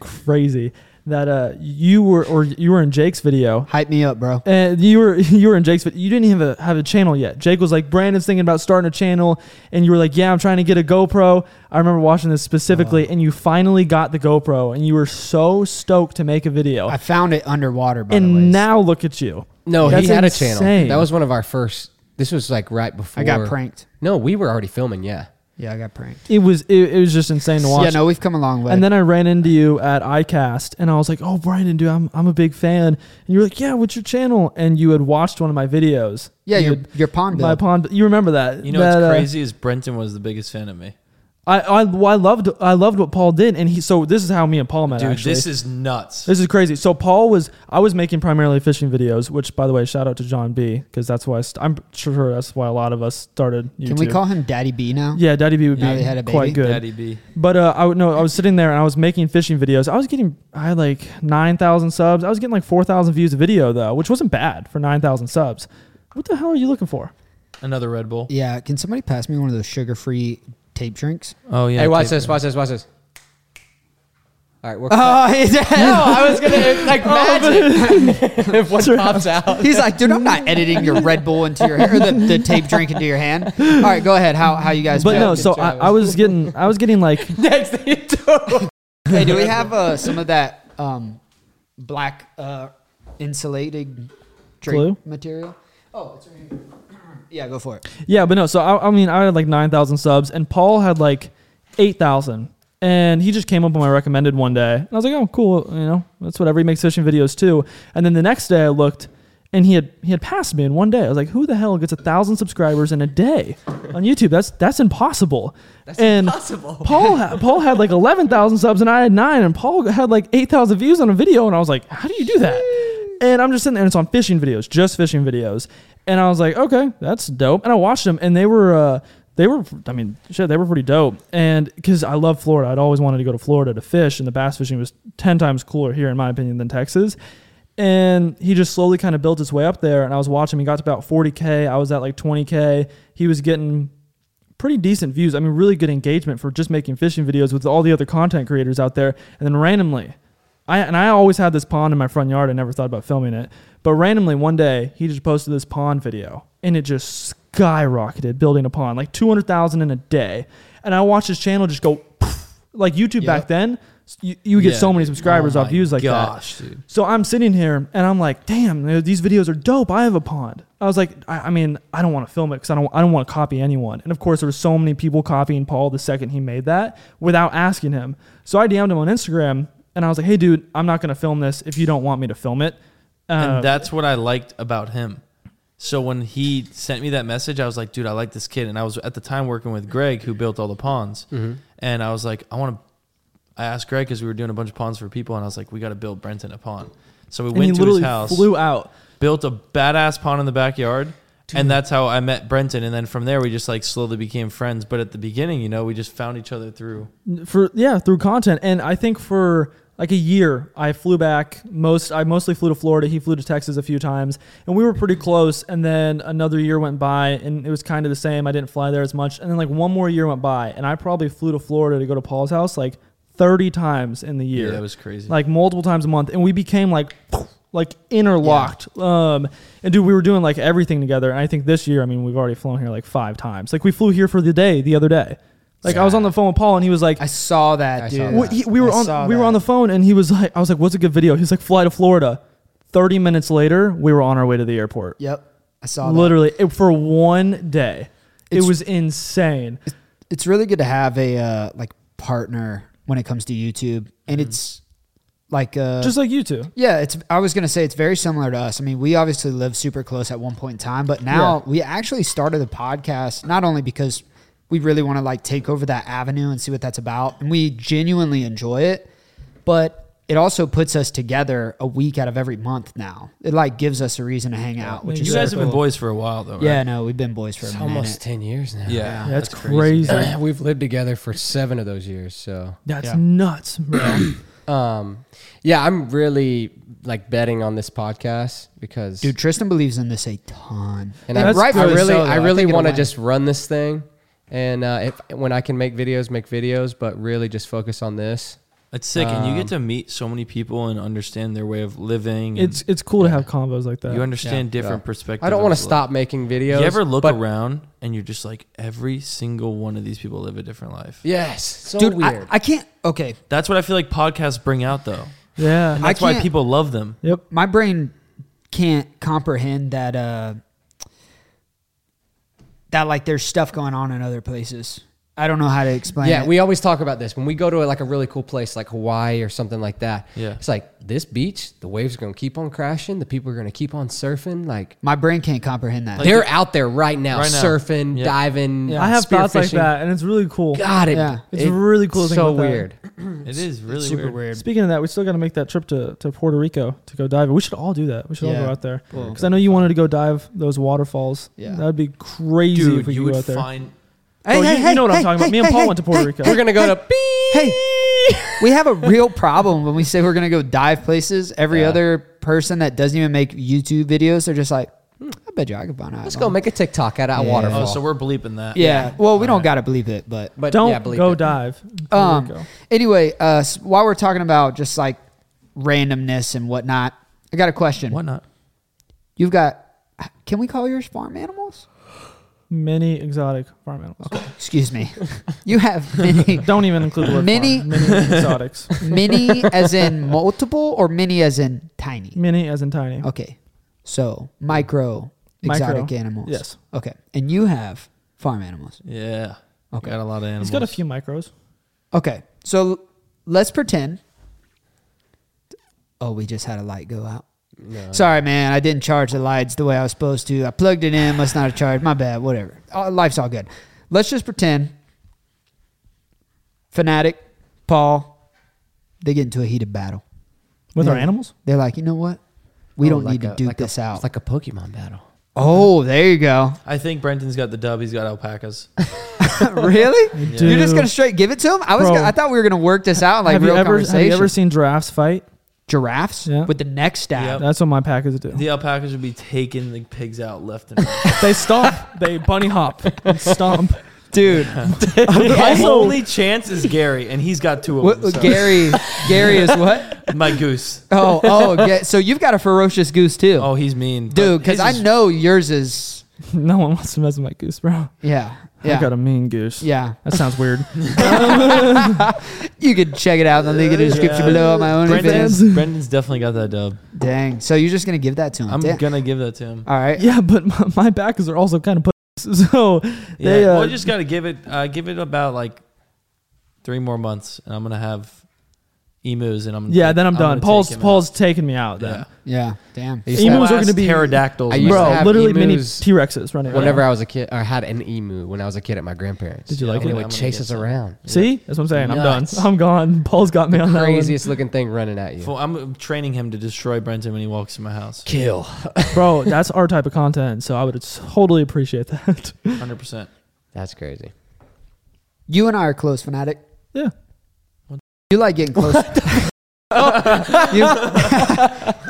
[SPEAKER 2] crazy that uh, you were or you were in Jake's video.
[SPEAKER 3] Hype me up, bro.
[SPEAKER 2] And you were you were in Jake's, but you didn't have a have a channel yet. Jake was like, Brandon's thinking about starting a channel, and you were like, Yeah, I'm trying to get a GoPro. I remember watching this specifically,
[SPEAKER 3] Uh-huh.
[SPEAKER 2] and you finally got the GoPro, and you were so stoked to make a video.
[SPEAKER 3] I found it underwater, by the way.
[SPEAKER 2] and now look at you.
[SPEAKER 1] no,
[SPEAKER 2] That's
[SPEAKER 1] he had a
[SPEAKER 2] insane.
[SPEAKER 1] channel. That was one of our first. This was like right before
[SPEAKER 3] I got pranked.
[SPEAKER 1] No, we were already filming. Yeah,
[SPEAKER 3] Yeah, I got pranked.
[SPEAKER 2] it was it, it was just insane to watch.
[SPEAKER 3] Yeah, no, we've come a long way.
[SPEAKER 2] And then I ran into you at iCast and I was like, oh, Brandon, dude, I'm, I'm a big fan. And you were like, yeah, what's your channel? And you had watched one of my videos.
[SPEAKER 3] yeah,
[SPEAKER 2] You
[SPEAKER 3] your
[SPEAKER 2] had-
[SPEAKER 3] your pond
[SPEAKER 2] my
[SPEAKER 3] bill.
[SPEAKER 2] pond. You remember that?
[SPEAKER 4] You know
[SPEAKER 2] that, uh,
[SPEAKER 4] what's crazy is Brenton was the biggest fan of me.
[SPEAKER 2] I, I I loved I loved what Paul did, and he. So this is how me and Paul met.
[SPEAKER 4] Dude,
[SPEAKER 2] actually.
[SPEAKER 4] this is nuts.
[SPEAKER 2] This is crazy. So Paul was I was making primarily fishing videos, which by the way, shout out to John B because that's why I st- I'm sure that's why a lot of us started. YouTube.
[SPEAKER 3] Can we call him Daddy B now?
[SPEAKER 2] Yeah, Daddy B would
[SPEAKER 3] Now
[SPEAKER 2] be
[SPEAKER 3] they had a baby?
[SPEAKER 2] quite good.
[SPEAKER 4] Daddy B.
[SPEAKER 2] But uh, I would no, I was sitting there and I was making fishing videos. I was getting I had like nine thousand subs. I was getting like four thousand views a video though, which wasn't bad for nine thousand subs. What the hell are you looking for?
[SPEAKER 4] Another Red Bull.
[SPEAKER 3] Yeah, can somebody pass me one of those sugar-free tape drinks?
[SPEAKER 4] Oh yeah.
[SPEAKER 1] Hey, watch
[SPEAKER 4] tape.
[SPEAKER 1] this. Watch this. Watch this. All right, we're
[SPEAKER 3] Oh, he's,
[SPEAKER 1] I was gonna like
[SPEAKER 2] Oh,
[SPEAKER 1] magic. if one pops out,
[SPEAKER 3] he's like, dude, I'm not editing your Red Bull into your hair, or the, the tape drink into your hand. All right, go ahead. How how you guys?
[SPEAKER 2] But
[SPEAKER 3] feel?
[SPEAKER 2] no, so I, I was getting, I was getting like,
[SPEAKER 1] next thing you do.
[SPEAKER 3] hey, do we have uh, some of that um, black uh, insulated drink
[SPEAKER 2] Glue?
[SPEAKER 3] material? Oh, it's right here. yeah, go for it.
[SPEAKER 2] yeah, but no, so I, I mean, I had like nine thousand subs, and Paul had like eight thousand, and he just came up on my recommended one day, and I was like, oh, cool, you know, that's whatever. He makes fishing videos too, and then the next day I looked. And he had he had passed me in one day. I was like, "Who the hell gets a thousand subscribers in a day on YouTube? That's that's impossible." That's and
[SPEAKER 1] impossible.
[SPEAKER 2] Paul had, Paul had like 11,000 subs and I had nine, and Paul had like 8,000 views on a video, and I was like, how do you do that? And I'm just sitting there, and it's on fishing videos, just fishing videos, and I was like, okay, that's dope. And I watched them, and they were. Uh, they were, I mean, shit, they were pretty dope. And because I love Florida, I'd always wanted to go to Florida to fish, and the bass fishing was 10 times cooler here, in my opinion, than Texas. And he just slowly kind of built his way up there. And I was watching, him. he got to about 40K. I was at like 20K. He was getting pretty decent views. I mean, really good engagement for just making fishing videos with all the other content creators out there. And then randomly, I and I always had this pond in my front yard. I never thought about filming it, but randomly one day he just posted this pond video, and it just skyrocketed, building a pond like two hundred thousand in a day. And I watched his channel just go like YouTube back then. s- You, you would get
[SPEAKER 4] Yeah,
[SPEAKER 2] so many
[SPEAKER 4] dude.
[SPEAKER 2] subscribers
[SPEAKER 4] Oh
[SPEAKER 2] off
[SPEAKER 4] my
[SPEAKER 2] views like
[SPEAKER 4] gosh,
[SPEAKER 2] that.
[SPEAKER 4] dude.
[SPEAKER 2] So I'm sitting here and I'm like, damn, you know, these videos are dope. I have a pond. I was like, I, I mean, I don't want to film it because I don't, I don't want to copy anyone. And of course, there were so many people copying Paul the second he made that without asking him. So I DM'd him on Instagram and I was like, hey, dude, I'm not going to film this if you don't want me to film it. Uh,
[SPEAKER 4] and that's what I liked about him. So when he sent me that message, I was like, dude, I like this kid. And I was at the time working with Greg, who built all the ponds.
[SPEAKER 2] Mm-hmm.
[SPEAKER 4] And I was like, I want to. I asked Greg because we were doing a bunch of ponds for people, and I was like, we got to build Brenton a pond. So we
[SPEAKER 2] and he
[SPEAKER 4] went to his
[SPEAKER 2] literally
[SPEAKER 4] house,
[SPEAKER 2] flew out.
[SPEAKER 4] built a badass pond in the backyard. And that's how I met Brenton. And then from there, we just like slowly became friends. But at the beginning, you know, we just found each other through.
[SPEAKER 2] for yeah through content and i think for like a year i flew back most i mostly flew to florida he flew to texas a few times and we were pretty close and then another year went by and it was kind of the same i didn't fly there as much and then like one more year went by and i probably flew to florida to go to paul's house like 30 times in the year
[SPEAKER 4] Yeah, that was crazy.
[SPEAKER 2] like multiple times a month and we became like like interlocked um and dude we were doing like everything together and i think this year i mean we've already flown here like five times like we flew here for the day the other day like i was on the phone with paul and he was like
[SPEAKER 3] I saw that,
[SPEAKER 1] I
[SPEAKER 3] dude.
[SPEAKER 1] saw that.
[SPEAKER 2] we, he- we were
[SPEAKER 3] I saw
[SPEAKER 2] on we were
[SPEAKER 3] that.
[SPEAKER 2] on the phone and he was like I was like what's a good video he was like fly to Florida 30 minutes later we were on our way to the airport
[SPEAKER 3] Yep, I saw that.
[SPEAKER 2] literally it, for one day
[SPEAKER 3] It's-
[SPEAKER 2] it was insane
[SPEAKER 3] it's really good to have a uh, like partner when it comes to YouTube, and it's like uh,
[SPEAKER 2] just like you two
[SPEAKER 3] yeah, it's. I was gonna say it's very similar to us. I mean, we obviously lived super close at one point in time, but now we actually started a podcast not only because we really want to like take over that avenue and see what that's about, and we genuinely enjoy it, but it also puts us together a week out of every month now. It like gives us a reason to hang out, which
[SPEAKER 4] you
[SPEAKER 3] is
[SPEAKER 4] guys have been
[SPEAKER 3] cool.
[SPEAKER 4] boys for a while, though.
[SPEAKER 3] Yeah,
[SPEAKER 4] Right?
[SPEAKER 3] no, we've been boys for a
[SPEAKER 1] It's
[SPEAKER 3] minute.
[SPEAKER 1] almost ten years now.
[SPEAKER 4] Yeah.
[SPEAKER 2] that's, crazy,
[SPEAKER 1] We've lived together for seven of those years, so
[SPEAKER 2] that's
[SPEAKER 3] Yeah.
[SPEAKER 2] nuts bro
[SPEAKER 1] um, yeah, I'm really like betting on this podcast because
[SPEAKER 3] Dude, Tristan believes in this a ton.
[SPEAKER 1] And I,
[SPEAKER 2] That's
[SPEAKER 1] right, I
[SPEAKER 2] good.
[SPEAKER 1] really,
[SPEAKER 3] So, though. I
[SPEAKER 1] I really
[SPEAKER 3] think it'll
[SPEAKER 1] want to
[SPEAKER 3] win.
[SPEAKER 1] just run this thing, and uh, if when I can make videos, make videos, but really just focus on this.
[SPEAKER 4] It's sick. and
[SPEAKER 2] Um,
[SPEAKER 4] you get to meet so many people and understand their way of living. and-
[SPEAKER 2] it's it's cool to have combos like that
[SPEAKER 4] You understand different
[SPEAKER 1] Yeah.
[SPEAKER 4] perspectives.
[SPEAKER 1] I don't want
[SPEAKER 4] of
[SPEAKER 1] to
[SPEAKER 4] life.
[SPEAKER 1] stop making videos.
[SPEAKER 4] You ever look
[SPEAKER 1] but-
[SPEAKER 4] around and you're just like, every single one of these people live a different life.
[SPEAKER 1] Yes, so
[SPEAKER 3] Dude, I,
[SPEAKER 1] weird.
[SPEAKER 3] I can't. Okay,
[SPEAKER 4] That's what I feel like podcasts bring out, though.
[SPEAKER 2] yeah
[SPEAKER 4] And that's why
[SPEAKER 3] can't-
[SPEAKER 4] people love them.
[SPEAKER 2] yep
[SPEAKER 3] my brain can't comprehend that. Uh, that like there's stuff going on in other places. I don't know how to explain.
[SPEAKER 1] yeah,
[SPEAKER 3] it.
[SPEAKER 1] we always talk about this when we go to like a really cool place like Hawaii or something like that.
[SPEAKER 4] Yeah.
[SPEAKER 1] it's like this beach, the waves are gonna keep on crashing, the people are gonna keep on surfing. Like
[SPEAKER 3] my brain can't comprehend that.
[SPEAKER 1] they're out there right now,
[SPEAKER 4] Right now.
[SPEAKER 1] surfing,
[SPEAKER 4] Yeah.
[SPEAKER 1] diving.
[SPEAKER 2] I have thoughts like
[SPEAKER 1] spearfishing.
[SPEAKER 2] that and it's really cool
[SPEAKER 1] God, it,
[SPEAKER 3] Yeah.
[SPEAKER 2] It's a really cool thing
[SPEAKER 1] So
[SPEAKER 2] about that.
[SPEAKER 1] weird.
[SPEAKER 4] It is really
[SPEAKER 3] super
[SPEAKER 4] weird.
[SPEAKER 3] weird.
[SPEAKER 2] Speaking of that, we still got to make that trip to, to Puerto Rico to go diving. We should all do that. We should all
[SPEAKER 3] Yeah.
[SPEAKER 2] go out there
[SPEAKER 3] Well,
[SPEAKER 2] because I know you wanted to go dive those waterfalls.
[SPEAKER 3] Yeah.
[SPEAKER 2] that'd be crazy if
[SPEAKER 4] Dude,
[SPEAKER 2] we
[SPEAKER 4] you
[SPEAKER 2] could go
[SPEAKER 4] would
[SPEAKER 2] out there.
[SPEAKER 4] find.
[SPEAKER 2] Oh, you- you know what I'm talking about. Me and Paul went to Puerto Rico.
[SPEAKER 1] We're gonna go to
[SPEAKER 3] Hey, we have a real problem when we say we're gonna go dive places. Every
[SPEAKER 1] Yeah.
[SPEAKER 3] other person that doesn't even make YouTube videos, they're just like, "Hmm, I've bet you I could buy an eyeball.
[SPEAKER 1] Let's go make a TikTok at a waterfall.
[SPEAKER 4] Oh, so we're bleeping that.
[SPEAKER 3] Yeah. Well, we don't gotta believe it, but
[SPEAKER 1] but
[SPEAKER 2] Don't
[SPEAKER 1] yeah, bleep
[SPEAKER 2] go
[SPEAKER 1] it.
[SPEAKER 2] dive. There
[SPEAKER 3] um,
[SPEAKER 2] we go.
[SPEAKER 3] anyway, uh, s- while we're talking about just like randomness and whatnot, I got a question.
[SPEAKER 4] Why not?
[SPEAKER 3] You've got? Can we call yours farm animals?
[SPEAKER 2] Many exotic farm animals.
[SPEAKER 3] Excuse me. you have many,
[SPEAKER 2] Don't even include the word
[SPEAKER 3] Many-
[SPEAKER 2] farm. Many exotics.
[SPEAKER 3] many as in multiple, or many as in tiny.
[SPEAKER 2] Many as in tiny.
[SPEAKER 3] Okay. So micro
[SPEAKER 2] Micro.
[SPEAKER 3] exotic animals.
[SPEAKER 2] Yes.
[SPEAKER 3] Okay. And you have farm animals.
[SPEAKER 4] Yeah.
[SPEAKER 3] Okay.
[SPEAKER 4] Got a lot of animals.
[SPEAKER 2] He's got a few micros.
[SPEAKER 3] Okay. So l- let's pretend. Oh, we just had a light go out. Sorry, man. I didn't charge the lights the way I was supposed to. I plugged it in. Must not have charged. My bad. Whatever. Uh, life's all good. Let's just pretend. Fanatic, Paul, they get into a heated battle.
[SPEAKER 2] With our
[SPEAKER 3] Yeah.
[SPEAKER 2] animals?
[SPEAKER 3] They're like, you know what? We
[SPEAKER 1] Oh,
[SPEAKER 3] don't
[SPEAKER 1] like
[SPEAKER 3] need to
[SPEAKER 1] a-
[SPEAKER 3] duke
[SPEAKER 1] like a-
[SPEAKER 3] this out.
[SPEAKER 1] It's like a Pokemon battle.
[SPEAKER 3] oh, there you go.
[SPEAKER 4] I think Brenton's got the dub. He's got alpacas.
[SPEAKER 3] really?
[SPEAKER 2] do.
[SPEAKER 3] You're just gonna straight give it to him? I was.
[SPEAKER 2] Bro.
[SPEAKER 3] Gonna, I thought we were gonna work this out in, like
[SPEAKER 2] have,
[SPEAKER 3] real
[SPEAKER 2] you ever,
[SPEAKER 3] conversation.
[SPEAKER 2] have you ever seen giraffes fight?
[SPEAKER 3] giraffes
[SPEAKER 2] Yeah.
[SPEAKER 3] with the neck stab?
[SPEAKER 2] That's what my packers do.
[SPEAKER 4] the alpacas would be taking the pigs out left and right.
[SPEAKER 2] They stomp. they bunny hop and stomp.
[SPEAKER 3] Dude,
[SPEAKER 4] The only chance is Gary, and he's got two
[SPEAKER 3] what,
[SPEAKER 4] of them. so-
[SPEAKER 3] Gary, Gary is what?
[SPEAKER 4] my goose.
[SPEAKER 3] Oh, oh, ga- so you've got a ferocious goose too,
[SPEAKER 4] Oh, he's mean, but
[SPEAKER 3] dude? Because
[SPEAKER 4] his
[SPEAKER 3] I
[SPEAKER 4] is-
[SPEAKER 3] know yours is.
[SPEAKER 2] No one wants to mess with my goose, bro.
[SPEAKER 3] Yeah,
[SPEAKER 2] I got
[SPEAKER 3] yeah,
[SPEAKER 2] a mean goose.
[SPEAKER 3] yeah.
[SPEAKER 2] That sounds weird.
[SPEAKER 3] You can check it out in the link in the description
[SPEAKER 4] Yeah.
[SPEAKER 3] below. on My OnlyFans.
[SPEAKER 4] Brendan's, Brendan's definitely got that dub.
[SPEAKER 3] Dang. So you're just gonna give that to him?
[SPEAKER 4] I'm
[SPEAKER 3] Damn. Uh,
[SPEAKER 4] gonna give that to him.
[SPEAKER 3] All right.
[SPEAKER 2] yeah, but my, my backers are also kind of pussies. So
[SPEAKER 4] Yeah,
[SPEAKER 2] they. Uh,
[SPEAKER 4] well, I just gotta give it. Uh, give it about like three more months, and I'm gonna have emus, and I'm gonna
[SPEAKER 2] yeah,
[SPEAKER 4] take-
[SPEAKER 2] then I'm,
[SPEAKER 4] gonna
[SPEAKER 2] done.
[SPEAKER 4] take
[SPEAKER 2] Paul's
[SPEAKER 4] him
[SPEAKER 2] Paul's taking me out.
[SPEAKER 4] out.
[SPEAKER 2] Then.
[SPEAKER 3] Yeah. Damn.
[SPEAKER 1] They used to
[SPEAKER 4] Yeah.
[SPEAKER 2] Emus
[SPEAKER 1] have-
[SPEAKER 2] are gonna be-
[SPEAKER 4] pterodactyls.
[SPEAKER 3] I used
[SPEAKER 1] to
[SPEAKER 3] to
[SPEAKER 2] Bro,
[SPEAKER 1] have
[SPEAKER 2] literally many
[SPEAKER 1] emus
[SPEAKER 2] T Rexes running. around.
[SPEAKER 1] Whenever I was a kid, or had an emu when I was a kid at my grandparents.
[SPEAKER 4] Did you like
[SPEAKER 1] and
[SPEAKER 4] it?
[SPEAKER 1] it?
[SPEAKER 4] I'm
[SPEAKER 1] would
[SPEAKER 4] gonna
[SPEAKER 1] chase
[SPEAKER 4] get
[SPEAKER 1] us
[SPEAKER 4] some.
[SPEAKER 1] around.
[SPEAKER 2] See, that's what I'm saying.
[SPEAKER 1] Nuts.
[SPEAKER 2] I'm done. I'm gone. Paul's got me on that
[SPEAKER 1] Craziest looking thing running at you.
[SPEAKER 4] Well, I'm training him to destroy Brenton when he walks in my house.
[SPEAKER 1] Kill.
[SPEAKER 2] one, bro. That's our type of content, so I would totally appreciate that.
[SPEAKER 4] Hundred percent.
[SPEAKER 1] That's crazy.
[SPEAKER 3] You and I are close, fanatic.
[SPEAKER 2] yeah,
[SPEAKER 3] You like getting close. you,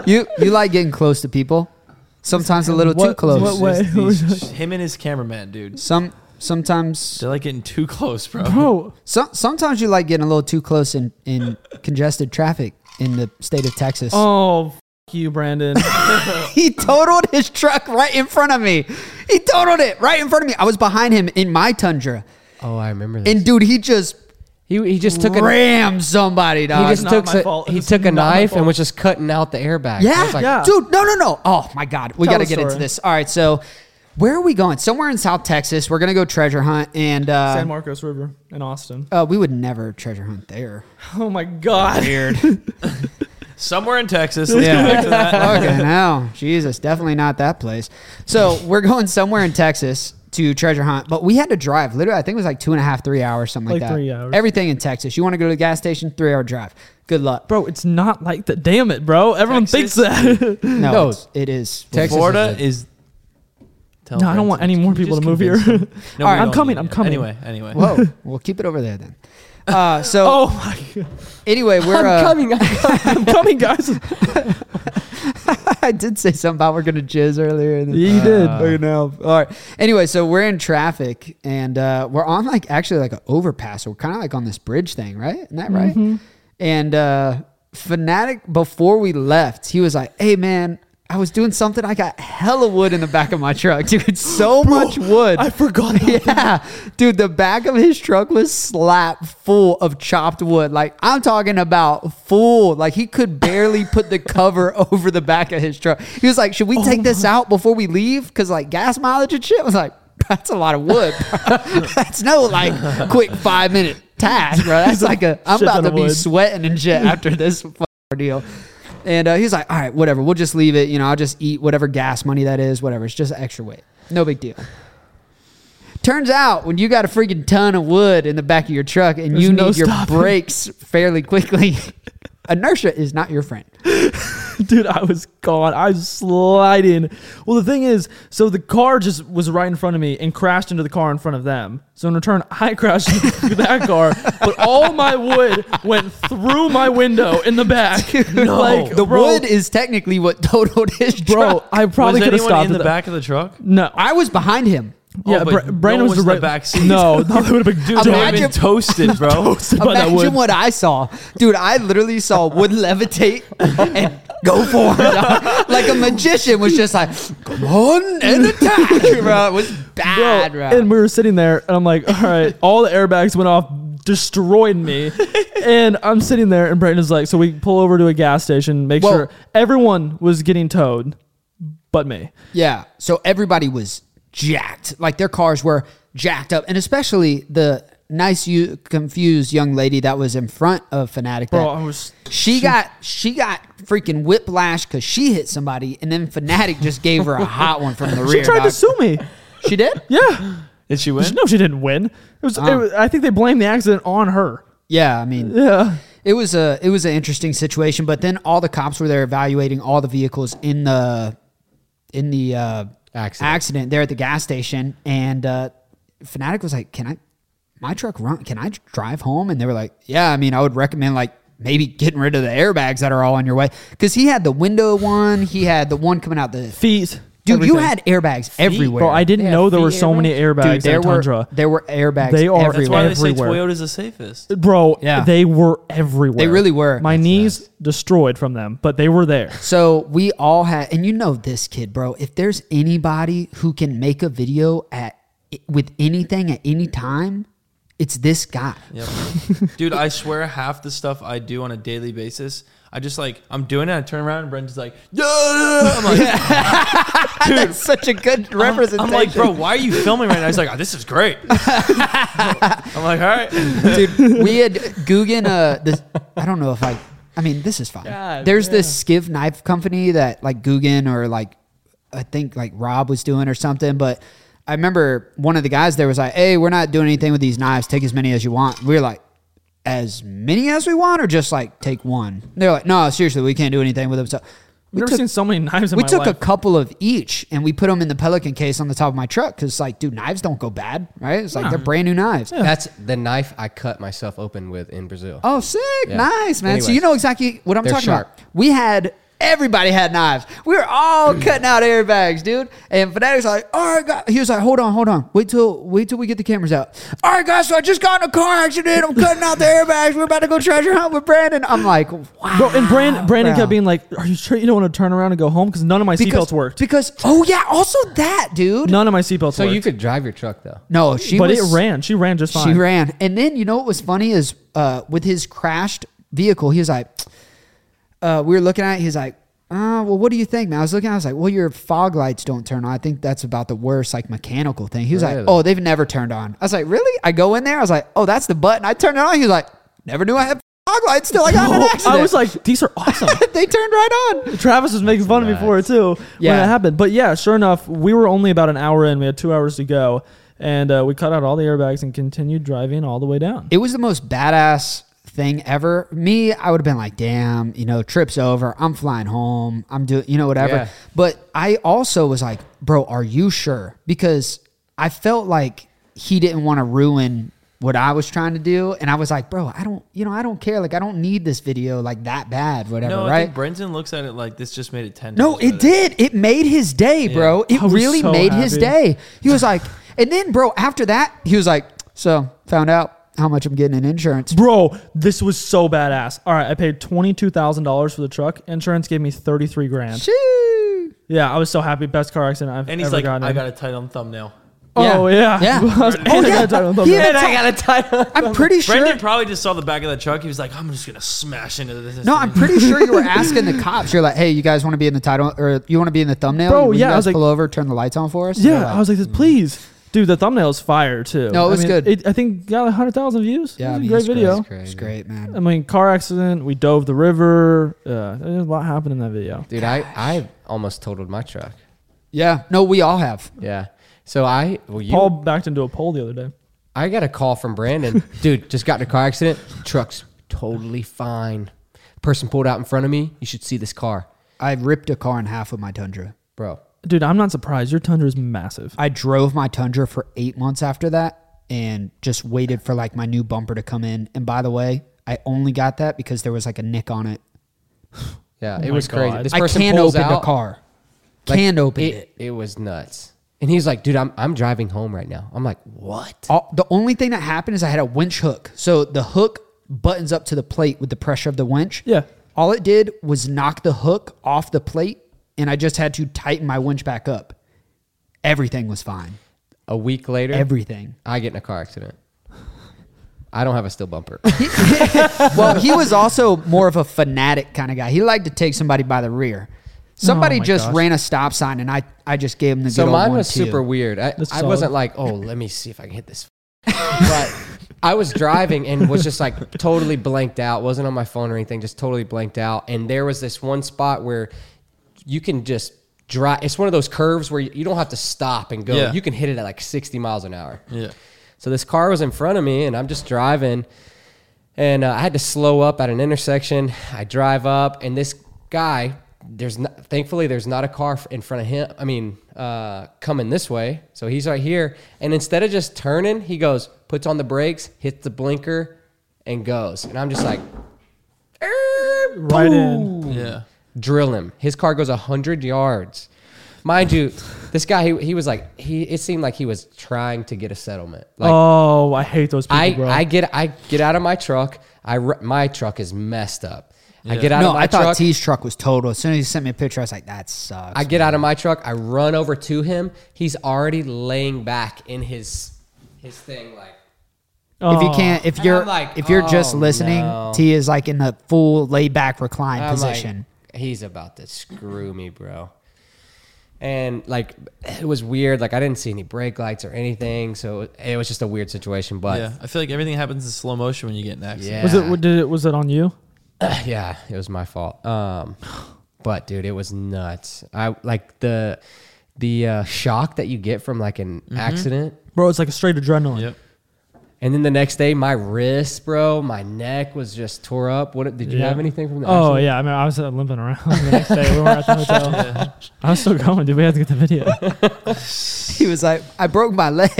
[SPEAKER 3] you you like getting close to people. Sometimes a little too
[SPEAKER 2] What-
[SPEAKER 3] close.
[SPEAKER 2] what way?
[SPEAKER 4] Him and his cameraman, dude.
[SPEAKER 3] Some sometimes
[SPEAKER 4] They're like getting too close, bro.
[SPEAKER 2] bro.
[SPEAKER 3] so, sometimes you like getting a little too close in in congested traffic in the state of Texas.
[SPEAKER 2] Oh, f- you, Brandon.
[SPEAKER 3] He totaled his truck right in front of me. He totaled it right in front of me. I was behind him in my Tundra,
[SPEAKER 1] Oh, I remember this.
[SPEAKER 3] and dude, he just
[SPEAKER 1] he, he just took a
[SPEAKER 3] rammed somebody.
[SPEAKER 1] he
[SPEAKER 3] Dog.
[SPEAKER 1] just
[SPEAKER 2] not
[SPEAKER 1] took
[SPEAKER 2] my
[SPEAKER 1] a-
[SPEAKER 2] fault.
[SPEAKER 1] he
[SPEAKER 2] It's
[SPEAKER 1] took a
[SPEAKER 2] not my
[SPEAKER 1] knife and
[SPEAKER 2] fault.
[SPEAKER 1] was just cutting out the airbag. I
[SPEAKER 3] Yeah,
[SPEAKER 1] was like,
[SPEAKER 2] Yeah.
[SPEAKER 3] dude. No, no, no. Oh my God, we
[SPEAKER 2] Tell
[SPEAKER 3] got to
[SPEAKER 2] the
[SPEAKER 3] get into
[SPEAKER 2] story.
[SPEAKER 3] this. All right, so where are we going? Somewhere in South Texas. We're gonna go treasure hunt, and
[SPEAKER 2] San
[SPEAKER 3] uh,
[SPEAKER 2] Marcos River in Austin.
[SPEAKER 3] uh, we would never treasure hunt there.
[SPEAKER 2] Oh my god.
[SPEAKER 4] Somewhere in Texas. Let's go back to that.
[SPEAKER 3] okay, no, Jesus, definitely not that place. So we're going somewhere in Texas to treasure hunt, but we had to drive. Literally, I think it was like two and a half, three hours, something like,
[SPEAKER 2] Like
[SPEAKER 3] that.
[SPEAKER 2] three hours.
[SPEAKER 3] Everything in Texas. You want to go to the gas station? Three hour drive. Good luck,
[SPEAKER 2] Bro, it's not like that. Damn it, bro. Everyone
[SPEAKER 4] Texas?
[SPEAKER 2] thinks that. no,
[SPEAKER 3] No,
[SPEAKER 1] No.
[SPEAKER 3] it's, it is.
[SPEAKER 1] Texas is
[SPEAKER 4] Florida
[SPEAKER 1] a-
[SPEAKER 4] is. Tell
[SPEAKER 2] I don't
[SPEAKER 4] Brenton,
[SPEAKER 2] want any
[SPEAKER 4] can
[SPEAKER 2] more
[SPEAKER 4] you
[SPEAKER 2] people
[SPEAKER 4] just
[SPEAKER 2] to move here.
[SPEAKER 4] convince him? No,
[SPEAKER 3] All
[SPEAKER 4] we
[SPEAKER 3] right, I'm
[SPEAKER 4] don't
[SPEAKER 2] coming,
[SPEAKER 4] need
[SPEAKER 2] I'm
[SPEAKER 4] it.
[SPEAKER 2] coming.
[SPEAKER 4] Anyway, anyway.
[SPEAKER 3] Whoa, we'll keep it over there then. Uh, so
[SPEAKER 2] oh my god.
[SPEAKER 3] anyway, we're
[SPEAKER 1] I'm
[SPEAKER 3] uh,
[SPEAKER 1] coming. I'm coming.
[SPEAKER 2] I'm coming, guys.
[SPEAKER 3] I did say something about we're gonna jizz earlier. And then,
[SPEAKER 2] Yeah, you did.
[SPEAKER 3] you know. Uh, All right. Anyway, so we're in traffic and uh, we're on like actually like an overpass. We're kind of like on this bridge thing, right? Isn't that right?
[SPEAKER 2] Mm-hmm.
[SPEAKER 3] And uh, fanatic before we left, he was like, "Hey man." I was doing something. I got hella wood in the back of my truck, dude. So much wood.
[SPEAKER 2] I forgot about
[SPEAKER 3] yeah, dude. The back of his truck was slap full of chopped wood. Like I'm talking about full. Like he could barely put the cover over the back of his truck. He was like, "Should
[SPEAKER 2] Oh
[SPEAKER 3] we take this out before we leave? Because like gas mileage and shit." I was like, "That's a lot of wood. bro. That's no like quick five minute task, bro. That's like a I'm
[SPEAKER 2] Shit
[SPEAKER 3] about
[SPEAKER 2] ton
[SPEAKER 3] to
[SPEAKER 2] of
[SPEAKER 3] be
[SPEAKER 2] wood.
[SPEAKER 3] sweating and shit after this fucking ordeal." And uh, he's like, "All right, whatever. We'll just leave it. You know, I'll just eat whatever gas money that is. Whatever. It's just extra weight. No big deal." Turns out when you got a freaking ton of wood in the back of your truck and
[SPEAKER 2] There's
[SPEAKER 3] you
[SPEAKER 2] no
[SPEAKER 3] need your
[SPEAKER 2] stopping.
[SPEAKER 3] brakes fairly quickly, inertia is not your friend.
[SPEAKER 2] dude, I was gone. I was sliding. Well, the thing is, so the car just was right in front of me and crashed into the car in front of them. So in return, I crashed into that car, but all my wood went through my window in the back. no,
[SPEAKER 3] the wood is technically what totaled his
[SPEAKER 2] bro.
[SPEAKER 3] truck.
[SPEAKER 2] I probably
[SPEAKER 4] was
[SPEAKER 2] could have
[SPEAKER 4] anyone
[SPEAKER 2] stopped
[SPEAKER 4] in
[SPEAKER 2] at
[SPEAKER 4] the
[SPEAKER 2] that.
[SPEAKER 4] back of the truck?
[SPEAKER 2] No,
[SPEAKER 3] I was behind him.
[SPEAKER 2] yeah,
[SPEAKER 4] but
[SPEAKER 2] Bra- Brandon was
[SPEAKER 4] no one's in the
[SPEAKER 2] right-
[SPEAKER 4] back seat.
[SPEAKER 2] No, that would have been dude.
[SPEAKER 3] Imagine-
[SPEAKER 4] Dude, I've been toasted,
[SPEAKER 2] by
[SPEAKER 4] bro.
[SPEAKER 2] that wood.
[SPEAKER 3] Imagine what I saw, dude. I literally saw wood levitate and go forward, like a magician was just like, "Come on and attack!" Bro, it was bad, bro.
[SPEAKER 2] And we were sitting there, and I'm like, all right, all the airbags went off, destroyed me. and I'm sitting there, and Brayden is like, so we pull over to a gas station, make
[SPEAKER 3] Well-
[SPEAKER 2] sure everyone was getting towed, but me.
[SPEAKER 3] Yeah. So everybody was jacked. Like their cars were jacked up. And especially the nice you confused young lady that was in front of Fnatic.
[SPEAKER 2] Bro,
[SPEAKER 3] that-
[SPEAKER 2] I was-
[SPEAKER 3] she got she got freaking whiplash because she hit somebody and then Fnatic just gave her a hot one from the
[SPEAKER 2] She
[SPEAKER 3] rear.
[SPEAKER 2] tried to
[SPEAKER 3] dog.
[SPEAKER 2] sue me.
[SPEAKER 3] She did?
[SPEAKER 2] Yeah.
[SPEAKER 4] Did she win?
[SPEAKER 2] No, she didn't win. It was,
[SPEAKER 3] Ah.
[SPEAKER 2] it was- I think they blamed the accident on her.
[SPEAKER 3] Yeah, I mean
[SPEAKER 2] Yeah.
[SPEAKER 3] it was a it was an interesting situation, but then all the cops were there evaluating all the vehicles in the in the uh,
[SPEAKER 1] Accident.
[SPEAKER 3] accident there at the gas station, and uh, Fanatic was like, "Can I my truck run? Can I drive home?" And they were like, "Yeah, I mean, I would recommend like." Maybe getting rid of the airbags that are all on your way because he had the window one, he had the one coming out the
[SPEAKER 2] Feet.
[SPEAKER 3] dude.
[SPEAKER 2] everything.
[SPEAKER 3] You had airbags everywhere,
[SPEAKER 2] Bro, I didn't
[SPEAKER 1] Yeah,
[SPEAKER 2] know there were
[SPEAKER 1] feet
[SPEAKER 2] so many
[SPEAKER 3] Dude,
[SPEAKER 2] airbags
[SPEAKER 3] there
[SPEAKER 2] in
[SPEAKER 3] were
[SPEAKER 2] Tundra.
[SPEAKER 3] there were airbags.
[SPEAKER 2] They are-
[SPEAKER 4] That's
[SPEAKER 3] everywhere.
[SPEAKER 4] why they say
[SPEAKER 2] Everywhere.
[SPEAKER 4] Toyota's the safest.
[SPEAKER 2] Bro,
[SPEAKER 3] Yeah.
[SPEAKER 2] they were everywhere.
[SPEAKER 3] They really were.
[SPEAKER 2] My knees destroyed from them, but they were there.
[SPEAKER 3] So we all had, and you know this kid, bro. If there's anybody who can make a video at with anything at any time, it's this guy.
[SPEAKER 4] Yep. Dude, I swear half the stuff I do on a daily basis, I just like I'm doing it, I turn around and Brendan's like, yeah, I'm like,
[SPEAKER 3] That's such a good representation.
[SPEAKER 4] I'm like, bro, why are you filming right now? He's like, oh, this is great. I'm like, all right.
[SPEAKER 3] dude, we had Guggen. Uh, this, I don't know if I. I mean, this is fine.
[SPEAKER 2] God,
[SPEAKER 3] There's this Skiv knife company that like Guggen or like I think like Rob was doing or something, but. I remember one of the guys there was like, "Hey, we're not doing anything with these knives. Take as many as you want." We were like, "As many as we want, or just like take one?" They're like, "No, seriously, we can't do anything with them." So
[SPEAKER 2] I've
[SPEAKER 3] we
[SPEAKER 2] never
[SPEAKER 3] took-
[SPEAKER 2] seen so many knives in
[SPEAKER 3] we
[SPEAKER 2] my
[SPEAKER 3] took
[SPEAKER 2] life.
[SPEAKER 3] a couple of each and we put them in the Pelican case on the top of my truck because, like, dude, knives don't go bad, right? It's like they're brand new knives.
[SPEAKER 1] That's the knife I cut myself open with in Brazil.
[SPEAKER 3] Oh, sick.
[SPEAKER 1] Yeah.
[SPEAKER 3] Nice, man. So
[SPEAKER 1] Anyways.
[SPEAKER 3] you know exactly what I'm
[SPEAKER 1] They're
[SPEAKER 3] talking
[SPEAKER 1] sharp.
[SPEAKER 3] about. We had everybody had knives. We were all cutting out airbags, dude. And Fanatic's like, all right, guys. He was like, hold on, hold on. Wait till wait till we get the cameras out. All right, guys, so I just got in a car accident. I'm cutting out the airbags. We're about to go treasure hunt with Brandon. I'm like, wow.
[SPEAKER 2] Bro, and Brandon, Brandon
[SPEAKER 3] bro.
[SPEAKER 2] kept being like, "Are you sure you don't want to turn around and go home?" Because none of my
[SPEAKER 3] because,
[SPEAKER 2] seatbelts worked.
[SPEAKER 3] Because oh yeah, also that, dude.
[SPEAKER 2] None of my seatbelts
[SPEAKER 1] so
[SPEAKER 2] worked.
[SPEAKER 1] you could drive your truck though.
[SPEAKER 3] No, she
[SPEAKER 2] but
[SPEAKER 3] was-
[SPEAKER 2] it ran. She ran just fine.
[SPEAKER 3] She ran. And then you know what was funny is uh, with his crashed vehicle, he was like, uh, we were looking at it, he's like, uh, well, what do you think, man? I was looking, I was like, well, your fog lights don't turn on. I think that's about the worst, like mechanical thing. He was like,
[SPEAKER 1] Really?
[SPEAKER 3] oh, they've never turned on. I was like, really? I go in there, I was like, oh, that's the button. I turned it on. He was like, never knew I had fog lights till I got in an
[SPEAKER 2] Oh,
[SPEAKER 3] accident.
[SPEAKER 2] I was like, "These are awesome."
[SPEAKER 3] they turned right on.
[SPEAKER 2] Travis was making fun of me for it too
[SPEAKER 3] Yeah.
[SPEAKER 2] when it happened. But yeah, sure enough, we were only about an hour in. We had two hours to go, and uh, we cut out all the airbags and continued driving all the way down.
[SPEAKER 3] It was the most badass thing ever. Me, I would have been like, damn, you know, trip's over. I'm flying home. I'm doing, you know, whatever.
[SPEAKER 1] Yeah.
[SPEAKER 3] But I also was like, bro, are you sure? Because I felt like he didn't want to ruin what I was trying to do. And I was like, bro, I don't, you know, I don't care. Like, I don't need this video like that bad, whatever,
[SPEAKER 4] No, I
[SPEAKER 3] right?
[SPEAKER 4] think Brenton looks at it like this just made it ten.
[SPEAKER 3] No,
[SPEAKER 4] times
[SPEAKER 3] it
[SPEAKER 4] better.
[SPEAKER 3] did. It made his day, bro. It
[SPEAKER 2] I was
[SPEAKER 3] really
[SPEAKER 2] so
[SPEAKER 3] made his
[SPEAKER 2] happy.
[SPEAKER 3] day. He was like, and then, bro, after that, he was like, so found out how much I'm getting in insurance.
[SPEAKER 2] Bro, this was so badass. All right, I paid twenty two thousand dollars for the truck. Insurance gave me thirty three grand.
[SPEAKER 3] Shoo.
[SPEAKER 2] Yeah, I was so happy. Best car accident I've
[SPEAKER 4] And he's
[SPEAKER 2] ever
[SPEAKER 4] like,
[SPEAKER 2] gotten.
[SPEAKER 4] I
[SPEAKER 2] in.
[SPEAKER 4] got a title and thumbnail.
[SPEAKER 2] oh yeah,
[SPEAKER 3] Yeah.
[SPEAKER 2] I was-
[SPEAKER 3] Oh,
[SPEAKER 2] and I
[SPEAKER 3] yeah.
[SPEAKER 2] got a title and
[SPEAKER 3] He
[SPEAKER 2] thumbnail.
[SPEAKER 3] had a ti-
[SPEAKER 1] a title.
[SPEAKER 3] I'm pretty sure.
[SPEAKER 4] Brendan probably just saw the back of that truck. He was like, I'm just gonna smash into this.
[SPEAKER 3] no, I'm pretty sure you were asking the cops. You're like, "Hey, you guys want to be in the title, or you want to be in the thumbnail?
[SPEAKER 2] Bro,
[SPEAKER 3] Will you
[SPEAKER 2] yeah, I
[SPEAKER 3] guys
[SPEAKER 2] was like-
[SPEAKER 3] pull over, turn the lights on for us." And
[SPEAKER 2] Yeah, Oh,
[SPEAKER 3] they're like,
[SPEAKER 2] I was like, this, please. Dude, the thumbnail's fire too.
[SPEAKER 3] No, it
[SPEAKER 2] I
[SPEAKER 3] was
[SPEAKER 2] mean,
[SPEAKER 3] good.
[SPEAKER 2] It, I think got like 100,000 views.
[SPEAKER 3] Yeah,
[SPEAKER 2] Yeah,
[SPEAKER 3] I mean,
[SPEAKER 2] great
[SPEAKER 3] it's great.
[SPEAKER 2] video.
[SPEAKER 3] "It's great, man."
[SPEAKER 2] I mean, car accident. We dove the river. Uh, there's a lot happened in that video.
[SPEAKER 1] Dude, I, I almost totaled my truck.
[SPEAKER 3] yeah, no, we all have.
[SPEAKER 1] Yeah. So I well you
[SPEAKER 2] Paul backed into a pole the other day.
[SPEAKER 1] I got a call from Brandon. Dude, just got in a car accident. Truck's totally fine. Person pulled out in front of me. You should see this car.
[SPEAKER 3] I ripped a car in half with my Tundra.
[SPEAKER 1] bro.
[SPEAKER 2] Dude, I'm not surprised. Your tundra is massive.
[SPEAKER 3] I drove my Tundra for eight months after that and just waited for like my new bumper to come in. And by the way, I only got that because there was like a nick on it.
[SPEAKER 1] Yeah,
[SPEAKER 2] Oh my
[SPEAKER 1] it was crazy.
[SPEAKER 2] God.
[SPEAKER 1] This
[SPEAKER 3] I
[SPEAKER 1] person
[SPEAKER 3] can't
[SPEAKER 1] pulls
[SPEAKER 3] open the
[SPEAKER 1] out,
[SPEAKER 3] car.
[SPEAKER 1] like,
[SPEAKER 3] can't open it.
[SPEAKER 1] it, It was nuts. And he's like, dude, I'm I'm driving home right now. I'm like, what?
[SPEAKER 3] All, the only thing that happened is I had a winch hook. So the hook buttons up to the plate with the pressure of the winch.
[SPEAKER 2] Yeah.
[SPEAKER 3] All it did was knock the hook off the plate, and I just had to tighten my winch back up. Everything was fine.
[SPEAKER 1] A week later,
[SPEAKER 3] Everything.
[SPEAKER 1] I get in a car accident. I don't have a steel bumper.
[SPEAKER 3] well, he was also more of a fanatic kind of guy. He liked to take somebody by the rear. Somebody
[SPEAKER 2] my
[SPEAKER 3] just
[SPEAKER 2] gosh.
[SPEAKER 3] ran a stop sign, and I, I just gave him the
[SPEAKER 1] Oh so
[SPEAKER 3] good old
[SPEAKER 1] mine
[SPEAKER 3] one,
[SPEAKER 1] was
[SPEAKER 3] too.
[SPEAKER 1] super weird. I,
[SPEAKER 2] That's
[SPEAKER 1] I
[SPEAKER 2] solid.
[SPEAKER 1] wasn't like, oh, let me see if I can hit this. but I was driving and was just like totally blanked out. wasn't on my phone or anything. Just totally blanked out. And there was this one spot where you can just drive. It's one of those curves where you you don't have to stop and go.
[SPEAKER 4] Yeah.
[SPEAKER 1] You can hit it at like sixty miles an hour.
[SPEAKER 4] Yeah.
[SPEAKER 1] So this car was in front of me, and I'm just driving, and uh, I had to slow up at an intersection. I drive up, and this guy, there's not, thankfully there's not a car in front of him. I mean, uh, coming this way, so he's right here. And instead of just turning, he goes, puts on the brakes, hits the blinker, and goes. And I'm just like,
[SPEAKER 2] Right in.
[SPEAKER 4] Yeah.
[SPEAKER 1] drill him. His car goes 100 yards. Mind you, this guy, he, he was like, he, it seemed like he was trying to get a settlement. Like,
[SPEAKER 2] oh, I hate those people,
[SPEAKER 1] I,
[SPEAKER 2] bro.
[SPEAKER 1] I get I get out of my truck. I r- my truck is messed up. I get out
[SPEAKER 3] No,
[SPEAKER 1] of my
[SPEAKER 3] I thought
[SPEAKER 1] truck.
[SPEAKER 3] T's truck was total. As soon as he sent me a picture, I was like, uh, that sucks.
[SPEAKER 1] I get out of my truck. I run over to him. He's already laying back in his his thing. Like
[SPEAKER 3] if you
[SPEAKER 2] Oh.
[SPEAKER 3] can't if
[SPEAKER 1] And
[SPEAKER 3] you're
[SPEAKER 1] I'm like,
[SPEAKER 3] if you're just
[SPEAKER 1] "Oh,
[SPEAKER 3] listening
[SPEAKER 1] no."
[SPEAKER 3] t is like in the full laid back recline
[SPEAKER 1] I'm like,
[SPEAKER 3] position
[SPEAKER 1] he's about to screw me, bro. And like it was weird. Like I didn't see any brake lights or anything, so it was just a weird situation. But
[SPEAKER 4] Yeah. I feel like everything happens in slow motion when you get in an accident.
[SPEAKER 1] yeah,
[SPEAKER 2] Oh. Was it? Did it? Was it on you?
[SPEAKER 1] yeah, it was my fault. Um, but dude, it was nuts. I like the the uh, shock that you get from like an accident,
[SPEAKER 2] Bro, it's like a straight adrenaline.
[SPEAKER 4] Yep.
[SPEAKER 1] and then the next day, my wrist, bro, my neck was just tore up. What did you
[SPEAKER 2] Yeah.
[SPEAKER 1] have anything from the?
[SPEAKER 2] Oh
[SPEAKER 1] accident?
[SPEAKER 2] yeah, I mean, I was uh, limping around the next day. We were at the hotel. I was still going, dude. We had to get the video.
[SPEAKER 3] he was like i broke my leg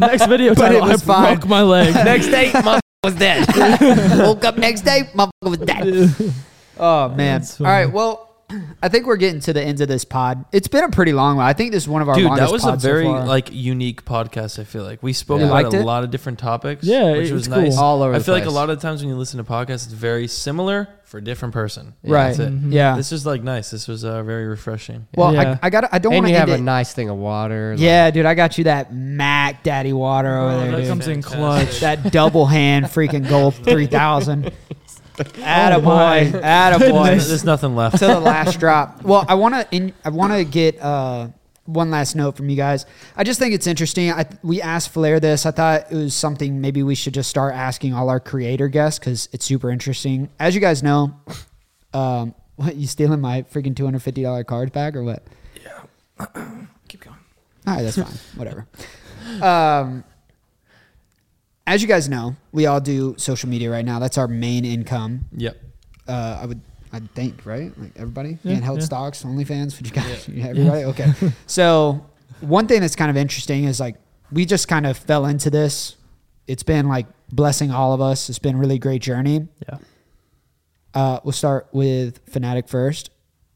[SPEAKER 2] next video,
[SPEAKER 3] But
[SPEAKER 2] title,
[SPEAKER 3] it was
[SPEAKER 2] I
[SPEAKER 3] fine.
[SPEAKER 2] broke my leg.
[SPEAKER 3] next day my was dead woke up next day my was dead oh man
[SPEAKER 2] That's
[SPEAKER 3] all
[SPEAKER 2] funny.
[SPEAKER 3] right well i think we're getting to the end of this pod it's been a pretty long one i think this is one of our
[SPEAKER 4] Dude,
[SPEAKER 3] longest
[SPEAKER 4] that was a
[SPEAKER 3] pods so
[SPEAKER 4] very
[SPEAKER 3] far.
[SPEAKER 4] like unique podcast. I feel like we spoke
[SPEAKER 1] You
[SPEAKER 4] about
[SPEAKER 3] liked
[SPEAKER 4] a
[SPEAKER 3] it?
[SPEAKER 4] lot of different topics.
[SPEAKER 2] Yeah,
[SPEAKER 4] which
[SPEAKER 2] it was
[SPEAKER 4] was
[SPEAKER 2] cool.
[SPEAKER 4] nice.
[SPEAKER 1] All over
[SPEAKER 4] I
[SPEAKER 1] the
[SPEAKER 4] feel like a
[SPEAKER 1] place.
[SPEAKER 4] lot of times when you listen to podcasts, it's very similar for a different person. Yeah,
[SPEAKER 3] Right.
[SPEAKER 4] That's it.
[SPEAKER 3] Mhm. Yeah.
[SPEAKER 4] This is like nice. This was uh, very refreshing.
[SPEAKER 3] well
[SPEAKER 2] Yeah.
[SPEAKER 3] I, I got i don't want
[SPEAKER 1] and
[SPEAKER 3] to
[SPEAKER 1] you have
[SPEAKER 3] end
[SPEAKER 1] a
[SPEAKER 3] it.
[SPEAKER 1] nice thing of water. like-
[SPEAKER 3] yeah dude i got you that mac daddy water
[SPEAKER 4] Oh,
[SPEAKER 3] over there
[SPEAKER 2] Oh, that
[SPEAKER 3] dude.
[SPEAKER 2] comes in
[SPEAKER 4] Fantastic.
[SPEAKER 2] clutch.
[SPEAKER 3] that double hand freaking gold 3000 attaboy
[SPEAKER 2] my
[SPEAKER 3] attaboy
[SPEAKER 4] There's nothing left.
[SPEAKER 3] to the last drop. Well, I want to. I want to get uh, one last note from you guys. I just think it's interesting. I, we asked Flair this. I thought it was something maybe we should just start asking all our creator guests because it's super interesting. As you guys know, um, what you stealing my freaking two hundred fifty dollar card back or what?
[SPEAKER 2] Keep going.
[SPEAKER 3] All right, that's fine. Whatever. Um, as you guys know, we all do social media right now. That's our main income.
[SPEAKER 4] Yep.
[SPEAKER 3] uh, I would I would think right like everybody
[SPEAKER 2] Yeah,
[SPEAKER 3] handheld
[SPEAKER 2] yeah.
[SPEAKER 3] stocks, OnlyFans, what you guys, yeah. everybody. Okay, so one thing that's kind of interesting is like we just kind of fell into this. It's been like blessing all of us. It's been a really great journey.
[SPEAKER 2] Yeah.
[SPEAKER 3] Uh, we'll start with Fanatic first.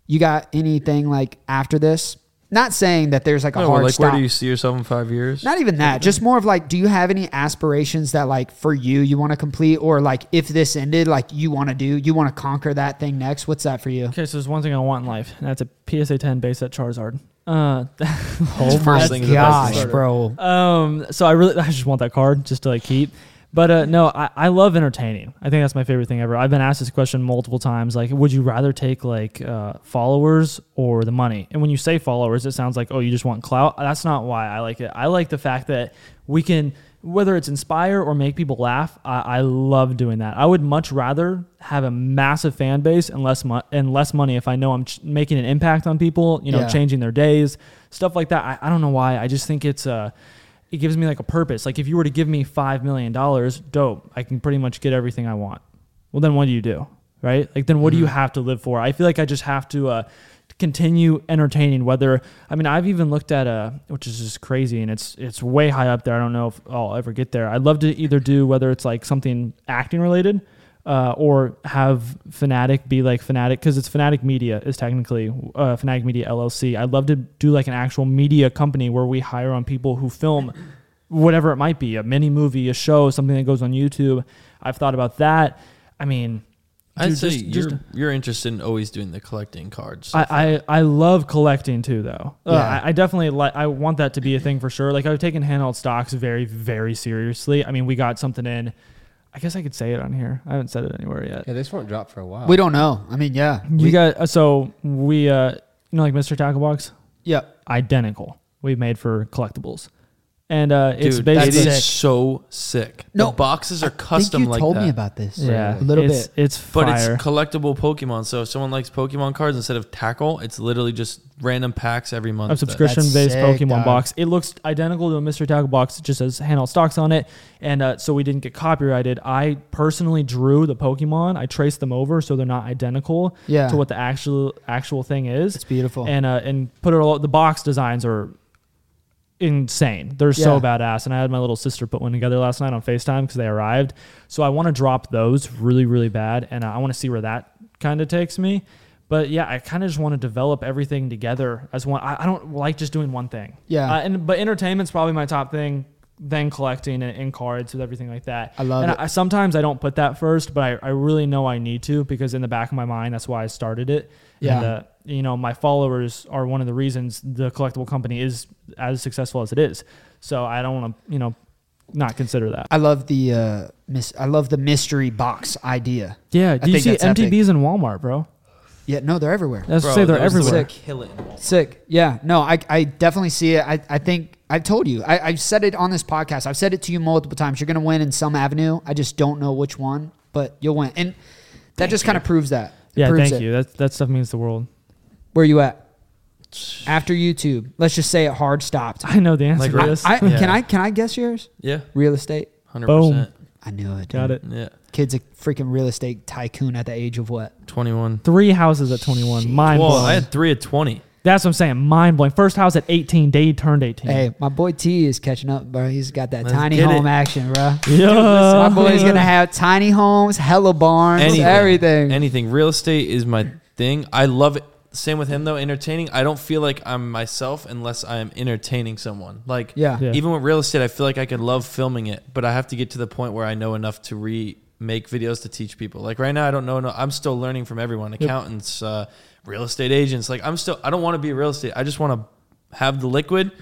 [SPEAKER 3] You got anything like after this? Not saying that there's like a
[SPEAKER 4] No,
[SPEAKER 3] hard
[SPEAKER 4] Oh, like,
[SPEAKER 3] stop.
[SPEAKER 4] where do you see yourself in five years?
[SPEAKER 3] Not even that. Just more of like, do you have any aspirations that like for you you want to complete, or like if this ended, like you want to do, you want to conquer that thing next? What's that for you?
[SPEAKER 2] Okay, so there's one thing I want in life, and that's a PSA 10 base at Charizard. Uh,
[SPEAKER 3] Oh
[SPEAKER 4] my thing is the best
[SPEAKER 3] gosh,
[SPEAKER 4] starter.
[SPEAKER 3] bro!
[SPEAKER 2] um, so I really, I just want that card just to like keep. But uh, no, I, I love entertaining. I think that's my favorite thing ever. I've been asked this question multiple times. Like, would you rather take like uh, followers or the money? And when you say followers, it sounds like oh, you just want clout. That's not why I like it. I like the fact that we can, whether it's inspire or make people laugh. I, I love doing that. I would much rather have a massive fan base and less mo- and less money if I know I'm ch- making an impact on people. You know,
[SPEAKER 3] Yeah.
[SPEAKER 2] changing their days, stuff like that. I, I don't know why. I just think it's uh it gives me like a purpose. Like if you were to give me five million dollars, dope, I can pretty much get everything I want. Well, then what do you do? right? Like, then what do you have to live for? I feel like I just have to uh, continue entertaining. Whether I mean, I've even looked at a, which is just crazy, and it's it's way high up there. I don't know if I'll ever get there. I'd love to either do whether it's like something acting related. Uh, or have Fanatic be like Fanatic because it's Fanatic Media is technically uh, Fanatic Media LLC. I'd love to do like an actual media company where we hire on people who film whatever it might be a mini movie a show something that goes on youtube i've thought about that i mean
[SPEAKER 4] I'd
[SPEAKER 2] dude,
[SPEAKER 4] say
[SPEAKER 2] just-
[SPEAKER 4] you're
[SPEAKER 2] just-
[SPEAKER 4] you're interested in always doing the collecting cards.
[SPEAKER 2] I, I, I love collecting too though uh,
[SPEAKER 3] Yeah.
[SPEAKER 2] I, I definitely like i want that to be a thing for sure like i've taken handheld stocks very very seriously i mean we got something in i guess i could say it on here i haven't said it anywhere yet
[SPEAKER 1] Yeah, this won't drop for a while.
[SPEAKER 3] We don't know. I mean, yeah.
[SPEAKER 2] you
[SPEAKER 3] We-
[SPEAKER 2] got uh, so we uh you know like mr tackle box
[SPEAKER 3] yeah.
[SPEAKER 2] identical we've made for collectibles and uh
[SPEAKER 4] Dude,
[SPEAKER 2] it's
[SPEAKER 4] that is
[SPEAKER 2] basically
[SPEAKER 4] so sick.
[SPEAKER 3] No,
[SPEAKER 4] the boxes are
[SPEAKER 3] I think
[SPEAKER 4] custom
[SPEAKER 3] you
[SPEAKER 4] like uh,
[SPEAKER 3] told
[SPEAKER 4] that.
[SPEAKER 3] me about this.
[SPEAKER 2] yeah
[SPEAKER 3] A little
[SPEAKER 2] it's,
[SPEAKER 3] bit.
[SPEAKER 2] it's
[SPEAKER 4] but
[SPEAKER 2] fire.
[SPEAKER 4] it's collectible Pokemon. So if someone likes Pokemon cards instead of tackle, it's literally just random packs every month.
[SPEAKER 2] a
[SPEAKER 4] that-
[SPEAKER 2] subscription based
[SPEAKER 3] sick,
[SPEAKER 2] Pokemon
[SPEAKER 3] dog.
[SPEAKER 2] box. It looks identical to a Mystery Tackle box, it just has handheld stocks on it. And uh, so we didn't get copyrighted. I personally drew the Pokemon. I traced them over so they're not identical
[SPEAKER 3] Yeah.
[SPEAKER 2] to what the actual actual thing is.
[SPEAKER 3] It's beautiful.
[SPEAKER 2] And uh, and put it all the box designs are insane. They're so
[SPEAKER 3] Yeah.
[SPEAKER 2] badass. And I had my little sister put one together last night on FaceTime because they arrived. So I want to drop those really, really bad. And uh, I want to see where that kind of takes me. But yeah, I kind of just want to develop everything together as one. I, I don't like just doing one thing.
[SPEAKER 3] Yeah.
[SPEAKER 2] Uh, and but entertainment's probably my top thing. Then collecting and, and cards and everything like that.
[SPEAKER 3] I love
[SPEAKER 2] and
[SPEAKER 3] it.
[SPEAKER 2] I, sometimes I don't put that first, but I, I really know I need to because in the back of my mind, that's why I started it.
[SPEAKER 3] Yeah.
[SPEAKER 2] And, uh, you know, my followers are one of the reasons the collectible company is as successful as it is. So I don't want to, you know, not consider that.
[SPEAKER 3] I love the uh, mis- I love the mystery box idea.
[SPEAKER 2] Yeah.
[SPEAKER 3] do
[SPEAKER 2] Do
[SPEAKER 3] you
[SPEAKER 2] you
[SPEAKER 3] think see
[SPEAKER 2] see
[SPEAKER 3] that's epic.
[SPEAKER 2] MTBs
[SPEAKER 3] MTBs
[SPEAKER 2] in Walmart, bro?
[SPEAKER 3] Yeah, no, they're everywhere.
[SPEAKER 2] That's
[SPEAKER 4] Bro,
[SPEAKER 2] say they're
[SPEAKER 4] those
[SPEAKER 2] everywhere.
[SPEAKER 4] would Kill it. in Walmart.
[SPEAKER 3] Sick. Yeah. No, I, I definitely see it. I, I think I've told you. I, I've said it on this podcast. I've said it to you multiple times. You're gonna win in some avenue. I just don't know which one, but you'll win. And that just kind of proves that. It
[SPEAKER 2] Yeah.
[SPEAKER 3] proves
[SPEAKER 2] Thank
[SPEAKER 3] it.
[SPEAKER 2] you. That, that stuff means the world.
[SPEAKER 3] Where you at? After YouTube, let's just say it hard stopped.
[SPEAKER 2] I know the answer
[SPEAKER 4] Like
[SPEAKER 2] to
[SPEAKER 4] right-
[SPEAKER 2] this.
[SPEAKER 3] I
[SPEAKER 4] Yeah.
[SPEAKER 3] can I can I guess yours?
[SPEAKER 4] Yeah,
[SPEAKER 3] Real estate.
[SPEAKER 4] hundred
[SPEAKER 2] Boom.
[SPEAKER 4] percent.
[SPEAKER 3] I knew it.
[SPEAKER 2] Got
[SPEAKER 3] dude.
[SPEAKER 2] it.
[SPEAKER 4] Yeah,
[SPEAKER 3] Kid's a freaking real estate tycoon at the age of what?
[SPEAKER 4] twenty-one.
[SPEAKER 2] Three houses at 21. Mind
[SPEAKER 4] Well,
[SPEAKER 2] blowing.
[SPEAKER 4] I had three at twenty.
[SPEAKER 2] That's what I'm saying. Mind blowing. First house at 18. Day turned 18.
[SPEAKER 3] Hey, my boy T is catching up, bro. He's got that
[SPEAKER 4] Let's
[SPEAKER 3] tiny
[SPEAKER 4] get
[SPEAKER 3] home
[SPEAKER 4] it.
[SPEAKER 3] action, bro.
[SPEAKER 2] Yo.
[SPEAKER 3] My boy's gonna have tiny homes, hella barns,
[SPEAKER 4] Anything,
[SPEAKER 3] everything.
[SPEAKER 4] Anything. Real estate is my thing. I love it. Same with him though. Entertaining. I don't feel like I'm myself unless I am entertaining someone. Like
[SPEAKER 3] Yeah.
[SPEAKER 2] Yeah.
[SPEAKER 4] Even with real estate, I feel like I could love filming it, but I have to get to the point where I know enough to remake videos to teach people. Like right now, I don't know. No, I'm still learning from everyone. Accountants, uh, real estate agents. Like I'm still. I don't want to be real estate. I just want to have the liquid,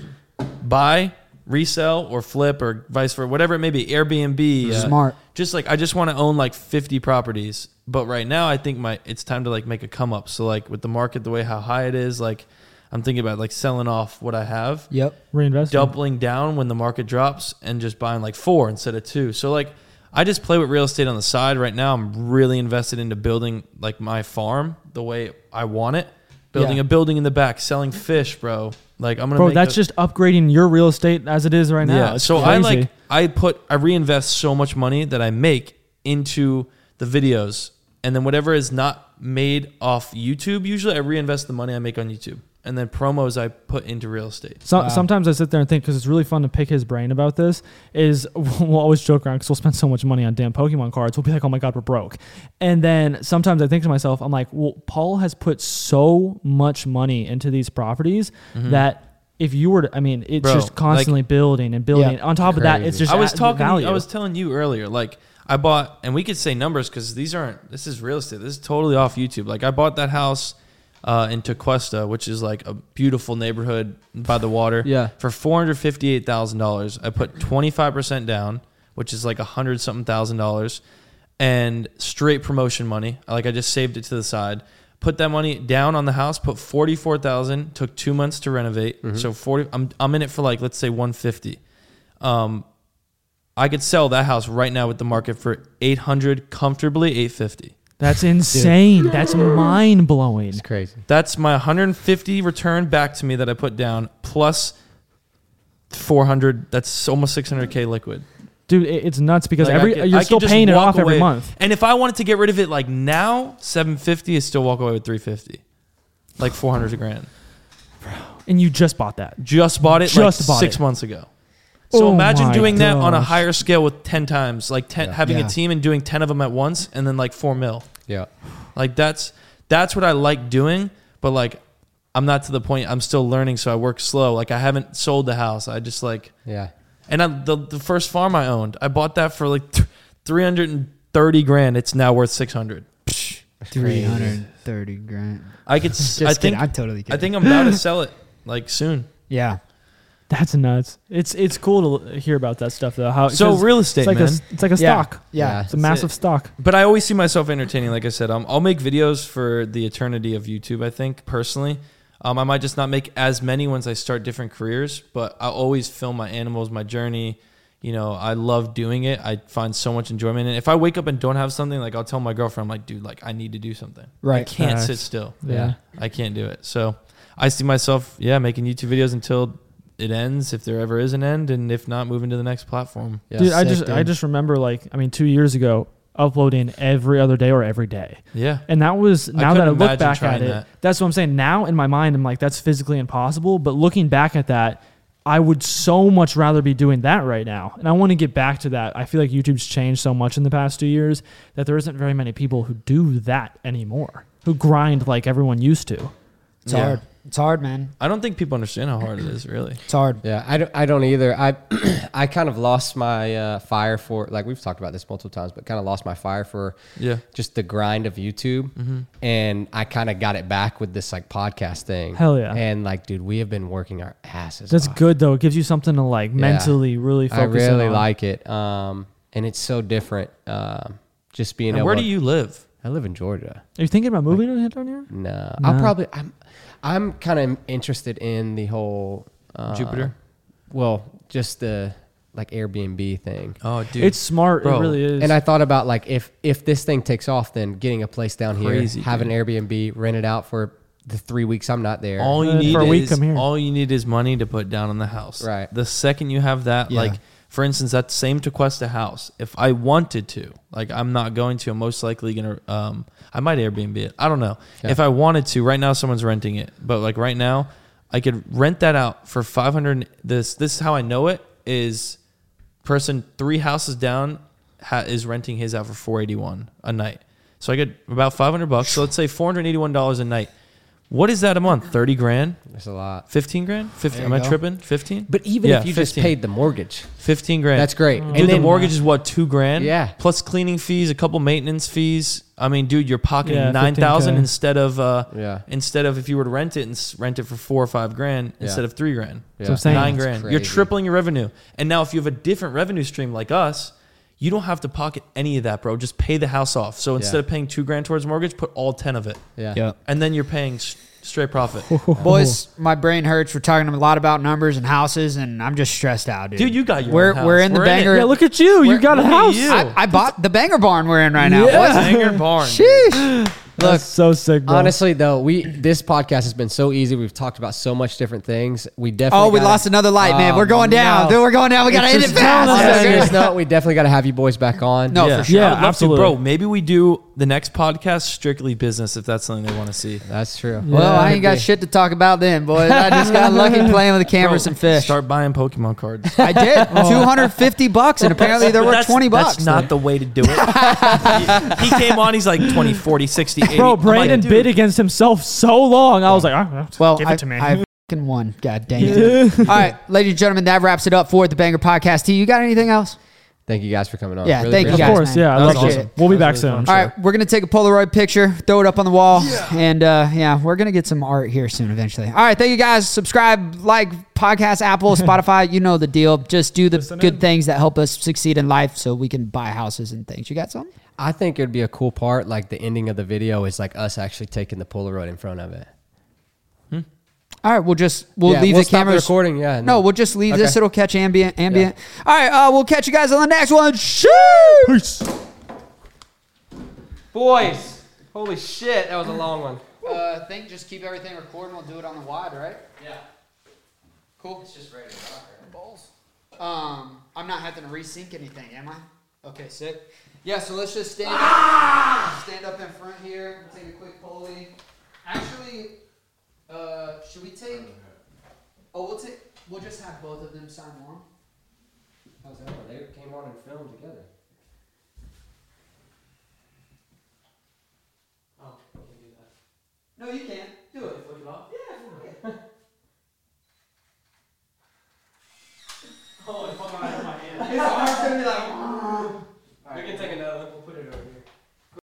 [SPEAKER 4] buy, resell, or flip, or vice versa. Whatever it may be. Airbnb. uh,
[SPEAKER 3] Smart.
[SPEAKER 4] just like I just want to own like 50 properties, but right now I think my it's time to like make a come up. So like with the market the way how high it is, like I'm thinking about like selling off what I have,
[SPEAKER 3] Yep.
[SPEAKER 2] Reinvest.
[SPEAKER 4] doubling down when the market drops and just buying like four instead of two. So like I just play with real estate on the side right now. I'm really invested into building like my farm the way I want it. Building
[SPEAKER 3] Yeah.
[SPEAKER 4] a building in the back, selling fish, bro. Like I'm gonna
[SPEAKER 2] Bro,
[SPEAKER 4] make
[SPEAKER 2] that's
[SPEAKER 4] a-
[SPEAKER 2] just upgrading your real estate as it is right now. It's
[SPEAKER 4] so I
[SPEAKER 2] crazy.
[SPEAKER 4] like I put I reinvest so much money that I make into the videos, and then whatever is not made off YouTube, usually I reinvest the money I make on YouTube, and then promos I put into real estate.
[SPEAKER 2] So, Sometimes I sit there and think because it's really fun to pick his brain about this. Is we'll always joke around because we'll spend so much money on damn Pokemon cards. We'll be like, "Oh my god, we're broke," and then sometimes I think to myself, "I'm like, well, Paul has put so much money into these properties that." If you were to, I mean, it's
[SPEAKER 4] Mm-hmm. Bro,
[SPEAKER 2] just constantly building and building.
[SPEAKER 3] Yeah.
[SPEAKER 2] On top of that, it's
[SPEAKER 1] Crazy.
[SPEAKER 2] just
[SPEAKER 4] I was
[SPEAKER 2] at-
[SPEAKER 4] talking.
[SPEAKER 2] value.
[SPEAKER 4] I was telling you earlier, like I bought, and we could say numbers because these aren't. This is real estate. This is totally off YouTube. Like I bought that house uh, in Tequesta, which is like a beautiful neighborhood by the water.
[SPEAKER 3] Yeah.
[SPEAKER 4] For four hundred fifty-eight thousand dollars, I put twenty-five percent down, which is like a hundred something thousand dollars, and straight promotion money. Like I just saved it to the side. Put that money down on the house. Put forty-four thousand. Took two months to renovate.
[SPEAKER 2] Mm-hmm.
[SPEAKER 4] So forty. I'm I'm in it for like let's say one fifty. Um, I could sell that house right now with the market for 800 comfortably 850.
[SPEAKER 2] That's insane. That's mind blowing.
[SPEAKER 1] It's crazy.
[SPEAKER 4] That's my 150 return back to me that I put down plus 400 that's almost 600k liquid.
[SPEAKER 2] dude, it, it's nuts because
[SPEAKER 4] Like, I
[SPEAKER 2] every
[SPEAKER 4] could- I
[SPEAKER 2] you're
[SPEAKER 4] could
[SPEAKER 2] still
[SPEAKER 4] just
[SPEAKER 2] paying it
[SPEAKER 4] walk
[SPEAKER 2] off every
[SPEAKER 4] away.
[SPEAKER 2] month.
[SPEAKER 4] And if I wanted to get rid of it like now, seven fifty is still walk away with three fifty, like four hundred grand.
[SPEAKER 2] And you just bought that.
[SPEAKER 4] Just bought it
[SPEAKER 2] Just
[SPEAKER 4] like
[SPEAKER 2] bought
[SPEAKER 4] six
[SPEAKER 2] it.
[SPEAKER 4] months ago. So
[SPEAKER 2] Oh
[SPEAKER 4] imagine
[SPEAKER 2] my
[SPEAKER 4] doing that on a
[SPEAKER 2] gosh.
[SPEAKER 4] higher scale with ten times, like ten, having
[SPEAKER 3] Yeah.
[SPEAKER 4] a team and doing ten of them at once, and then like four mil.
[SPEAKER 1] Yeah.
[SPEAKER 4] Like that's that's what I like doing, but like I'm not to the point. I'm still learning, so I work slow. Like I haven't sold the house. I just like
[SPEAKER 1] Yeah.
[SPEAKER 4] and I, the the first farm I owned, I bought that for like th- 330 grand. It's now worth 600.
[SPEAKER 3] Three hundred thirty grand.
[SPEAKER 4] I could
[SPEAKER 3] Just
[SPEAKER 4] s- I think
[SPEAKER 3] kidding. I'm totally kidding.
[SPEAKER 4] I think I'm about to sell it like soon.
[SPEAKER 3] Yeah.
[SPEAKER 2] That's nuts. It's it's cool to l- hear about that stuff though. How
[SPEAKER 4] So
[SPEAKER 2] 'cause
[SPEAKER 4] real
[SPEAKER 2] it's
[SPEAKER 4] estate,
[SPEAKER 2] like a
[SPEAKER 4] man.
[SPEAKER 2] s- it's like a
[SPEAKER 3] Yeah.
[SPEAKER 2] stock.
[SPEAKER 3] Yeah.
[SPEAKER 1] Yeah.
[SPEAKER 2] It's a massive
[SPEAKER 4] it.
[SPEAKER 2] stock.
[SPEAKER 4] but I always see myself entertaining. Like I said, um, I'll make videos for the eternity of YouTube. I think personally, um, I might just not make as many once I start different careers. But I always film my animals, my journey. You know, I love doing it. I find so much enjoyment. And if I wake up and don't have something, like I'll tell my girlfriend, I'm like, dude, like I need to do something. I
[SPEAKER 3] Right.
[SPEAKER 4] can't
[SPEAKER 2] Facts.
[SPEAKER 4] sit still.
[SPEAKER 2] Yeah.
[SPEAKER 4] I can't do it. So I see myself, yeah, making YouTube videos until it ends, if there ever is an end, and if not, moving to the next platform.
[SPEAKER 1] Yeah.
[SPEAKER 2] dude, I
[SPEAKER 3] sick,
[SPEAKER 2] just I
[SPEAKER 3] dude.
[SPEAKER 2] just remember like I mean 2 years ago uploading every other day or every day.
[SPEAKER 4] Yeah.
[SPEAKER 2] And that was now that I
[SPEAKER 4] couldn't
[SPEAKER 2] look
[SPEAKER 4] imagine
[SPEAKER 2] back at
[SPEAKER 4] trying
[SPEAKER 2] it,
[SPEAKER 4] that.
[SPEAKER 2] that's what I'm saying. Now in my mind, I'm like, that's physically impossible. But looking back at that, I would so much rather be doing that right now. And I want to get back to that. I feel like YouTube's changed so much in the past two years that there isn't very many people who do that anymore, who grind like everyone used to.
[SPEAKER 3] It's
[SPEAKER 4] Yeah.
[SPEAKER 3] hard. It's hard, man.
[SPEAKER 4] I don't think people understand how hard it is, really.
[SPEAKER 3] It's hard.
[SPEAKER 1] Yeah, I don't, I don't either. I I kind of lost my uh, fire for like we've talked about this multiple times, but kind of lost my fire for
[SPEAKER 4] Yeah.
[SPEAKER 1] just the grind of YouTube,
[SPEAKER 2] Mm-hmm.
[SPEAKER 1] and I kind of got it back with this like podcast thing.
[SPEAKER 2] Hell yeah.
[SPEAKER 1] And like, dude, we have been working our asses.
[SPEAKER 2] That's
[SPEAKER 1] off.
[SPEAKER 2] good though. It gives you something to like
[SPEAKER 1] Yeah.
[SPEAKER 2] mentally really
[SPEAKER 1] I
[SPEAKER 2] focus
[SPEAKER 1] really
[SPEAKER 2] in on.
[SPEAKER 1] like it, um, and it's so different. Um, just being
[SPEAKER 4] And
[SPEAKER 1] able.
[SPEAKER 4] where do you live?
[SPEAKER 1] I live in Georgia.
[SPEAKER 2] Are you thinking about moving to down here?
[SPEAKER 1] No,
[SPEAKER 2] No.
[SPEAKER 1] I'll probably. I'm I'm kind of interested in the whole uh,
[SPEAKER 4] Jupiter?
[SPEAKER 1] Well, just the like Airbnb thing.
[SPEAKER 4] Oh, dude.
[SPEAKER 2] It's smart. it
[SPEAKER 4] Bro.
[SPEAKER 2] really is.
[SPEAKER 1] And I thought about like if if this thing takes off, then getting a place down
[SPEAKER 4] Crazy,
[SPEAKER 1] here, have an Airbnb, rent it out for the three weeks I'm not there.
[SPEAKER 4] all you
[SPEAKER 2] Uh,
[SPEAKER 4] need
[SPEAKER 2] for a week,
[SPEAKER 4] is
[SPEAKER 2] I'm here.
[SPEAKER 4] all you need is money to put down on the house.
[SPEAKER 1] Right.
[SPEAKER 4] The second you have that,
[SPEAKER 3] Yeah.
[SPEAKER 4] like for instance, that same Tequesta house. If I wanted to, like I'm not going to. I'm most likely gonna. Um, I might Airbnb it. I don't know. If I wanted to, right now someone's renting it, but like right now, I could rent that out for 500. This this is how I know it is person three houses down ha- is renting his out for 481 a night. So I get about 500 bucks. So let's say 481 dollars a night. What is that a month? 30 grand?
[SPEAKER 1] There's a lot.
[SPEAKER 4] 15 grand? 15,
[SPEAKER 3] There
[SPEAKER 4] am
[SPEAKER 3] you
[SPEAKER 4] I
[SPEAKER 3] go.
[SPEAKER 4] tripping? 15?
[SPEAKER 1] But even
[SPEAKER 4] Yeah,
[SPEAKER 1] if you just
[SPEAKER 4] 15.
[SPEAKER 1] paid the mortgage,
[SPEAKER 4] 15 grand.
[SPEAKER 1] that's great.
[SPEAKER 4] Dude, the mortgage is what, two grand?
[SPEAKER 1] Yeah.
[SPEAKER 4] Plus cleaning fees, a couple maintenance fees. I mean, dude, you're pocketing
[SPEAKER 2] Yeah,
[SPEAKER 4] 9,000
[SPEAKER 2] 15K.
[SPEAKER 4] instead of, uh,
[SPEAKER 1] Yeah.
[SPEAKER 4] instead of if you were to rent it and s- rent it for four or five grand
[SPEAKER 1] Yeah.
[SPEAKER 4] instead of three grand.
[SPEAKER 2] So I'm saying-
[SPEAKER 4] Nine
[SPEAKER 1] That's
[SPEAKER 4] grand. You're
[SPEAKER 1] crazy.
[SPEAKER 4] tripling your revenue. And now if you have a different revenue stream like us, you don't have to pocket any of that, bro. Just pay the house off. So instead of paying two grand towards mortgage, put all 10 of it.
[SPEAKER 1] Yeah.
[SPEAKER 4] And then you're paying s- straight profit.
[SPEAKER 3] Boys, my brain hurts. We're talking a lot about numbers and houses, and I'm just stressed out, dude.
[SPEAKER 4] Dude, you got your
[SPEAKER 3] We're-
[SPEAKER 4] own house.
[SPEAKER 3] we're in the
[SPEAKER 4] We're
[SPEAKER 3] banger.
[SPEAKER 4] it.
[SPEAKER 2] yeah, look at you. You
[SPEAKER 3] Where-
[SPEAKER 2] got a
[SPEAKER 4] look at
[SPEAKER 2] house.
[SPEAKER 4] you.
[SPEAKER 3] I, I bought the banger barn we're in right now.
[SPEAKER 2] Yeah.
[SPEAKER 3] boys.
[SPEAKER 4] Banger barn.
[SPEAKER 3] Sheesh.
[SPEAKER 2] That's so sick, bro.
[SPEAKER 1] Honestly, though, we this podcast has been so easy. We've talked about so much different things. We definitely
[SPEAKER 3] Oh, we
[SPEAKER 1] gotta-
[SPEAKER 3] lost another light, man.
[SPEAKER 1] Oh,
[SPEAKER 3] We're going down.
[SPEAKER 1] no.
[SPEAKER 3] Dude, we're going down. We got to hit it
[SPEAKER 2] just telling
[SPEAKER 1] On
[SPEAKER 3] fast.
[SPEAKER 1] a
[SPEAKER 2] us.
[SPEAKER 1] serious note, we definitely got to have you boys back on.
[SPEAKER 3] No, for sure.
[SPEAKER 2] Yeah,
[SPEAKER 4] Oh, I would love to,
[SPEAKER 2] absolutely.
[SPEAKER 4] bro. Maybe we do the next podcast strictly business if that's something they want to see.
[SPEAKER 1] that's true.
[SPEAKER 3] Well, I ain't
[SPEAKER 1] Could
[SPEAKER 3] got
[SPEAKER 1] be.
[SPEAKER 3] shit to talk about then, boys. I just got lucky playing with the camera
[SPEAKER 4] Bro,
[SPEAKER 3] some fish.
[SPEAKER 4] Start buying Pokemon cards.
[SPEAKER 3] I did. 250 bucks, and apparently there
[SPEAKER 4] But
[SPEAKER 3] were
[SPEAKER 4] that's-
[SPEAKER 3] 20 bucks.
[SPEAKER 4] That's not the way to do it. he, he came on, he's like 20, 40, 60, 80.
[SPEAKER 2] Bro,
[SPEAKER 4] I'm like,
[SPEAKER 2] Brandon
[SPEAKER 4] dude,
[SPEAKER 2] bid against himself so long. I was like, "Ah,
[SPEAKER 3] Well,
[SPEAKER 2] give
[SPEAKER 3] I,
[SPEAKER 2] it to me.
[SPEAKER 3] I fucking won. God dang it. All right, ladies and gentlemen, that wraps it up for the Banger Podcast. T, you got anything else?
[SPEAKER 1] Thank you guys for coming on.
[SPEAKER 3] Yeah, thank you
[SPEAKER 2] of
[SPEAKER 1] appreciate
[SPEAKER 3] guys,
[SPEAKER 2] course,
[SPEAKER 3] man.
[SPEAKER 2] yeah. I
[SPEAKER 4] That
[SPEAKER 2] love
[SPEAKER 4] was
[SPEAKER 2] it.
[SPEAKER 4] awesome.
[SPEAKER 2] We'll be
[SPEAKER 4] That
[SPEAKER 2] back
[SPEAKER 4] was
[SPEAKER 2] soon.
[SPEAKER 4] really
[SPEAKER 2] I'm
[SPEAKER 4] fun.
[SPEAKER 2] sure.
[SPEAKER 3] All right, we're gonna take a Polaroid picture, throw it up on the wall, and uh, yeah, we're gonna get some art here soon eventually. All right, thank you guys. Subscribe, like podcast, Apple, Spotify. You know the deal. Just do the good things that help us succeed in life, so we can buy houses and things. You got something?
[SPEAKER 1] I think it'd be a cool part. Like the ending of the video is like us actually taking the Polaroid in front of it.
[SPEAKER 3] All right, we'll just we'll
[SPEAKER 1] Yeah,
[SPEAKER 3] leave
[SPEAKER 1] we'll
[SPEAKER 3] the
[SPEAKER 1] stop the
[SPEAKER 3] camera
[SPEAKER 1] recording, yeah, and
[SPEAKER 3] no,
[SPEAKER 1] then-
[SPEAKER 3] we'll just leave this.
[SPEAKER 1] Okay.
[SPEAKER 3] It'll catch ambient. Ambient. All right, uh, we'll catch you guys on the next one. Shoot!
[SPEAKER 2] Peace.
[SPEAKER 1] Boys, holy shit, that was a long one.
[SPEAKER 3] Uh, think just keep everything recording. We'll do it on the wide, right? Yeah. Cool. It's just right. Balls. Um, I'm not having to resync anything, am I? Okay, sick. Yeah, so let's just stand stand up in front here. We'll take a quick polling. Actually, uh, should we take? Oh, we'll take. We'll just have both of them sign on.
[SPEAKER 1] How's that? They came on and filmed together.
[SPEAKER 3] Oh, we can do that. No, you can't.